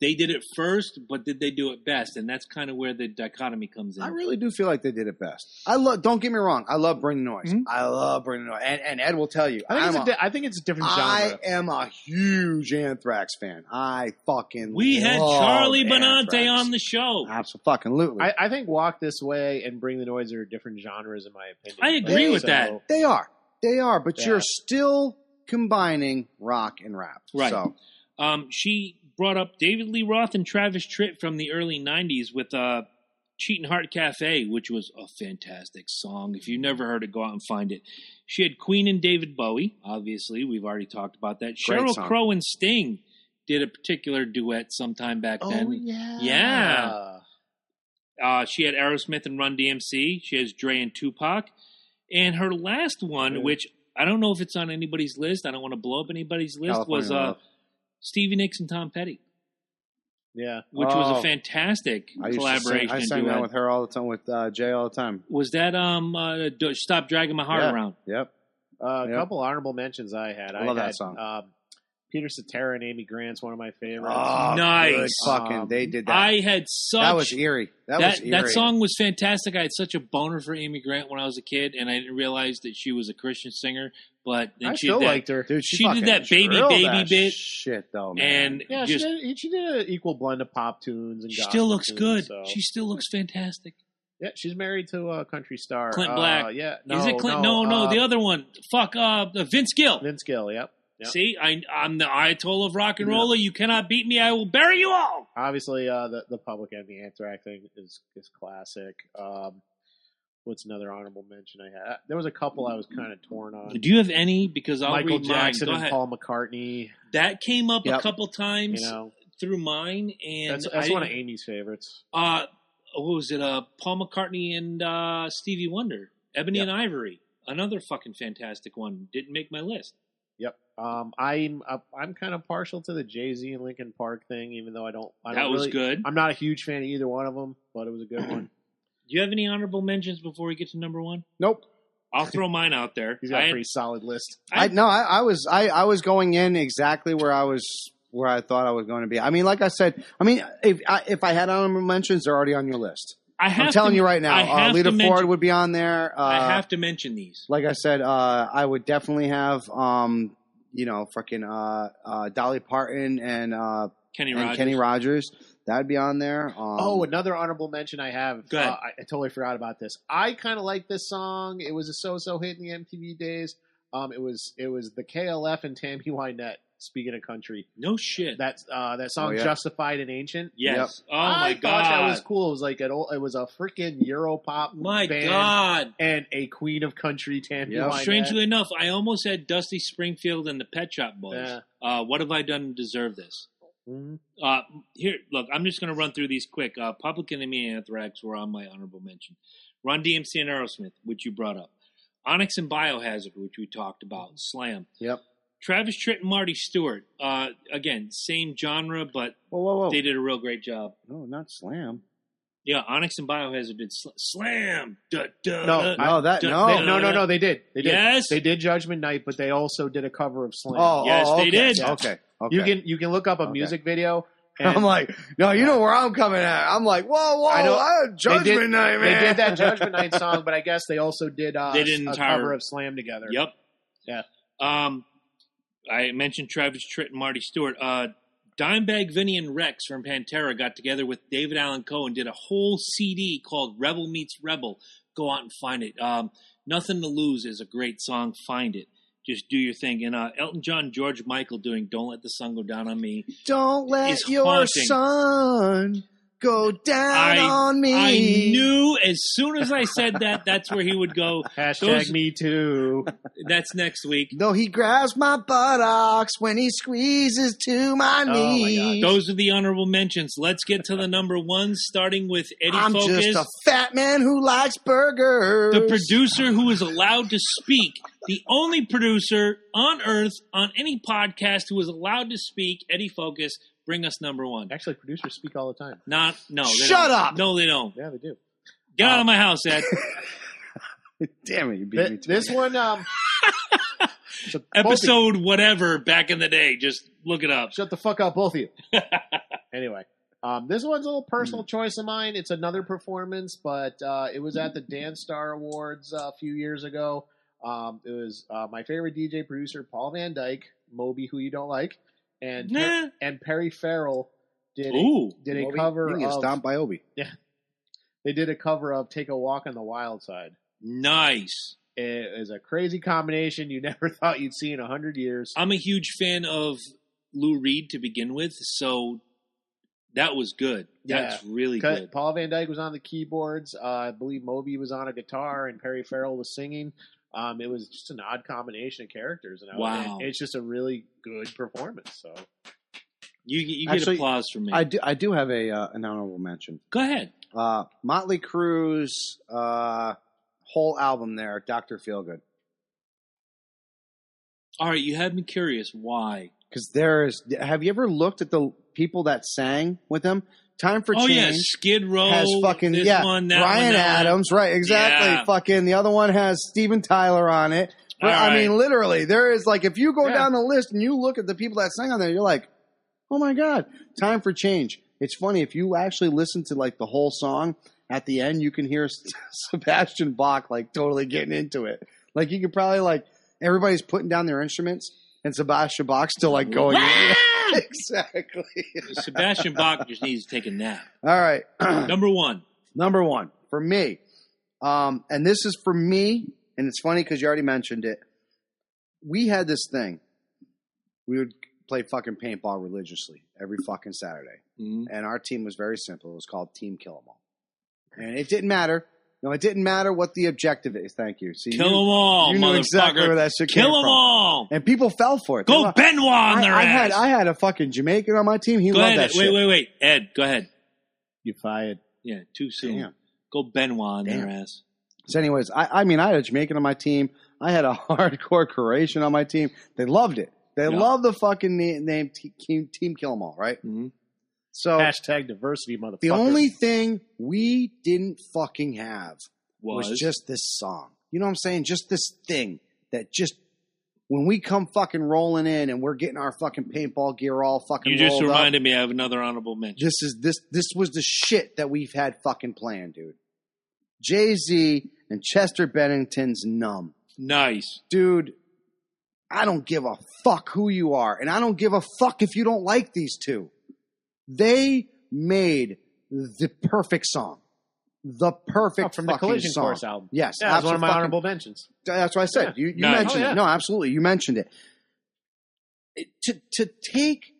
they did it first, but did they do it best? And that's kind of where the dichotomy comes in.
I really do feel like they did it best. I love. Don't get me wrong. I love Bring the Noise.
Mhm.
I love Bring the Noise. And, and Ed will tell you.
I think,
I'm
it's a
a-
di- I think it's a different genre.
I am a huge Anthrax fan. I fucking.
we had
love
Charlie
Anthrax.
Benante on the show.
Absolutely.
I, I think Walk This Way and Bring the Noise are different genres, in my opinion.
I agree
Like,
with that.
they are. They are. But
Yeah.
you're still combining rock and rap.
Right.
So
Um, she brought up David Lee Roth and Travis Tritt from the early '90s with uh, "Cheating Heart Cafe," which was a fantastic song. If you've never heard it, go out and find it. She had Queen and David Bowie. Obviously, we've already talked about that.
Great
Cheryl
song.
Crow and Sting did a particular duet sometime back then.
Oh, yeah.
Yeah. Uh, she had Aerosmith and Run DMC. She has Dre and Tupac. And her last one,
Yeah.
which I don't know if it's on anybody's list, I don't want to blow up anybody's list,
California
was uh,
Love.
Stevie Nicks and Tom Petty,
Yeah.
which was
Oh.
a fantastic
I used to
collaboration.
sing, I
and
sang that
duet.
with her all the time with uh, Jay all the time.
was that um uh, Do- Stop Dragging My Heart
Yeah.
Around?
Yep.
Uh, a
Yep.
couple honorable mentions I had.
I love that
had,
song.
Um, Peter Cetera and Amy Grant's one of my favorites.
Oh,
Nice.
good Fucking.
Um,
they did that.
I had such
that was eerie. That,
that,
was eerie.
that song was fantastic. I had such a boner for Amy Grant when I was a kid, and I didn't realize that she was a Christian singer. But then
I
she
still
did that-
liked her.
Dude, she,
she did
fucking
that baby,
drilled
baby
that
bit.
Shit though, man.
and
Yeah,
just
she, did, she did an equal blend of pop tunes and
She
gospel
still looks
tunes,
good.
so-
She still looks fantastic.
yeah, she's married to a country star,
Clint
Uh,
Black.
yeah, no, uh, um,
Is it Clint? No, no, the other one. Fuck, uh, Vince Gill.
Vince Gill. Yep. yeah.
See, I, I'm the Ayatollah of rock and roller. You cannot beat me. I will bury you all.
Obviously, uh, the the public enemy anthrax thing is is classic. Um, what's another honorable mention I had? There was a couple I was kind of torn on.
Do you have any? Because I'll
Michael
read mine.
Jackson
Go
and
ahead.
Paul McCartney.
That came up
Yep.
a couple
You
times
know,
through mine, and
that's that's
I
one of
didn't-
Amy's favorites.
uh, what was it? Uh, Paul McCartney and uh, Stevie Wonder, Ebony
Yep.
and Ivory. Another fucking fantastic one. Didn't make my list.
Yep. Um, I'm uh, I'm kind of partial to the Jay Z and Lincoln Park thing, even though I don't. I
that
don't
was
really-
good.
I'm not a huge fan of either one of them, but it was a good one.
Do you have any honorable mentions before we get to number one?
nope.
I'll throw mine out there.
He's got
I-
a pretty solid list.
I,
I-
no, I, I was I, I was going in exactly where I was where I thought I was going to be. I mean, like I said, I mean, if I, if I had honorable mentions, they're already on your list.
I have
I'm telling
to,
you right
I
now, uh,
have
Lita Ford
to mention-
would be on there. Uh,
I have to mention these.
like I said, uh, I would definitely have, um, you know, fucking uh, uh, Dolly Parton and, uh,
Kenny
and
Rogers.
Kenny Rogers. That'd be on there. Um,
oh, another honorable mention I have.
Go ahead.
Uh, I, I totally forgot about this. I kind of like this song. It was a so-so hit in the MTV days. Um, it was it was the KLF and Tammy Wynette. Speaking of country,
no shit.
that uh, that song
Oh, yeah.
"Justified and Ancient."
yes. Oh
I
my
thought
god.
that was cool. It was like an old, it was a freaking Europop
my
band
god.
and a queen of country Tammy
Yeah.
Wynette.
Strangely enough, I almost had Dusty Springfield and the Pet Shop Boys.
Yeah.
Uh, what have I done to deserve this?
Mhm.
Uh, here, look, I'm just going to run through these quick. Uh, Public Enemy and Anthrax were on my honorable mention. Run DMC and Aerosmith, which you brought up. Onyx and Biohazard, which we talked about. Slam.
Yep.
Travis Tritt and Marty Stewart. Uh, again, same genre, but
Whoa, whoa,
Oh.
whoa.
they did a real great job.
no, not slam.
Yeah, Onyx and Biohazard did sl- slam. Duh, duh,
No,
duh.
no, that,
d-
no.
they-
They- no, no, no. They did. They did.
Yes.
They did Judgment Night, but they also did a cover of Slam.
oh,
Yes,
oh,
they
okay.
did.
Okay. okay.
You can you can look up a
Okay.
music video. And
I'm like, no, you know where I'm coming at. I'm like, whoa, whoa,
I
I
know-
judgment
they did-
night,
they
man.
did that Judgment Night song, but I guess they also did uh,
They did
a
entire-
cover of Slam together.
Yep.
Yeah.
Um, I mentioned Travis Tritt and Marty Stewart. Uh, Dimebag Vinny and Rex from Pantera got together with David Allen Coe and did a whole CD called Rebel Meets Rebel. Go out and find it. Um, Nothing to Lose is a great song. Find it. Just do your thing. And uh, Elton John, George Michael doing Don't Let the Sun Go Down on Me.
Don't let
It's
your
haunting.
sun go down
I-
on me.
I knew as soon as I said that, that's where he would go.
Hashtag
Those-
me too.
That's next week.
Though he grabs my buttocks when he squeezes to Oh my
God.
knees.
Those are the honorable mentions. Let's get to the number one, starting with Eddie
I'm
Focus.
just a fat man who likes burgers.
the producer who is allowed to speak, the only producer on earth on any podcast who is allowed to speak, Eddie Focus, bring us number one.
Actually, producers speak all the time.
Not no. They
Shut
don't.
up.
No, they don't.
Yeah, they do.
Get out of my house, Ed.
Damn it, you beat me
Th-
to
this
it.
one, um, so both of you-
Episode whatever back in the day. Just look it up.
Shut the fuck up, both of you. anyway, um, this one's a little
Hmm.
personal choice of mine. It's another performance, but uh, it was at the Dance Star Awards uh, a few years ago. Um, it was uh, my favorite DJ producer, Paul Van Dyke, Moby, who you don't like, and
Nah.
and Perry Farrell did a,
Ooh.
did a
Obi,
cover
You get
of
stomped by Obi.
they did a cover of "Take a Walk on the Wild Side."
Nice.
It was a crazy combination you never thought you'd see in a hundred years.
I'm a huge fan of Lou Reed to begin with, so that was good. That's really
Cut-
good.
Paul Van Dyke was on the keyboards. Uh, I believe Moby was on a guitar, and Perry Farrell was singing. Um, it was just an odd combination of characters, and I-
Wow.
and it's just a really good performance. So
You, you get
Actually,
applause from me.
I do, I do have a uh, an honorable mention.
Go ahead.
Uh, Motley Crue's uh, whole album there, Doctor Feelgood,
All right, you have me curious. Why?
because there is. Have you ever looked at the people that sang with him? Time for
oh
Change.
yeah, Skid Row
has fucking
this
yeah,
one, that
Brian
one, that one.
Adams, right? Exactly.
Yeah.
Fucking the other one has Steven Tyler on it. But,
All
I
right.
mean, literally, there is like if you go
Yeah.
down the list and you look at the people that sang on there, you're like, oh my god, time for change. It's funny if you actually listen to like the whole song at the end, you can hear Sebastian Bach like totally getting into it. Like you could probably like everybody's putting down their instruments and Sebastian Bach's still like going. exactly.
Sebastian Bach just needs to take a nap.
All right.
Number one.
Number one for me, um, and this is for me, and it's funny because you already mentioned it. We had this thing. We would play fucking paintball religiously every fucking Saturday,
Mhm.
and our team was very simple. It was called Team Kill 'Em All, and it didn't matter. No, it didn't matter what the objective is. Thank you. See,
Kill them
you,
all,
you knew
motherfucker.
exactly where that shit
Kill
came
them
from.
all.
and people fell for it. They
Go
lo-
Benoit on
I,
their
I
ass.
had I had a fucking Jamaican on my team. He
go
loved
ahead.
that
wait,
shit.
wait, wait. Ed, go ahead.
you fired.
Yeah, too soon.
Damn.
Go Benoit on their ass.
So, anyways, I, I mean, I had a Jamaican on my team. I had a hardcore Croatian on my team. They loved it. They
Yeah.
love the fucking name, name te- team, team Kill 'Em All, right?
Mhm.
So
Oh. Hashtag diversity, motherfucker.
the only thing we didn't fucking have
Was,
just this song. You know what I'm saying? Just this thing that just when we come fucking rolling in and we're getting our fucking paintball gear all fucking
you just
rolled up,
reminded me. I have another honorable mention.
this is this this was the shit that we've had fucking planned, dude. Jay Z and Chester Bennington's numb
Nice.
dude, I don't give a fuck who you are, and I don't give a fuck if you don't like these two. They made the perfect song, the perfect
Oh, from the
fucking
Collision
song.
Course album.
Yes,
Yeah, that's one of my
abso-fucking-
honorable mentions.
That's what I said. You, you
Nice.
mentioned
Oh, yeah.
it. No, absolutely, you mentioned it. It- To to take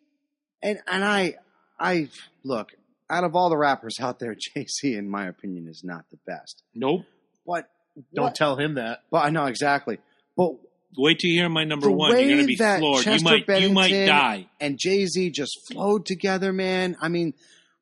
and and I I look out of all the rappers out there, Jay Z, in my opinion, is not the best.
Nope.
But
Don't
what-
tell him that.
But I know exactly. But
Wait till you hear my number
The
one. You're gonna
way
be
that
floored.
Chester
you might. You might
Bennington-
die.
and Jay Z just flowed together, man. I mean,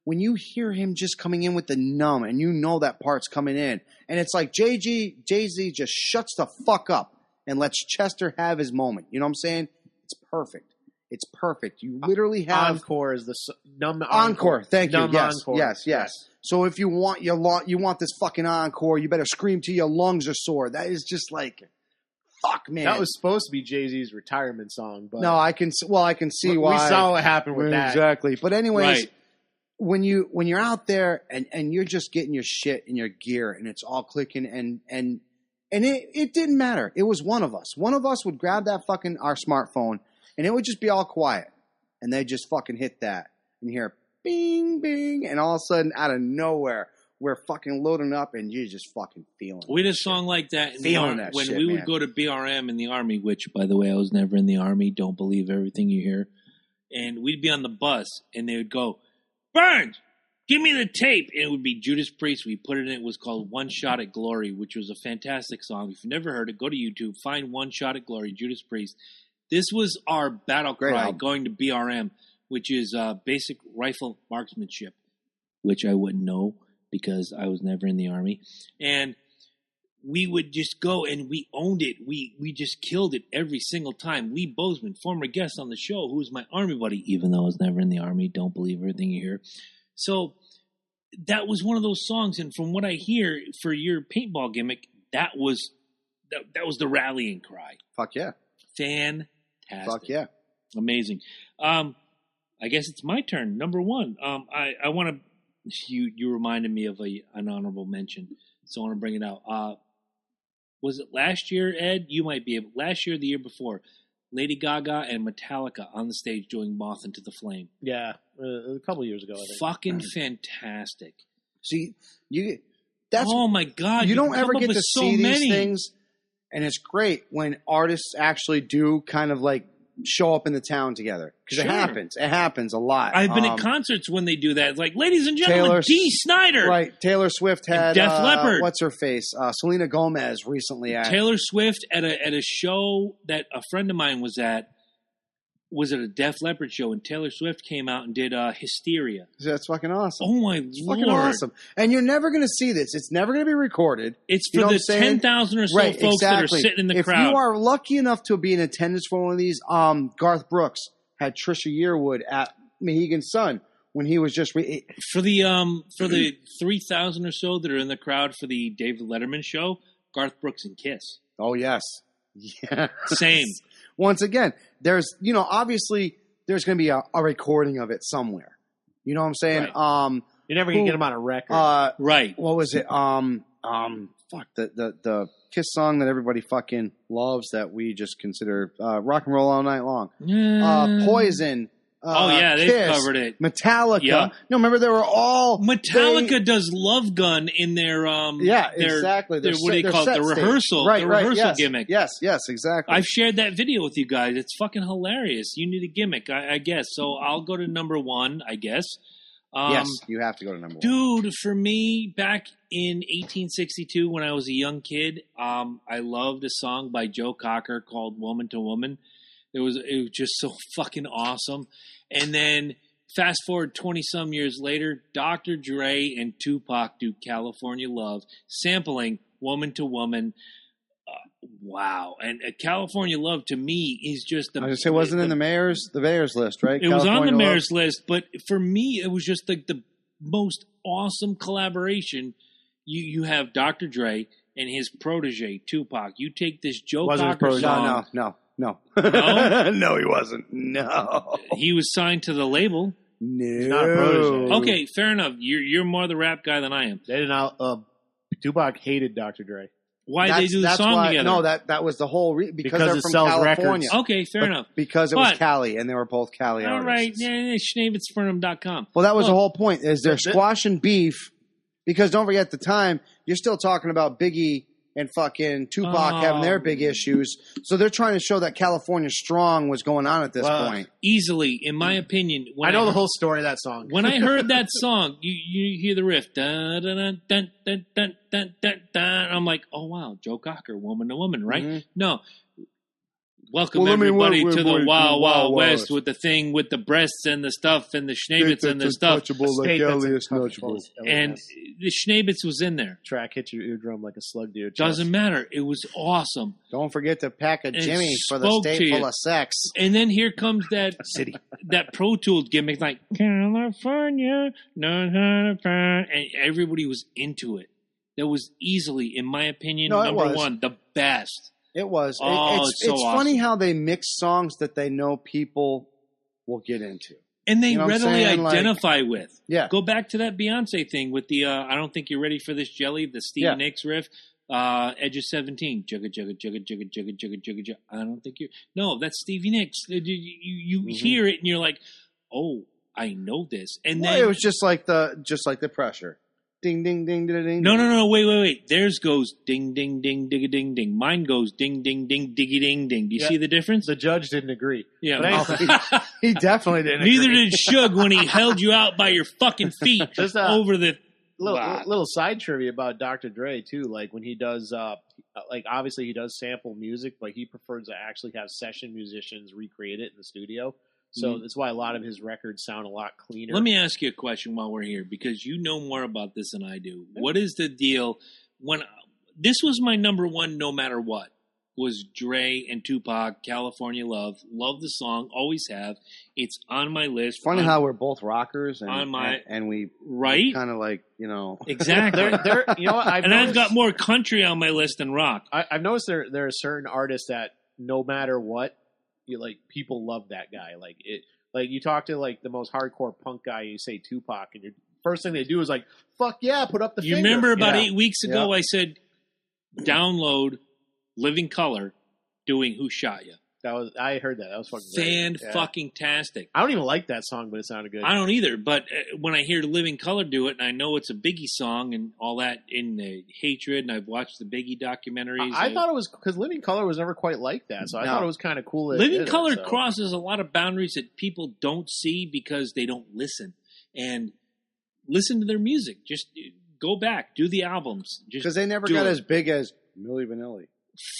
when you hear him just coming in with the numb and you know that part's coming in, and it's like Jay Z just shuts the fuck up and lets Chester have his moment. You know what I'm saying? It's perfect. It's perfect. You literally
Uh,
have
Encore is the s- numb
encore. Thank you.
Numb
Yes,
encore.
yes, yes. So if you want your lo- you want this fucking encore, you better scream till your lungs are sore. That is just like, fuck, man.
That was supposed to be Jay Z's retirement song, but
no. I can s- well, I can see
we
why.
saw what happened with that.
exactly. But anyways,
Right.
when you when you're out there and and you're just getting your shit and your gear and it's all clicking and and and it it didn't matter. It was one of us. One of us would grab that fucking our smartphone and it would just be all quiet and they just fucking hit that and hear bing bing and all of a sudden out of nowhere we're fucking loading up and you're just fucking feeling.
We
that
did a
shit.
song like that, in the
Feeling
ar-
that
when
shit,
we would
man.
go to BRM in the army. Which, by the way, I was never in the army. Don't believe everything you hear. And we'd be on the bus, and they would go, "Burns, give me the tape." And it would be Judas Priest. We put it in. It was called "One Shot at Glory," which was a fantastic song. If you've never heard it, go to YouTube, find "One Shot at Glory," Judas Priest. This was our battle
Great
cry
album.
going to BRM, which is uh, basic rifle marksmanship, which I wouldn't know because I was never in the army. And we would just go and we owned it. We we just killed it every single time. Lee Bozeman, former guest on the show, who was my army buddy, even though I was never in the army, don't believe everything you hear. So that was one of those songs, and from what I hear for your paintball gimmick, that was that, that was the rallying cry.
Fuck yeah.
Fantastic.
Fuck yeah.
Amazing. Um, I guess it's my turn. Number one. Um, I, I want to. You you reminded me of a an honorable mention, so I want to bring it out. Uh, was it last year, Ed? You might be able. Last year, or the year before, Lady Gaga and Metallica on the stage doing "Moth into the Flame."
Yeah, uh, a couple years ago. I think.
Fucking fantastic!
See, you that's
oh my god!
you
can
don't
come
ever
up
get
with
to
so
see
many.
these things, and it's great when artists actually do kind of like show up in the town together because
Sure.
it happens. It happens a lot.
I've been
Um,
at concerts when they do that. It's like, ladies and gentlemen,
Taylor
D.
S-
Snyder.
Right, Taylor Swift
And
had
Def
uh,
Leppard.
What's her face? Uh, Selena Gomez recently. At,
Taylor Swift at a at a show that a friend of mine was at was at a Def Leppard show, and Taylor Swift came out and did uh, Hysteria.
that's fucking awesome.
Oh my
It's
lord!
fucking awesome. And you're never going to see this. It's never going to be recorded.
It's
You
for
know what I'm
the
saying?
ten thousand or so
right,
folks
exactly.
that are sitting in the
if
crowd.
you are lucky enough to be in attendance for one of these, um, Garth Brooks had Trisha Yearwood at Mohegan Sun when he was just. Re-
for the um for the
Mm-hmm.
three thousand or so that are in the crowd for the David Letterman show, Garth Brooks and Kiss.
oh yes, yeah.
Same.
once again, there's you know obviously there's going to be a, a recording of it somewhere. You know what I'm saying?
Right.
Um,
You're never gonna
Who-
get them on a record.
uh,
right.
what was it? Um, um, fuck the the the Kiss song that everybody fucking loves that we just consider uh, rock and roll all night long.
Mm.
Uh, Poison. Uh,
Oh yeah, they've
Kiss,
covered it.
Metallica.
Yeah.
No, remember they were all
Metallica
They,
does Love Gun in their um
yeah,
their,
exactly.
their-
They're
what do you
set-
call it?
they're
The
set stage.
rehearsal-
right?
the
right,
rehearsal
yes,
gimmick.
Yes, yes, exactly.
I've shared that video with you guys. It's fucking hilarious. You need a gimmick, I, I guess. So I'll go to number one, I guess. Um,
yes, you have to go to number one.
Dude, for me, back in 1862, when I was a young kid, um, I loved a song by Joe Cocker called "Woman to Woman." It was it was just so fucking awesome. And then fast forward 20 some years later, Dr. Dre and Tupac do "California Love," sampling "Woman to Woman." Uh, wow! And uh, "California Love" to me is just the
I was gonna say, wasn't it in the mayor's the mayor's list, right?
it was on the
California Love?
mayor's list, but for me, it was just like the most awesome collaboration. You you have Dr. Dre and his protege Tupac. You take this Joe
Wasn't his
Cocker
protege.
song.
No, no, no, no.
No?
no, he wasn't. No.
He was signed to the label.
No.
not a protege.
Okay, fair enough. You're you're more the rap guy than I am.
they did not. Uh, Tupac hated Dr. Dre.
Why they do the
that's
song
why-
together?
No, that that was the whole re- because,
Because
they're
it
from
sells
California.
records.
okay, fair
But
enough.
Because it
But-
was Cali, and they were both Cali
All
artists.
right, yeah, yeah, schneevitzfernum.com.
Well, that was
Look.
the whole point. Is they're
Th- th-
squashing beef because don't forget the time you're still talking about Biggie and fucking Tupac
Oh.
having their big issues. So they're trying to show that California strong was going on at this
Well,
point.
Easily, in my opinion, when
I know the
heard-
whole story of that song.
When I heard that song, you, you hear the riff. Dun, dun, dun, dun, dun, dun,
Mm-hmm.
Mm-hmm. dun, dun, dun. I'm like, oh, wow, Joe Cocker, woman to woman, right?
Mhm.
No. Welcome
Well, I mean,
everybody
wait,
to
wait,
the
wait,
Wild
the Wild
Wild West,
West.
with the thing with the breasts and the stuff and the schnabbits and the stuff.
like
State that's
Elias
untouchable
Nudgeable.
is
And
LNS.
the schnabbits was in there.
track hits your eardrum like a slug to your chest.
Doesn't matter. It was awesome.
Don't forget to pack a
And
Jimmy for the
spoke to
state full
you.
of sex.
And then here comes that
City.
that Pro Tool gimmick, like California, not how to find, and everybody was into it. That was easily, in my opinion,
No, it
number
was.
one, the best.
It was. It-
Oh,
it's
it's so
it's funny how they mix songs that they know people will get into.
And they
You know what I'm
readily
saying? Like-
identify with.
Yeah.
Go back to that Beyonce thing with the uh, I don't think you're ready for this jelly, the Steve
Yeah.
Nicks riff, uh, Edge of 17. Jugga, jugga, jugga, jugga, jugga, jugga, jugga, jugga. I don't think you're. No, that's Stevie Nicks. You, you, you
Mhm.
hear it and you're like, oh, I know this. And
well,
then.
it was just like the just like the pressure. Ding ding ding ding ding.
No, no, no, wait, wait, wait. Theirs goes ding, ding, ding, digga, ding, ding. Mine goes ding, ding, ding, diggy, ding, ding. Do you
Yeah.
see the difference?
The judge didn't agree.
yeah.
but
He definitely didn't.
Neither
agree.
did Shug when he held you out by your fucking feet
Just uh,
over the.
little,
Wow.
little side trivia about Dr. Dre too. Like when he does, uh, like obviously he does sample music, but he prefers to actually have session musicians recreate it in the studio. So that's why a lot of his records sound a lot cleaner.
Let me ask you a question while we're here because you know more about this than I do. What is the deal when this was my number one no matter what? Was Dre and Tupac, California Love. Love the song, always have. It's on my list.
Funny
on,
how we're both rockers and
On my-
and, and we
Right?
kind of like you know.
Exactly.
There, there, you know, what? I've
and I've
noticed-
got more country on my list than rock.
I, I've noticed there there are certain artists that no matter what, you like people love that guy. Like it, like you talk to like the most hardcore punk guy, you say Tupac, and your first thing they do is like, "Fuck yeah, put up the."
you
finger."
remember about
Yeah.
eight weeks ago, I said, download Living Color doing Who Shot Ya."
that was I heard that that was fucking great.
Fan
Yeah.
fucking tastic.
I don't even like that song, but it sounded good.
I don't either, but uh, when I hear Living Color do it, and I know it's a Biggie song and all that in the hatred, and I've watched the Biggie documentaries.
I, I
uh,
thought it was because Living Color was never quite like that, so I
No.
thought it was kind of cool. that it
Living
did it,
Color
so.
crosses a lot of boundaries that people don't see because they don't listen and listen to their music. Just uh, go back, do the albums.
Because
Just
they never
Do
got
it.
as big as Millie Vanilli.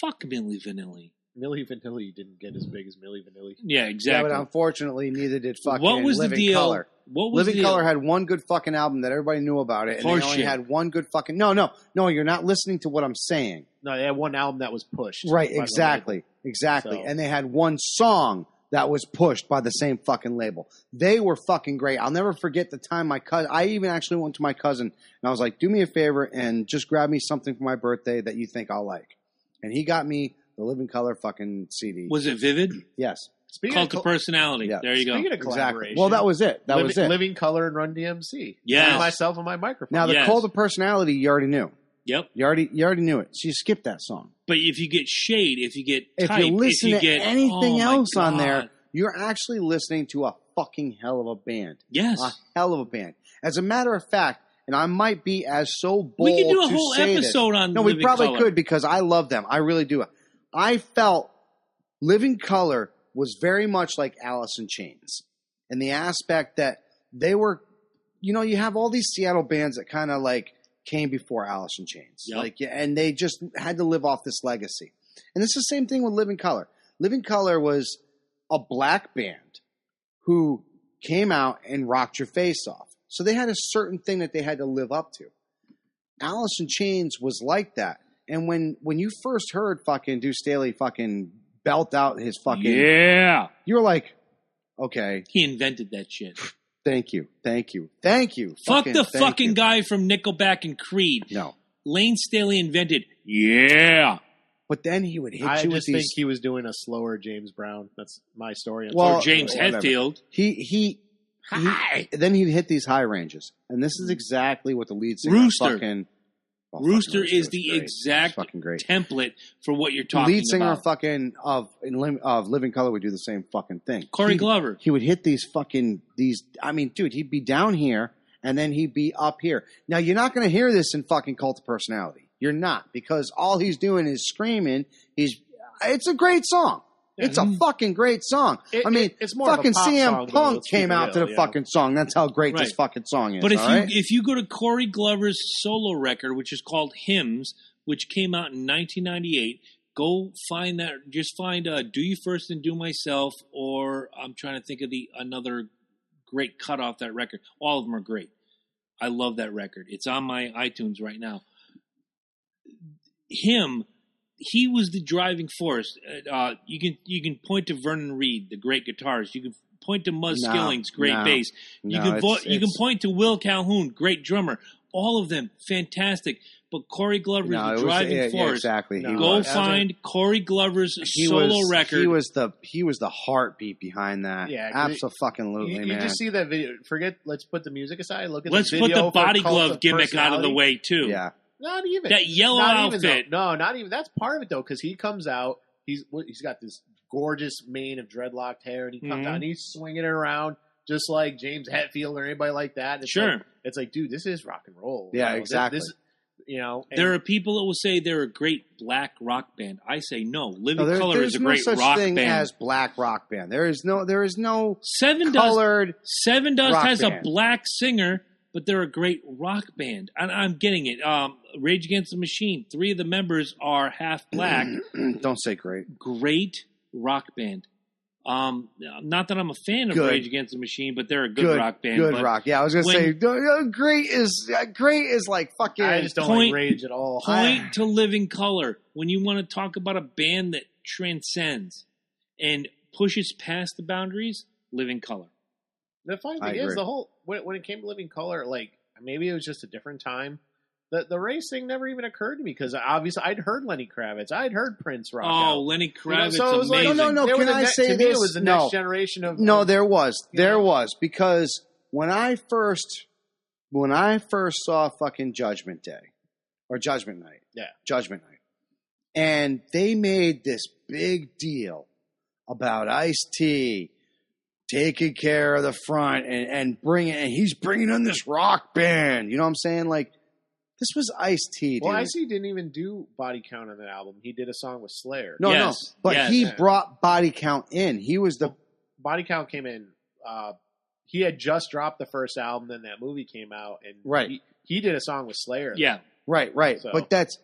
fuck Milli Vanilli.
Millie Vanilli didn't get as big as Millie Vanilli.
Yeah,
Yeah,
exactly.
but unfortunately, neither did fucking
what was
Living
the deal?
Color.
What was
Living
the deal?
Color had one good fucking album that everybody knew about it, and they only
Horseshit.
had one good fucking. No, no, no. You're not listening to what I'm saying.
No, they had one album that was pushed.
Right,
by the label.
exactly. Exactly.
So-
And they had one song that was pushed by the same fucking label. They were fucking great. I'll never forget the time my cousin, I even actually went to my cousin and I was like, do me a favor and just grab me something for my birthday that you think I'll like. And he got me the Living Color fucking CD.
Was it vivid?
yes.
Speaking
Cult
of
of personality.
Yeah.
There you go.
Speaking of
Exactly.
collaboration,
Well, that was it. That
living,
was it.
Living Color and Run DMC.
Yes.
And myself and my microphone.
now, the
Yes.
cold of personality, you already knew.
Yep.
You already, you already knew it. So you skipped that song.
But if you get shade, if you get
If
type,
you listen
if you
to
get
anything
oh my
else on there,
God.
you're actually listening to a fucking hell of a band.
yes,
a hell of a band. As a matter of fact, and I might be as so bold.
we could do a
to
whole
say this-
episode on.
No, we
Living
probably
Colour.
could because I love them. I really do. I felt Living Color was very much like Alice in Chains in the aspect that they were, you know, you have all these Seattle bands that kind of like came before Alice in Chains,
Yep.
like, yeah, and they just had to live off this legacy. And it's the same thing with Living Color. Living Color was a black band who came out and rocked your face off. So they had a certain thing that they had to live up to. Alice in Chains was like that. And when when you first heard fucking Deuce Staley fucking belt out his fucking,
Yeah,
you were like, okay,
he invented that shit.
thank you, thank you, thank you.
Fuck the
thank
fucking
you.
guy from Nickelback and Creed.
No,
Lane Staley invented. Yeah,
but then he would hit
I
you
just
with
think
these.
he was doing a slower James Brown. That's my story.
Well,
or Oh, James
Oh, whatever.
Hetfield.
he he.
Hi.
he- then he'd hit these high ranges, and this is exactly what the lead singer
Hmm. Rooster.
fucking Oh, fucking
Rooster is
was
the
great.
exact
fucking great.
template for what you're
The
talking
lead singer
about.
fucking of in Lim- of Living Color would do the same fucking thing.
Corey
He-
Glover.
He would hit these fucking these. I mean, dude, he'd be down here and then he'd be up here. Now you're not going to hear this in fucking Cult of Personality. You're not because all he's doing is screaming. He's it's a great song. It's a fucking great song.
It-
I mean,
it- it's more of a
fucking
pop
CM
song, though,
Punk
let's keep
came
it
out to
real,
the
yeah.
fucking song. That's how great this
Right.
fucking song is.
But if you
all right?
if you go to Corey Glover's solo record, which is called Hymns, which came out in 1998, go find that. Just find uh, "Do You First and Do Myself," or I'm trying to think of the another great cut off that record. All of them are great. I love that record. It's on my iTunes right now. Him, he was the driving force. Uh, you can you can point to Vernon Reed, the great guitarist. You can point to Muzz
No,
Skilling's great
no.
bass. You
No,
can
it's-
vo- you can
it's-
point to Will Calhoun, great drummer. All of them fantastic, but Corey Glover
no, it
is
was-
the driving
yeah, yeah,
force.
exactly.
No.
he
Go
was.
As a-
find Corey Glover's
he
solo
was,
record.
He was the he was the heartbeat behind that.
Yeah, 'cause it-
absolutely,
You, you
man.
just see that video. Forget. Let's put the music aside. Look at.
Let's
the
put
video
the
for
body
Cult
glove
of
gimmick out of the
Personality.
way too.
yeah,
Not even
That yellow
not even,
outfit.
though. no, not even. That's part of it though, because he comes out. He's what- he's got this gorgeous mane of dreadlocked hair, and he comes
Mhm.
out and he's swinging it around just like James Hetfield or anybody like that. It's
sure.
like, it's like, dude, this is rock and roll.
Yeah,
You know, this-
exactly.
This, you know, and-
there are people that will say they're a great black rock band. I say no. Living
no, there-
Color
there's
is a
no
great
such
rock
thing
band.
as black rock band. There is no there is no
Seven Dust.
colored.
Seven Dust
rock
has a
band.
black singer, but they're a great rock band. And I'm getting it. Um, Rage Against the Machine. Three of the members are half black.
don't say great.
great rock band. Um, not that I'm a fan of
Good.
Rage Against the Machine, but they're a good, rock band.
Good
but
rock. Yeah, I was gonna
when-
say uh, great is uh, great is like fucking.
I just don't
Point-
like rage at all.
Point
I-
to Living Color when you want to talk about a band that transcends and pushes past the boundaries. Living Color.
The funny
I
thing is,
agree.
the whole when, when it came to Living Color, like maybe it was just a different time. The the race thing never even occurred to me because obviously I'd heard Lenny Kravitz, I'd heard Prince rock.
oh,
out.
Lenny
You know,
Kravitz,
so it was like,
amazing.
No, no, no,
they were
can
the
I
ne-
say
to me,
this?
It was the
No.
next generation of
No,
of-
there was.
you know?
There was because when I first when I first saw fucking Judgment Day or Judgment Night.
Yeah.
Judgment Night. And they made this big deal about Ice T taking care of the front and, and bringing and he's bringing in this rock band. You know what I'm saying? Like this was Ice T, dude.
Well, I see. Didn't even do body count on that album. He did a song with Slayer.
No,
Yes,
no. But
yes.
he brought body count in. He was the
body count came in. Uh, he had just dropped the first album, then that movie came out, and
Right.
he, he did a song with Slayer.
yeah.
right, right.
So-
But that's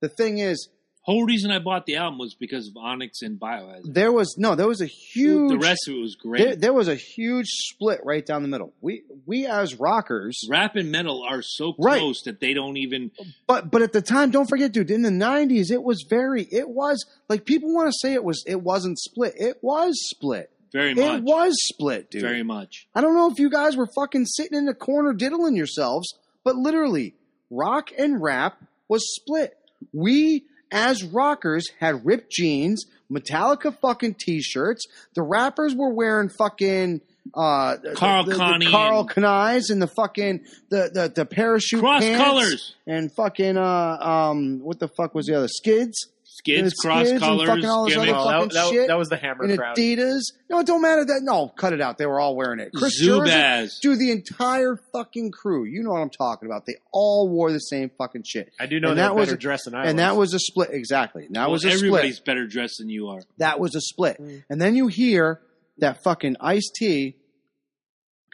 the thing is
Whole reason I bought the album was because of Onyx and Biohazard.
there was no there was a huge
The rest of it was great.
there, there was a huge split right down the middle we we as rockers
Rap and metal are so
Right.
close that they don't even.
but but at the time don't forget dude in the 90s it was very it was like people want to say it was it wasn't split it was split
Very
it
much.
was split dude
very much.
i don't know if you guys were fucking sitting in the corner diddling yourselves but literally rock and rap was split we as rockers had ripped jeans metallica fucking t-shirts the rappers were wearing fucking uh the-
Carl
the, the
Connie
Carl
and-
Knies and the fucking the the, the parachute
Cross
pants
colors.
and fucking uh um what the fuck was the other skids
Skids,
It's
cross
skids and
colors,
fucking all this other
gimmicks.
fuck-
well,
fucking
that, that,
shit.
that was the Hammer
and
crowd.
Adidas no it don't matter that no cut it out they were all wearing it Chris Jericho-
Zubaz.
Dude, the entire fucking crew. You know what I'm talking about. They all wore the same fucking shit.
I do know
And
they
that
were
was
better
a-
dressed than I was.
And that was a split. Exactly. And that
Well,
was a split.
everybody's better dressed than you are.
That was a split.
Mm.
And then you hear that fucking Ice T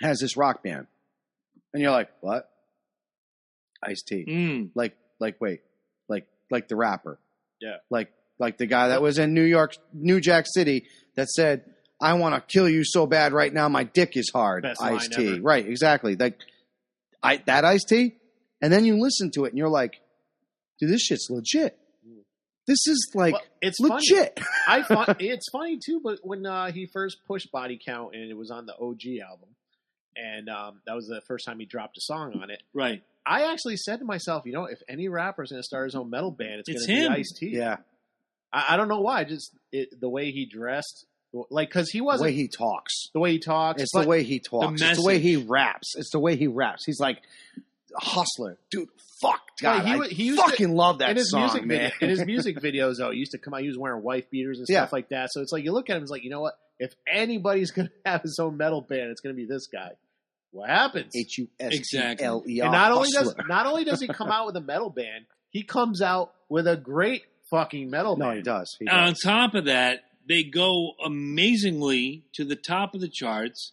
has this rock band. And you're like, what? Ice T.
Mm.
Like, like, wait. Like, like the rapper.
Yeah.
Like, like the guy that was in New York, New Jack City that said, I want to kill you so bad right now. My dick is hard.
Best line
Ice T.
ever.
Right. Exactly. Like, I, that Ice T. And then you listen to it and you're like, dude, this shit's legit. This is like
Mm. Well, it's Funny.
legit.
I find, it's funny too, but when uh, he first pushed Body Count and it was on the OG album, and um, that was the first time he dropped a song on it.
Right.
I actually said to myself, you know, if any rapper is going to start his own metal band, it's,
It's
going to
him.
be Ice T.
Yeah.
I, I don't know why. I just it, the way he dressed, like because he
the
wasn't
way he talks.
the way he talks.
It's
but
the way he talks. it's the way he raps. It's the way he raps. He's like hustler, dude. Fuck,
Yeah,
God,
he
I
wa- he used to-
fucking love that
in his
song,
music
man.
Video, in his music videos, though, he used to come out. He was wearing wife beaters and stuff like that. So it's like you look at him, it's like you know what? If anybody's going to have his own metal band, it's going to be this guy. What happens?
H U S T L E R.
and not only
hustler.
does not only does he come out with a metal band, he comes out with a great fucking metal
no,
band.
he does. He
On
does.
top of that, they go amazingly to the top of the charts.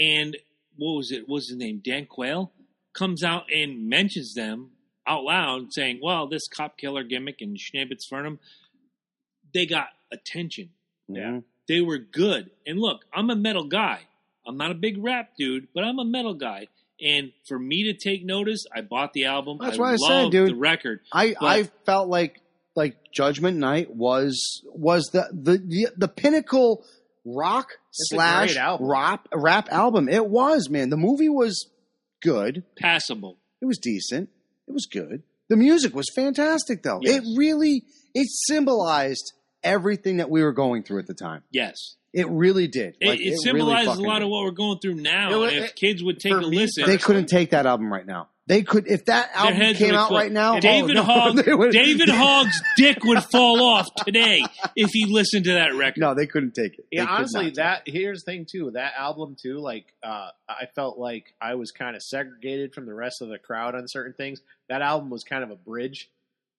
And what was it? What was his name? Dan Quayle comes out and mentions them out loud, saying, "Well, this cop killer gimmick and Schneebitz Fernum they got attention.
Mm-hmm.
Yeah.
They were good. And look, I'm a metal guy. I'm not a big rap dude, but I'm a metal guy. And for me to take notice, I bought the album.
That's
I
what I said,
loved
dude.
The record.
I
But-
I felt like like Judgment Night was was the the the, the pinnacle rock
a
slash
great album.
rap rap album. It was man. The movie was good.
Passable.
It was decent. It was good. The music was fantastic though.
Yes.
It really it symbolized everything that we were going through at the time.
Yes.
It really did.
It,
Like,
it
really
symbolizes
fucking
a lot
did.
of what we're going through now.
It was-
if
it-
kids would take a
for me
listen,
They couldn't take that album right now. They could if that
their
album
heads
came
would
out
explode.
right now.
David
oh, no,
Hogg,
they would-
David Hogg's dick would fall off today if he listened to that record.
No, they couldn't take it.
Yeah,
They could
honestly,
not.
that here's the thing too. That album too, like uh, I felt like I was kind of segregated from the rest of the crowd on certain things. That album was kind of a bridge.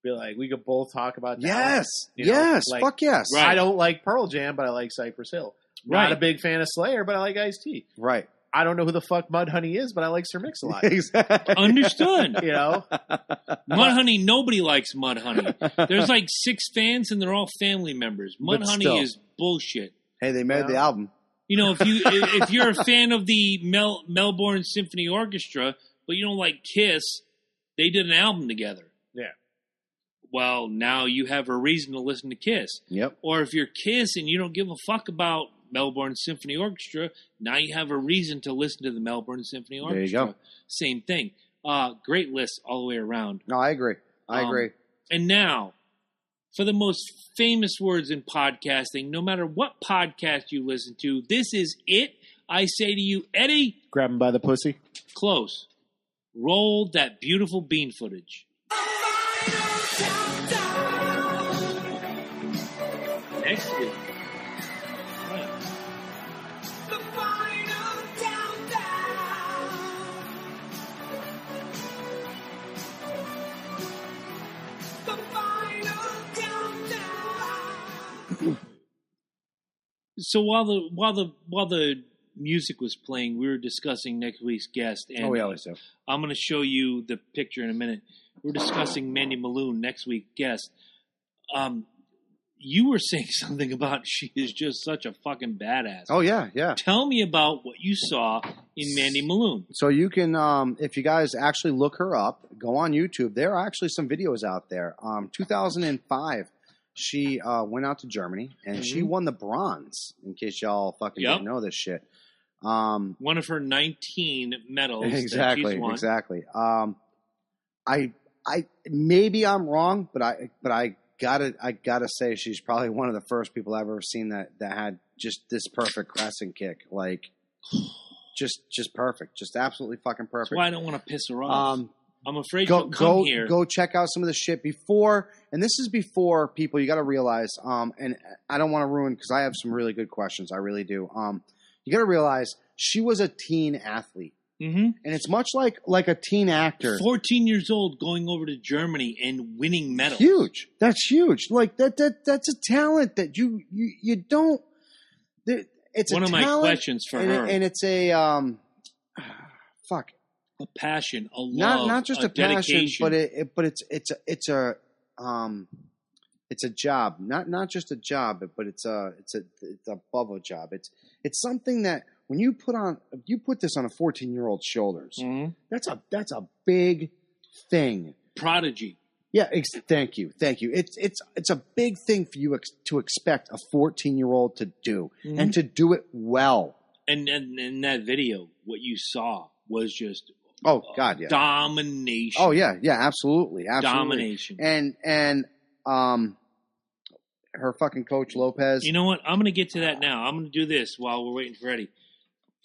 Be like, we could both talk about. that
Yes,
you know,
yes,
like-
fuck yes,
Right.
one. I don't like Pearl Jam, but I like Cypress Hill.
Right.
Not a big fan of Slayer, but I like Ice T.
right,
I don't know who the fuck Mudhoney is, but I like Sir Mix-a-Lot.
exactly.
Understood.
you know,
Mudhoney, nobody likes Mudhoney. There's like six fans and they're all family members.
But still.
Mudhoney is bullshit.
hey, they made
Yeah.
the album.
You know, if you if you're a fan of the Mel- Melbourne Symphony Orchestra, but you don't like Kiss, they did an album together.
Yeah.
Well, now you have a reason to listen to Kiss.
Yep,
Or if you're Kiss and you don't give a fuck about Melbourne Symphony Orchestra, now you have a reason to listen to the Melbourne Symphony
There you
Orchestra.
go.
Same thing. Uh, great list all the way around.
no, I agree. I
Um,
agree.
And now, for the most famous words in podcasting, no matter what podcast you listen to, this is it. I say to you, Eddie,
Grab him by the pussy.
close. Roll that beautiful bean footage. Next week. Right. So while the while the while the music was playing, we were discussing next week's guest, and
oh, we always do.
I'm going to show you the picture in a minute. We're discussing Mandy Maloon next week guest. Um, you were saying something about she is just such a fucking badass.
Oh yeah, yeah.
Tell me about what you saw in Mandy Maloon.
So you can, um, if you guys actually look her up, go on YouTube. There are actually some videos out there. Um, 2005, she uh, went out to Germany and she won the bronze. In case y'all fucking
Mm-hmm. Yep.
didn't know this shit. Um,
One of her 19 medals. that she's
exactly
Oh, won.
exactly um i i maybe i'm wrong but i but i gotta i gotta say she's probably one of the first people i've ever seen that that had just this perfect crescent kick like just just perfect just absolutely fucking
That's why I
perfect
don't want to piss her off.
um
I'm afraid
go
she'll come
go
here.
go check out some of the shit before and this is before people you got to realize um and I don't want to ruin cuz I have some really good questions I really do um you got to realize she was a teen athlete
Mhm.
and it's much like like a teen actor
14 years old going over to Germany and winning medals.
huge that's huge like that that that's a talent that you you, you don't there- it's
One
a
of my
talent
questions for
and,
her.
and it's a um fuck
a passion, a love, uh,
not not just a, passion
dedication.
but it, it but it's it's a, it's a um it's a job not not just a job but it's a it's a it's above a job it's it's something that when you put on you put this on a 14 year old's shoulders
Mm-hmm.
Mhm.
that's a that's a big thing
Prodigy.
yeah, ex- thank you, thank you. It's it's it's a big thing for you ex- to expect a fourteen year old to do,
Mhm.
and to do it well.
and and in that video, what you saw was just
Oh God, yeah.
domination.
oh yeah, yeah, absolutely, absolutely.
domination.
And and um, her fucking coach Lopez.
You know what? I'm going to get to that now. I'm going to do this while we're waiting for Eddie.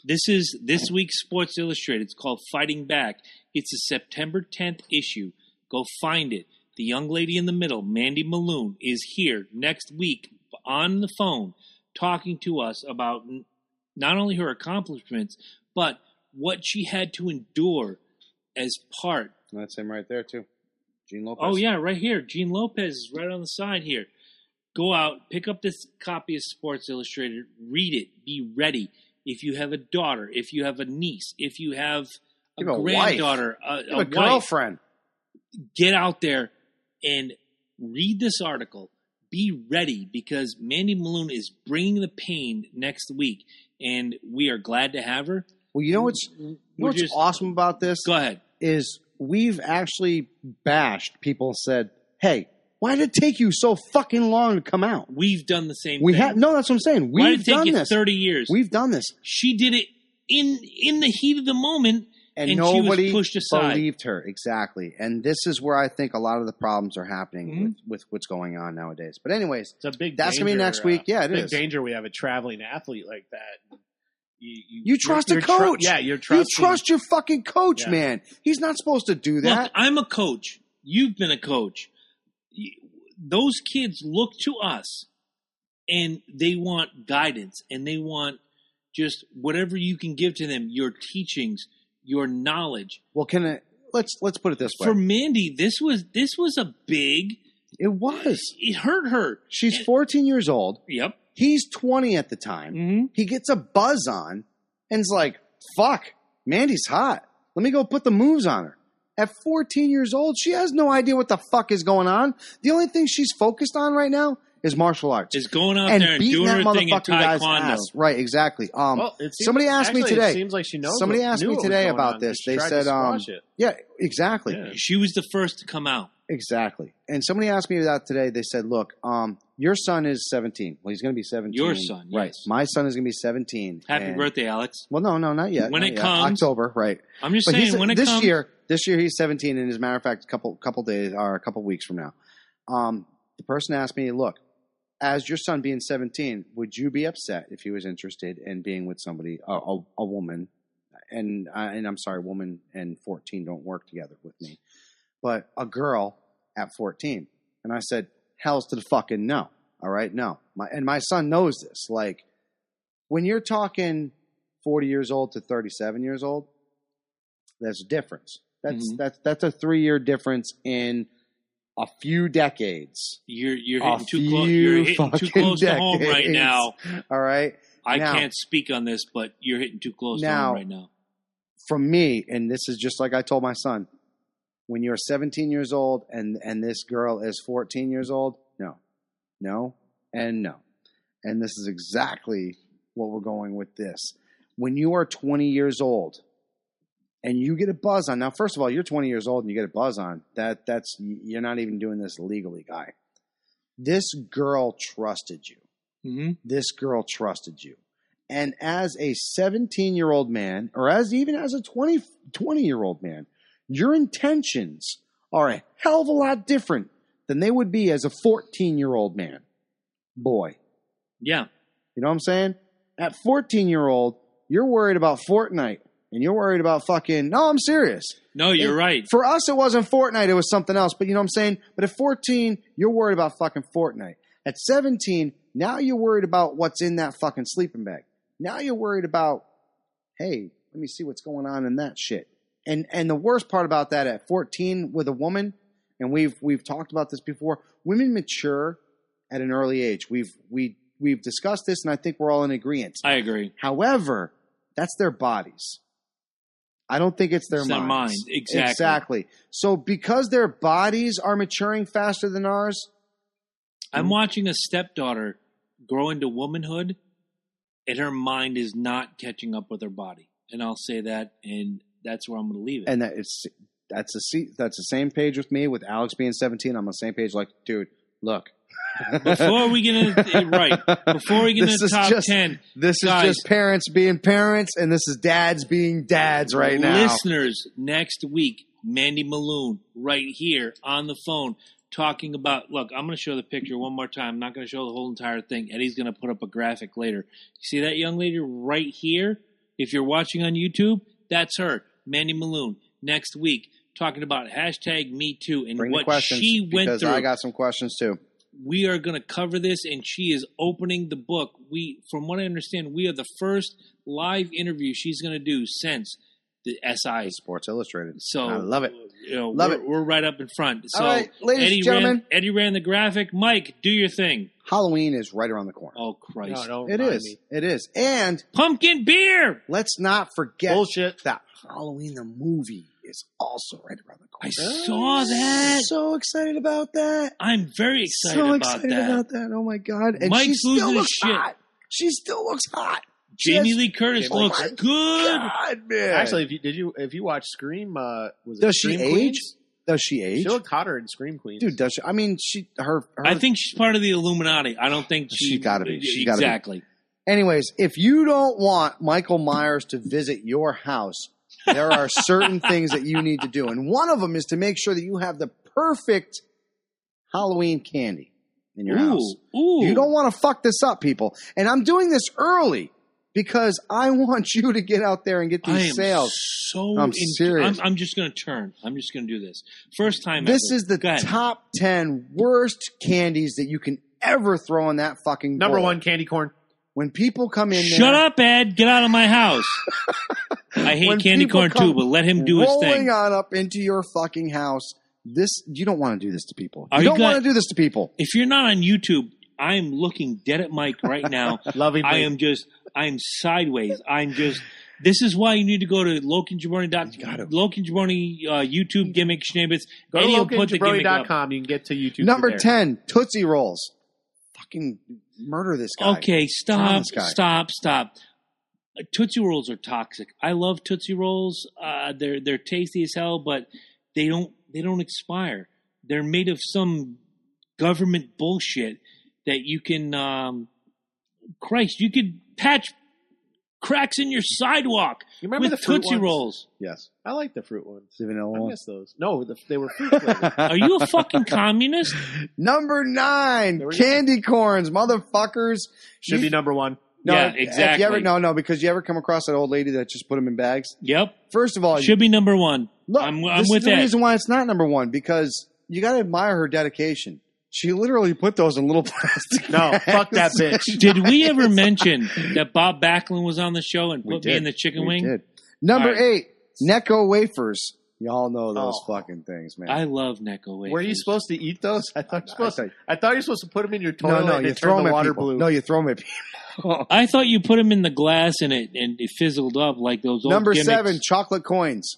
This is this week's Sports Illustrated. It's called Fighting Back. It's a September 10th issue. Go find it. The young lady in the middle, Mandy Maloon, is here next week on the phone talking to us about n- not only her accomplishments, but what she had to endure as part
That's him right there too, Gene Lopez.
Oh yeah, right here. Gene Lopez is right on the side here. Go out, pick up this copy of Sports Illustrated, read it, be ready. If you have a daughter, if you have a niece, if you have a
You have a wife.
granddaughter,
You
a, a,
have a
wife,
girlfriend.
get out there and read this article. be ready because Mandy Malone is bringing the pain next week, and we are glad to have her.
Well, you know what's you know
We're
what's
just-
awesome about this
Go ahead.
is we've actually bashed people and said, "Hey, why did it take you so fucking long to come out?"
We've done the same
We
thing.
had no. That's what I'm saying.
Why did
We've
it take
done
you
this.
thirty years?
We've done this,
she did it in in the heat of the moment.
and,
And she was
nobody
pushed aside.
believed her exactly. And this is where I think a lot of the problems are happening
Mhm.
with, with what's going on nowadays. But anyways,
It's a big.
that's gonna be
danger,
next
uh,
week. Yeah, it
big
is.
danger. We have a traveling athlete like that. You, you,
You trust
you're-
a
you're tru-
coach.
yeah, you're
You
trusting.
trust your fucking coach,
Yeah.
man. He's not supposed to do
Look,
that.
I'm a coach. You've been a coach. Y- Those kids look to us and they want guidance and they want just whatever you can give to them, your teachings, your knowledge.
well, can I, let's let's put it this way.
For Mandy, this was this was a big
it was.
it hurt her.
She's 14 years old.
Yep.
He's 20 at the time.
Mm-hmm.
He gets a buzz on and is like, "Fuck, Mandy's hot. Let me go put the moves on her." At 14 years old, she has no idea what the fuck is going on. The only thing she's focused on right now is martial arts
Just going out
and
there and
beating
doing
that
her thing in
motherfucking guy's
Taekwondo.
ass. Right, exactly. Um,
Well, it seems,
Somebody asked me
actually,
today.
It seems like she knows.
Somebody
what-
asked
knew
me
what was
today
going
about
on.
this.
She
They
tried to
said, um,
squash it.
yeah, exactly.
Yeah.
She was the first to come out.
Exactly. And somebody asked me that today. They said, "Look, um, your son is 17. Well, he's going to be 17.
Your son,
right?
yes.
My son is going to be 17.
Happy
and-
birthday, Alex.
Well, no, no, not yet.
When
not
it
yet.
comes-
October, right?
I'm just
But he's,
saying when it
this
comes
year, this year he's 17, and as a matter of fact, a couple couple days or a couple weeks from now, um, the person asked me, "Look, as your son being 17, would you be upset if he was interested in being with somebody, a, a, a woman, and uh, and I'm sorry, woman and 14 don't work together with me, but a girl at 14?" And I said, "Hell's to the fucking no." All right, no. My and my son knows this. Like when you're talking 40 years old to 37 years old, there's a difference. That's
Mhm.
that's that's a three year difference in a few decades.
you're you're
A
hitting too close
few
you're hitting too
fucking
close to home right
decades.
now.
All right.
I
Now-
can't speak on this, but you're hitting too close to
Now-
home right now.
From me, and this is just like I told my son, when you're 17 years old and and this girl is 14 years old, no, no, and no, and this is exactly what we're going with this. When you are 20 years old and you get a buzz on, now first of all, you're 20 years old and you get a buzz on that. That's you're not even doing this legally, guy. This girl trusted you
Mm-hmm.
this girl trusted you. And as a 17 year old man, or as even as a 20, 20 year old man, your intentions are a hell of a lot different than they would be as a 14 year old man. Boy,
Yeah,
you know what I'm saying? At 14 year old, you're worried about Fortnite and you're worried about fucking, no, I'm serious.
no, you're
It-
right.
For us, it wasn't Fortnite, it was something else. But you know what I'm saying? But at 14, you're worried about fucking Fortnite. At 17, now you're worried about what's in that fucking sleeping bag. Now you're worried about, hey, let me see what's going on in that shit. And and the worst part about that at 14 with a woman, and we've we've talked about this before, women mature at an early age. We've we we've discussed this and I think we're all in agreement.
I agree.
However, that's their bodies. I don't think it's their
It's their
minds.
mind. Exactly.
Exactly. So because their bodies are maturing faster than ours, Mm-hmm.
I'm watching a stepdaughter grow into womanhood, and her mind is not catching up with her body. And I'll say that, and that's where I'm going to leave it.
and that it's that's the se- that's the same page with me with Alex being 17. I'm on the same page. Like, dude, look.
before we get into right, before we get
This
into
is
top
just-
ten,
this is
guys.
just parents being parents, and this is dads being dads right now.
Listeners, next week, Mandy Maloon right here on the phone talking about. Look, I'm going to show the picture one more time. I'm not going to show the whole entire thing. Eddie's going to put up a graphic later. You see that young lady right here? If you're watching on YouTube, that's her, Mandy Maloon, next week talking about hashtag Me Too and
Bring the
what
questions
she went
because
through
I got some questions too.
we are going to cover this and she is opening the book we from what i understand we are the first live interview she's going to do since the si
Sports Illustrated.
so
I love it.
you know,
Love
we're,
it.
we're right up in front so
All right, ladies
eddie
and gentlemen,
ran eddie ran the graphic mike do your thing
Halloween is right around the corner.
oh christ
No, don't
It
remind
is.
me.
It is. And
pumpkin beer
let's not forget
Bullshit.
that Halloween the movie is is also right around the
I
corner.
saw that.
So excited about that.
I'm very excited,
so
about
excited
that.
about that. Oh my god! And
Mike's
she still
losing his
looks
shit.
hot. She still looks hot.
Jamie
Just-
Lee Curtis
Oh
looks
my
good.
God, man.
Actually, if you did you if you watch Scream, uh, was it
Does she
Scream
age?
Queens?
does she age?
She looked hotter in Scream Queens.
Dude, does she? I mean, she her. her
I think she's part of the Illuminati. I don't think she.
She gotta be. She gotta be.
exactly.
Anyways, if you don't want Michael Myers to visit your house, there are certain things that you need to do. And one of them is to make sure that you have the perfect Halloween candy in your house.
Ooh, ooh.
You don't want to fuck this up, people. And I'm doing this early because I want you to get out there and get
I
these
am
sales.
So
I'm
in-
serious.
I'm, I'm just going to turn. I'm just going to do this. First time.
This
ever.
is the
Go ahead.
top 10 worst candies that you can ever throw in that fucking
Number
bowl.
one, candy corn.
When people come in there,
Shut up, Ed. Get out of my house. I hate
When
candy
people
corn
come
too, but let him do his
rolling
thing.
on up into your fucking house. This you don't want to do this to people.
Are
you
you
don't
glad-
want to do this to people.
If you're not on YouTube, I am looking dead at Mike right now.
Loving.
I am just, I'm sideways. I'm just, this is why you need to go to Loken Jabroni. Dot,
You gotta.
Loken Jabroni uh, YouTube gimmick schnibbits.
Go
and he'll
to
put the gimmick up.
locanjabroni.com. You can get to YouTube.
Number
from there.
ten, Tootsie Rolls. Fucking murder this guy.
Okay, stop,
Thomas guy.
stop, stop. Uh, Tootsie rolls are toxic. I love Tootsie rolls. Uh, they're they're tasty as hell, but they don't they don't expire. They're made of some government bullshit that you can. Um, Christ, you could patch cracks in your sidewalk
You remember
with
the fruit
Tootsie
ones?
rolls.
Yes.
I like the fruit ones.
The vanilla
I
one.
miss those. No, the, they were fruit flavored.
Are you a fucking communist?
Number nine,
There we go.
candy corns, motherfuckers.
Should
You-
be number one.
no,
Yeah,
if
exactly.
You ever, no, no, because you ever come across that old lady that just put them in bags?
Yep,
First of all,
should be number one.
Look,
I'm-
this
I'm
is
with
the
that.
reason why it's not number one because you got to admire her dedication. She literally put those in little plastic.
No, fuck that
bags.
bitch.
Did we ever mention that Bob Backlund was on the show and
We
put me
did.
in the chicken
We
wing?
did. Number
All right.
eight, Necco wafers. Y'all know those
Oh.
fucking things, man.
I love Necco wafers.
Were you supposed to eat those? I thought
I
you were supposed.
thought-
I thought you were supposed to put them in your
no,
toilet.
no,
and
you
it turned
throw them
the
at
water
people.
blue.
No, you throw them at people.
I thought you put them in the glass and it and it fizzled up like those old
Number
gimmicks.
seven, chocolate coins.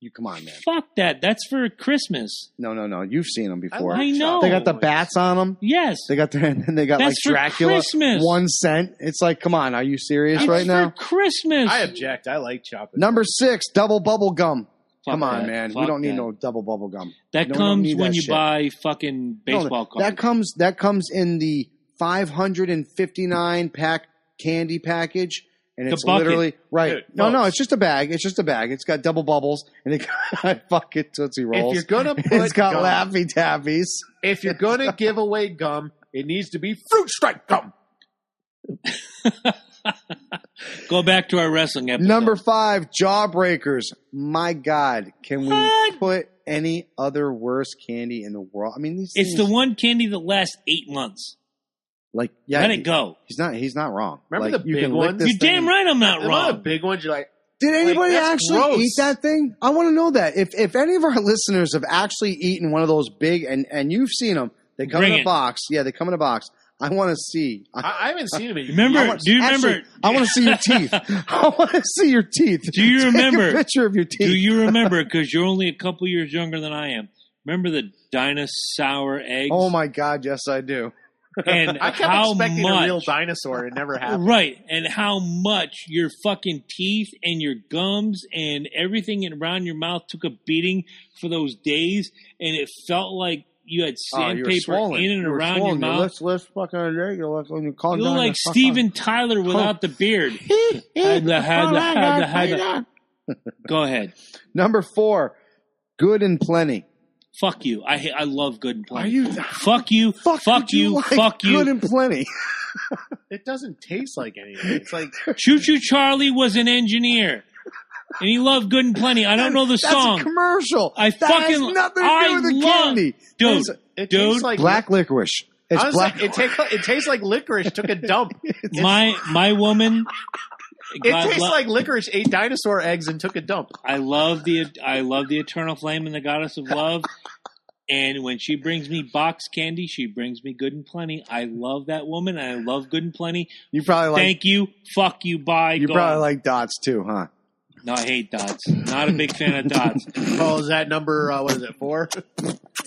You come on, man.
Fuck that. That's for Christmas.
No, no, no. You've seen them before.
I know.
They got the
Oh.
bats on them.
Yes.
They got the, and then they got
That's for
like Dracula.
Christmas.
One cent. It's like, come on, are you serious
It's
right
for
now?
Christmas.
I object. I like chocolate.
Number six, double bubble gum.
Fuck
Come on,
that.
man. we
Fuck
don't need
that.
no double bubble gum.
That
no, we don't
comes
need
when
that
you
shit.
buy fucking
No,
baseball
that
cards.
comes that comes in the 559 pack candy package. And
The
it's
bucket. Oh.
literally right.
Dude,
no, no,
folks.
it's just a bag. It's just a bag. It's got double bubbles and it got fucking tootsie
if
rolls.
you're gonna put
It's got
gum,
laffy tappies.
if you're gonna give away gum, it needs to be fruit stripe gum.
Go back to our wrestling episode.
Number five, jawbreakers. My God, can we
What?
put any other worse candy in the world? I mean, these
It's the
things-
one candy that lasts eight months.
like yeah,
Let
you-
it go.
He's not. He's not wrong.
Remember
Like,
the
you
big
can lick
ones?
this
You're damn
thing.
right I'm not
A lot of
wrong.
big ones. You're like,
Did anybody
that's
actually
gross.
eat that thing? I want to know that. If if any of our listeners have actually eaten one of those big, and and you've seen them, they come
Bring
in a
it.
box. Yeah, they come in a box. I want to see. I,
I, I haven't seen it. in
Remember-
years.
I wanna-
do you remember-
actually, I want to see your teeth. I want to see your teeth.
Do you
Take
remember-
a picture of your teeth?
Do you remember? Because you're only a couple years younger than I am. Remember the dinosaur eggs?
oh my God! Yes, I do.
And
I kept
how
expecting
much?
a real dinosaur. It never happened.
Right, and how much your fucking teeth and your gums and everything around your mouth took a beating for those days, and it felt like you had
Oh, you were
sandpaper
swollen.
in and
You were
around your
swollen.
mouth.
lips, lips, fucking, you look like you calm
You look
down,
like
you fuck
Steven Tyler without the beard.
on.
Had the- had the- had the- had the- Go ahead,
Number four, good and plenty.
fuck you. I ha- I love good and
Are
plenty.
you?
Fuck you, fuck,
would
you,
like
fuck
Good
you.
and plenty.
It doesn't taste like anything. It's like
Choo Choo Charlie was an engineer, and he loved good and plenty. I don't know the
That's
song.
a commercial.
I
that has
fucking-
nothing to
I
do with the
love-
candy.
Dude,
That is a-
it
Dude.
tastes like
black licorice. It's
I was
black.
like, it, take, it tastes like licorice took a dump.
my my woman.
It
God
tastes
lo-
like licorice ate dinosaur eggs and took a dump.
I love the I love the eternal flame and the goddess of love. And when she brings me box candy, she brings me good and plenty. I love that woman. I love good and plenty.
you probably like.
Thank you. Fuck you. Bye.
you
go.
probably like dots too, huh?
No, I hate dots. Not a big fan of dots.
Oh, is that number? Uh, what is it? Four.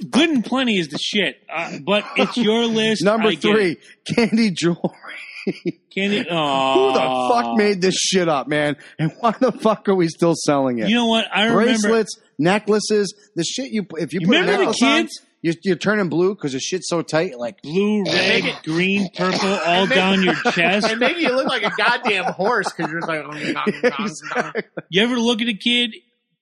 Good and plenty is the shit, uh, but it's your list.
Number
I get it.
three, candy jewelry.
Candy.
Who the
Aw.
fuck made this shit up, man? And why the fuck are we still selling it?
You know what? I remember.
Bracelets, necklaces, the shit you if you,
You
put a
remember the
necklace on,
kids?
you, you're turning blue because the shit's so tight. Like
Blue, red, green, purple, all down your chest.
And maybe you look like a goddamn horse because you're just like,
You ever look at a kid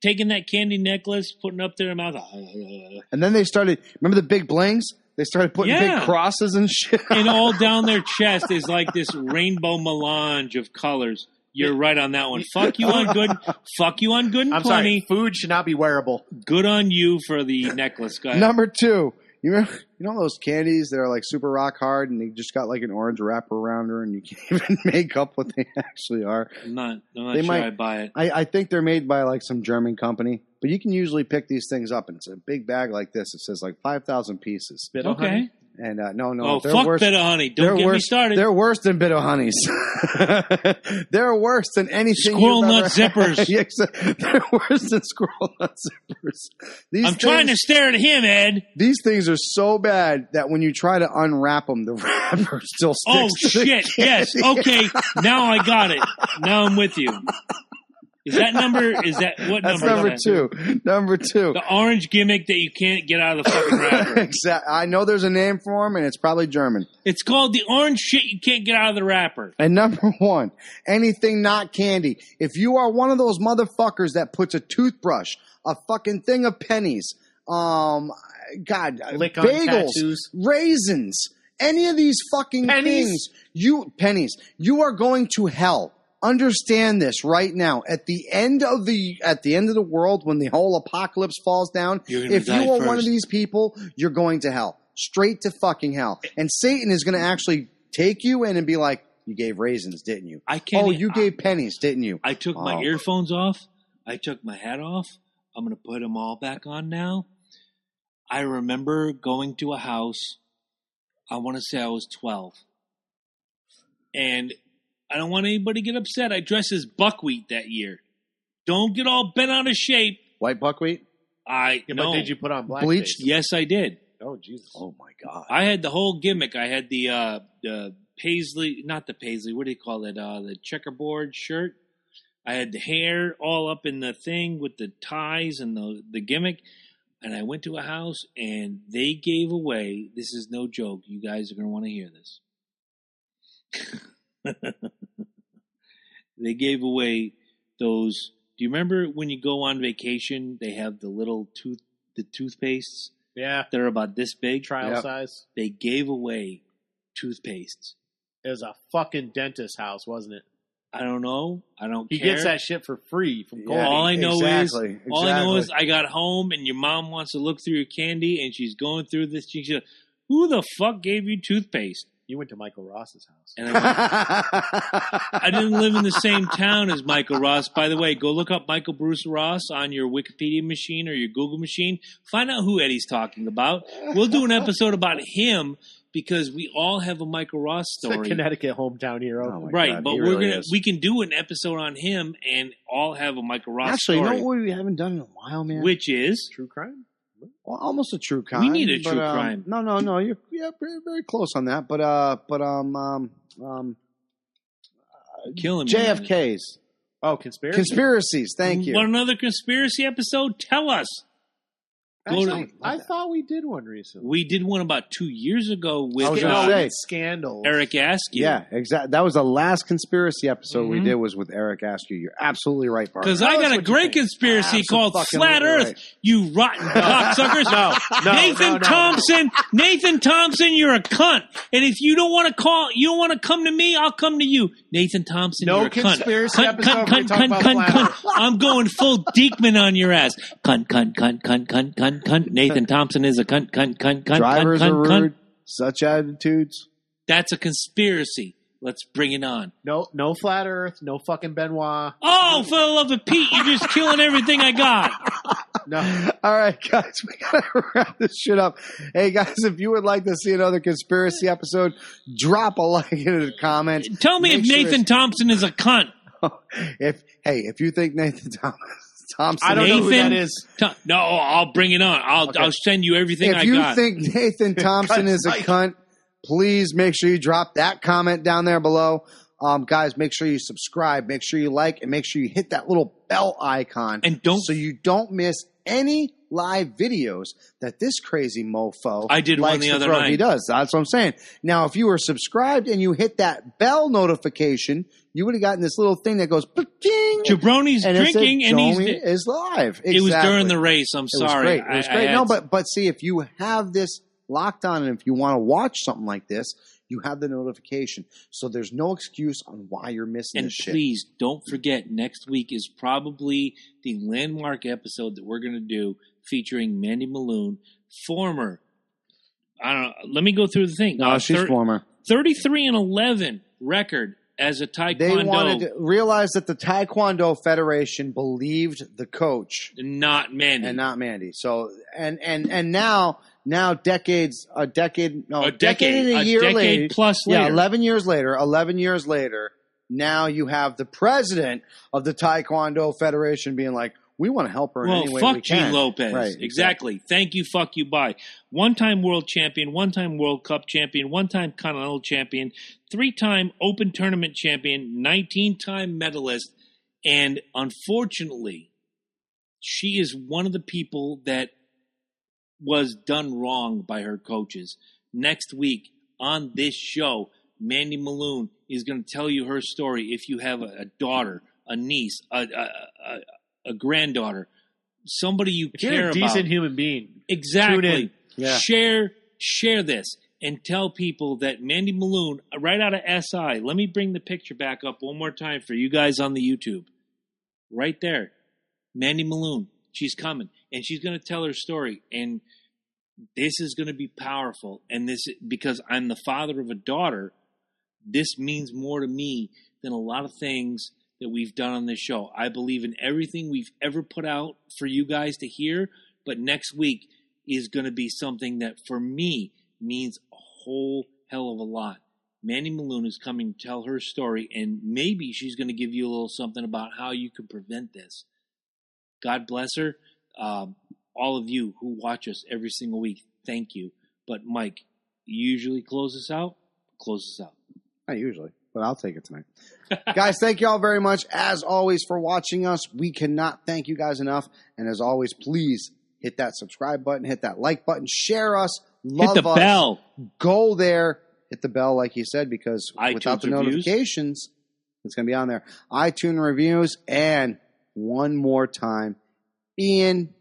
taking that candy necklace, putting it up their mouth? and
And then they started. Remember the big blings? They started putting
Yeah.
big crosses and shit.
all down their chest is like this rainbow melange of colors. You're right on that one. Fuck you on good. Fuck you on good and
I'm sorry.
plenty.
Food should not be wearable.
Good on you for the necklace, guy.
Number two, you remember, you know those candies that are like super rock hard, and they just got like an orange wrapper around her, and you can't even make up what they actually are.
I'm not. I'm not
They
sure
might-
I buy it.
I, I think they're made by like some German company, but you can usually pick these things up, and it's a big bag like this. It says like five thousand pieces,
Bit of honey.
Okay.
and uh, no, no,
Oh,
they're
fuck
worse.
bit of honey.
they're
Don't get me
worse-
started.
They're worse than bit of honeys. they're worse than anything.
Squirrel
you've
nut
ever had.
zippers.
Yes, they're worse than squirrel nut zippers. These
I'm trying to
things-
stare at him, Ed.
These things are so bad that when you try to unwrap them, the wrapper still sticks.
Oh
to the
shit! Yes. Oh,
candy.
Okay. Now I got it. Now I'm with you. Is that number? Is that what
That's
number?
number
is that?
two. Number two.
The orange gimmick that you can't get out of the fucking wrapper.
Exact- I know there's a name for them, and it's probably German.
it's called the orange shit you can't get out of the wrapper.
And number one, anything not candy. If you are one of those motherfuckers that puts a toothbrush, a fucking thing of pennies, um, God,
Lick on
bagels,
tattoos.
raisins, any of these fucking
Pennies?
things, you pennies, you are going to hell. Understand this right now. At the end of the at the end of the world, when the whole apocalypse falls down,
You're gonna
if you
die
are one of
first.
these people, you're going to hell, straight to fucking hell. And Satan is going to actually take you in and be like, "You gave raisins, didn't you?
I can't.
oh, you gave pennies, didn't you?
I, I took my
Oh.
earphones off. I took my hat off. I'm gonna put them all back on now. I remember going to a house. I want to say I was 12, and I don't want anybody to get upset. I dressed as buckwheat that year. Don't get all bent out of shape.
White buckwheat?
I
Yeah,
no.
But did you put on black?
Bleached?
face?
Yes, I did.
Oh Jesus.
Oh my god!
I had the whole gimmick. I had the uh, the paisley, not the paisley. What do you call it? Uh, the checkerboard shirt. I had the hair all up in the thing with the ties and the the gimmick. And I went to a house and they gave away. This is no joke. You guys are going to want to hear this. they gave away those. Do you remember when you go on vacation? They have the little tooth, the toothpastes.
Yeah.
They're about this big
Trial
Yep.
size.
they gave away toothpastes.
It was a fucking dentist house, wasn't it?
I don't know. I don't
He
care.
gets that shit for free from Goldie.
Yeah,
all I know
exactly,
is all I know is
exactly.
I got home and your mom wants to look through your candy and she's going through this. She goes, "Who the fuck gave you toothpaste?"
You went to Michael Ross's house.
And I, went, I didn't live in the same town as Michael Ross. By the way, go look up Michael Bruce Ross on your Wikipedia machine or your Google machine. Find out who Eddie's talking about. We'll do an episode about him because we all have a Michael Ross
It's a
story.
Connecticut hometown hero.
Oh my
right,
God,
but
he
we're
really
gonna
is.
we can do an episode on him and all have a Michael Ross
actually, you
story,
know what we haven't done in a while, man?
which is
True crime.
Well, almost a true crime.
We need a
but,
true
um,
crime.
No, no, no. You're yeah, very, very close on that. But uh, but um, um, um
killing me.
JFK's
Oh, conspiracy.
conspiracies. Thank you.
Want another conspiracy episode? Tell us. Go
Actually,
to,
I thought we did one recently.
we did one about two years ago with
I was
uh,
gonna say.
scandal.
Eric Askew.
Yeah, exactly. That was the last conspiracy episode we
Mhm.
did was with Eric Askew. You're absolutely right, Bart.
Because I
Tell us
got a
what you
great
think.
conspiracy called
Absolutely
Flat Earth.
right.
You rotten cocksuckers. no,
no,
Nathan
no, no.
Thompson, Nathan Thompson, you're a cunt. And if you don't want to call, you don't want to come to me, I'll come to you. Nathan Thompson,
No
you're a cunt.
conspiracy
cunt,
episode
cunt,
where we
cunt,
talk
cunt,
about
cunt,
Flat
cunt. I'm going full Deekman on your ass. Cunt, cunt, cunt, cunt, cunt, cunt, cunt. Nathan Thompson is a cunt, cunt, cunt, cunt,
Drivers
cunt,
are
cunt, cunt.
rude, such attitudes.
That's a conspiracy. Let's bring it on.
No, no flat Earth. No fucking Benoit.
Oh, for the love of Pete, you're just killing everything I got.
No.
All right, guys, we gotta wrap this shit up. Hey, guys, if you would like to see another conspiracy episode, drop a like into the comments.
Tell me
Make
if
sure
Nathan
it's-
Thompson is a cunt.
if hey, if you think Nathan Thomas Thompson,
I don't know who
Nathan-
that is.
T- no, I'll bring it on. I'll
Okay.
I'll send you everything
if
I
you
got.
think Nathan Thompson is a
Mike.
cunt, please make sure you drop that comment down there below. Um, guys, make sure you subscribe, make sure you like, and make sure you hit that little bell icon
and don't.
so you don't miss any live videos that this crazy mofo
I did one
likes
the
to
other
throw. He
night.
does. That's what I'm saying. Now, if you were subscribed and you hit that bell notification, you would have gotten this little thing that goes "Ba-ting!"
Jabroni's
and it said,
drinking, and he's.
"Joey is live.
It was
Exactly.
during the race. I'm
It
sorry.
was great. It was
I- I
great.
had-
no, but but see, if you have this locked on, and if you want to watch something like this, you have the notification, so there's no excuse on why you're missing
and
this shit.
please don't forget next week is probably the landmark episode that we're going to do featuring Mandy Maloon, former. I don't. know. Let me go through the thing. Uh, thir-
former.
33 and 11 record as a taekwondo.
They wanted to realize that the Taekwondo Federation believed the coach
not Mandy.
and not Mandy. So and and and now now decades a decade no
a decade,
and a, year
decade
later
plus
Yeah,
later.
11 years later, 11 years later, now you have the president of the Taekwondo Federation being like, we want to help her in
well,
any way we can.
fuck Gene Lopez.
Right,
exactly. Thank you, fuck you, bye. One time world champion, one time World Cup champion, one time Continental champion, three time Open Tournament champion, 19 time medalist. And unfortunately, she is one of the people that was done wrong by her coaches. Next week on this show, Mandy Maloon is going to tell you her story if you have a, a daughter, a niece, a, a, a, a granddaughter, somebody you
If
care
you're a decent
about.
human being,
Exactly.
in.
Yeah.
Share share this and tell people that Mandy Maloon, right out of SI, let me bring the picture back up one more time for you guys on the YouTube. Right there. Mandy Maloon, she's coming and she's going to tell her story and this is going to be powerful and this because I'm the father of a daughter, this means more to me than a lot of things that we've done on this show. I believe in everything we've ever put out for you guys to hear, but next week is going to be something that for me means a whole hell of a lot. Mandy Maloon is coming to tell her story, and maybe she's going to give you a little something about how you can prevent this. God bless her. Um, all of you who watch us every single week, thank you. But Mike, you usually close us out. Close us out.
Not usually, but I'll take it tonight. guys, thank you all very much, as always, for watching us. We cannot thank you guys enough. And as always, please hit that subscribe button, hit that like button, share us, love
Hit the
us.
bell.
Go there, hit the bell, like you said, because
iTunes
without the
reviews.
notifications, it's going to be on there. iTunes reviews, and one more time, Ian.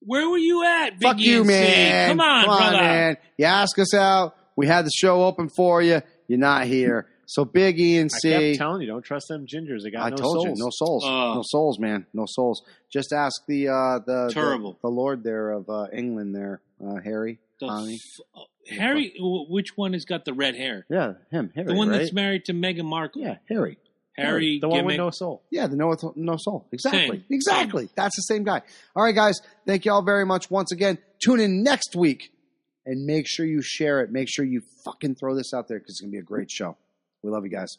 Where were you at, Biggie
Fuck you,
and C?
man.
Come on, brother.
man. You ask us out. We had the show open for you. You're not here. So Big E and
I
C.
kept telling you, don't trust them gingers. They got
I
no
told
souls.
you, no souls,
Uh.
no souls, man, no souls. Just ask the uh, the
Terrible.
the, the Lord there of uh, England, there, uh, Harry.
The
Tommy.
f- oh, Harry, w- which one has got the red hair?
Yeah, him, Harry,
The one
right?
that's married to Meghan Markle.
yeah, Harry.
Harry,
the one with
gimmick.
no soul.
Yeah, the no with no soul. Exactly.
Same.
Exactly. That's the same guy. All right, guys. Thank you all very much once again. Tune in next week and make sure you share it. Make sure you fucking throw this out there because it's gonna be a great show. We love you guys.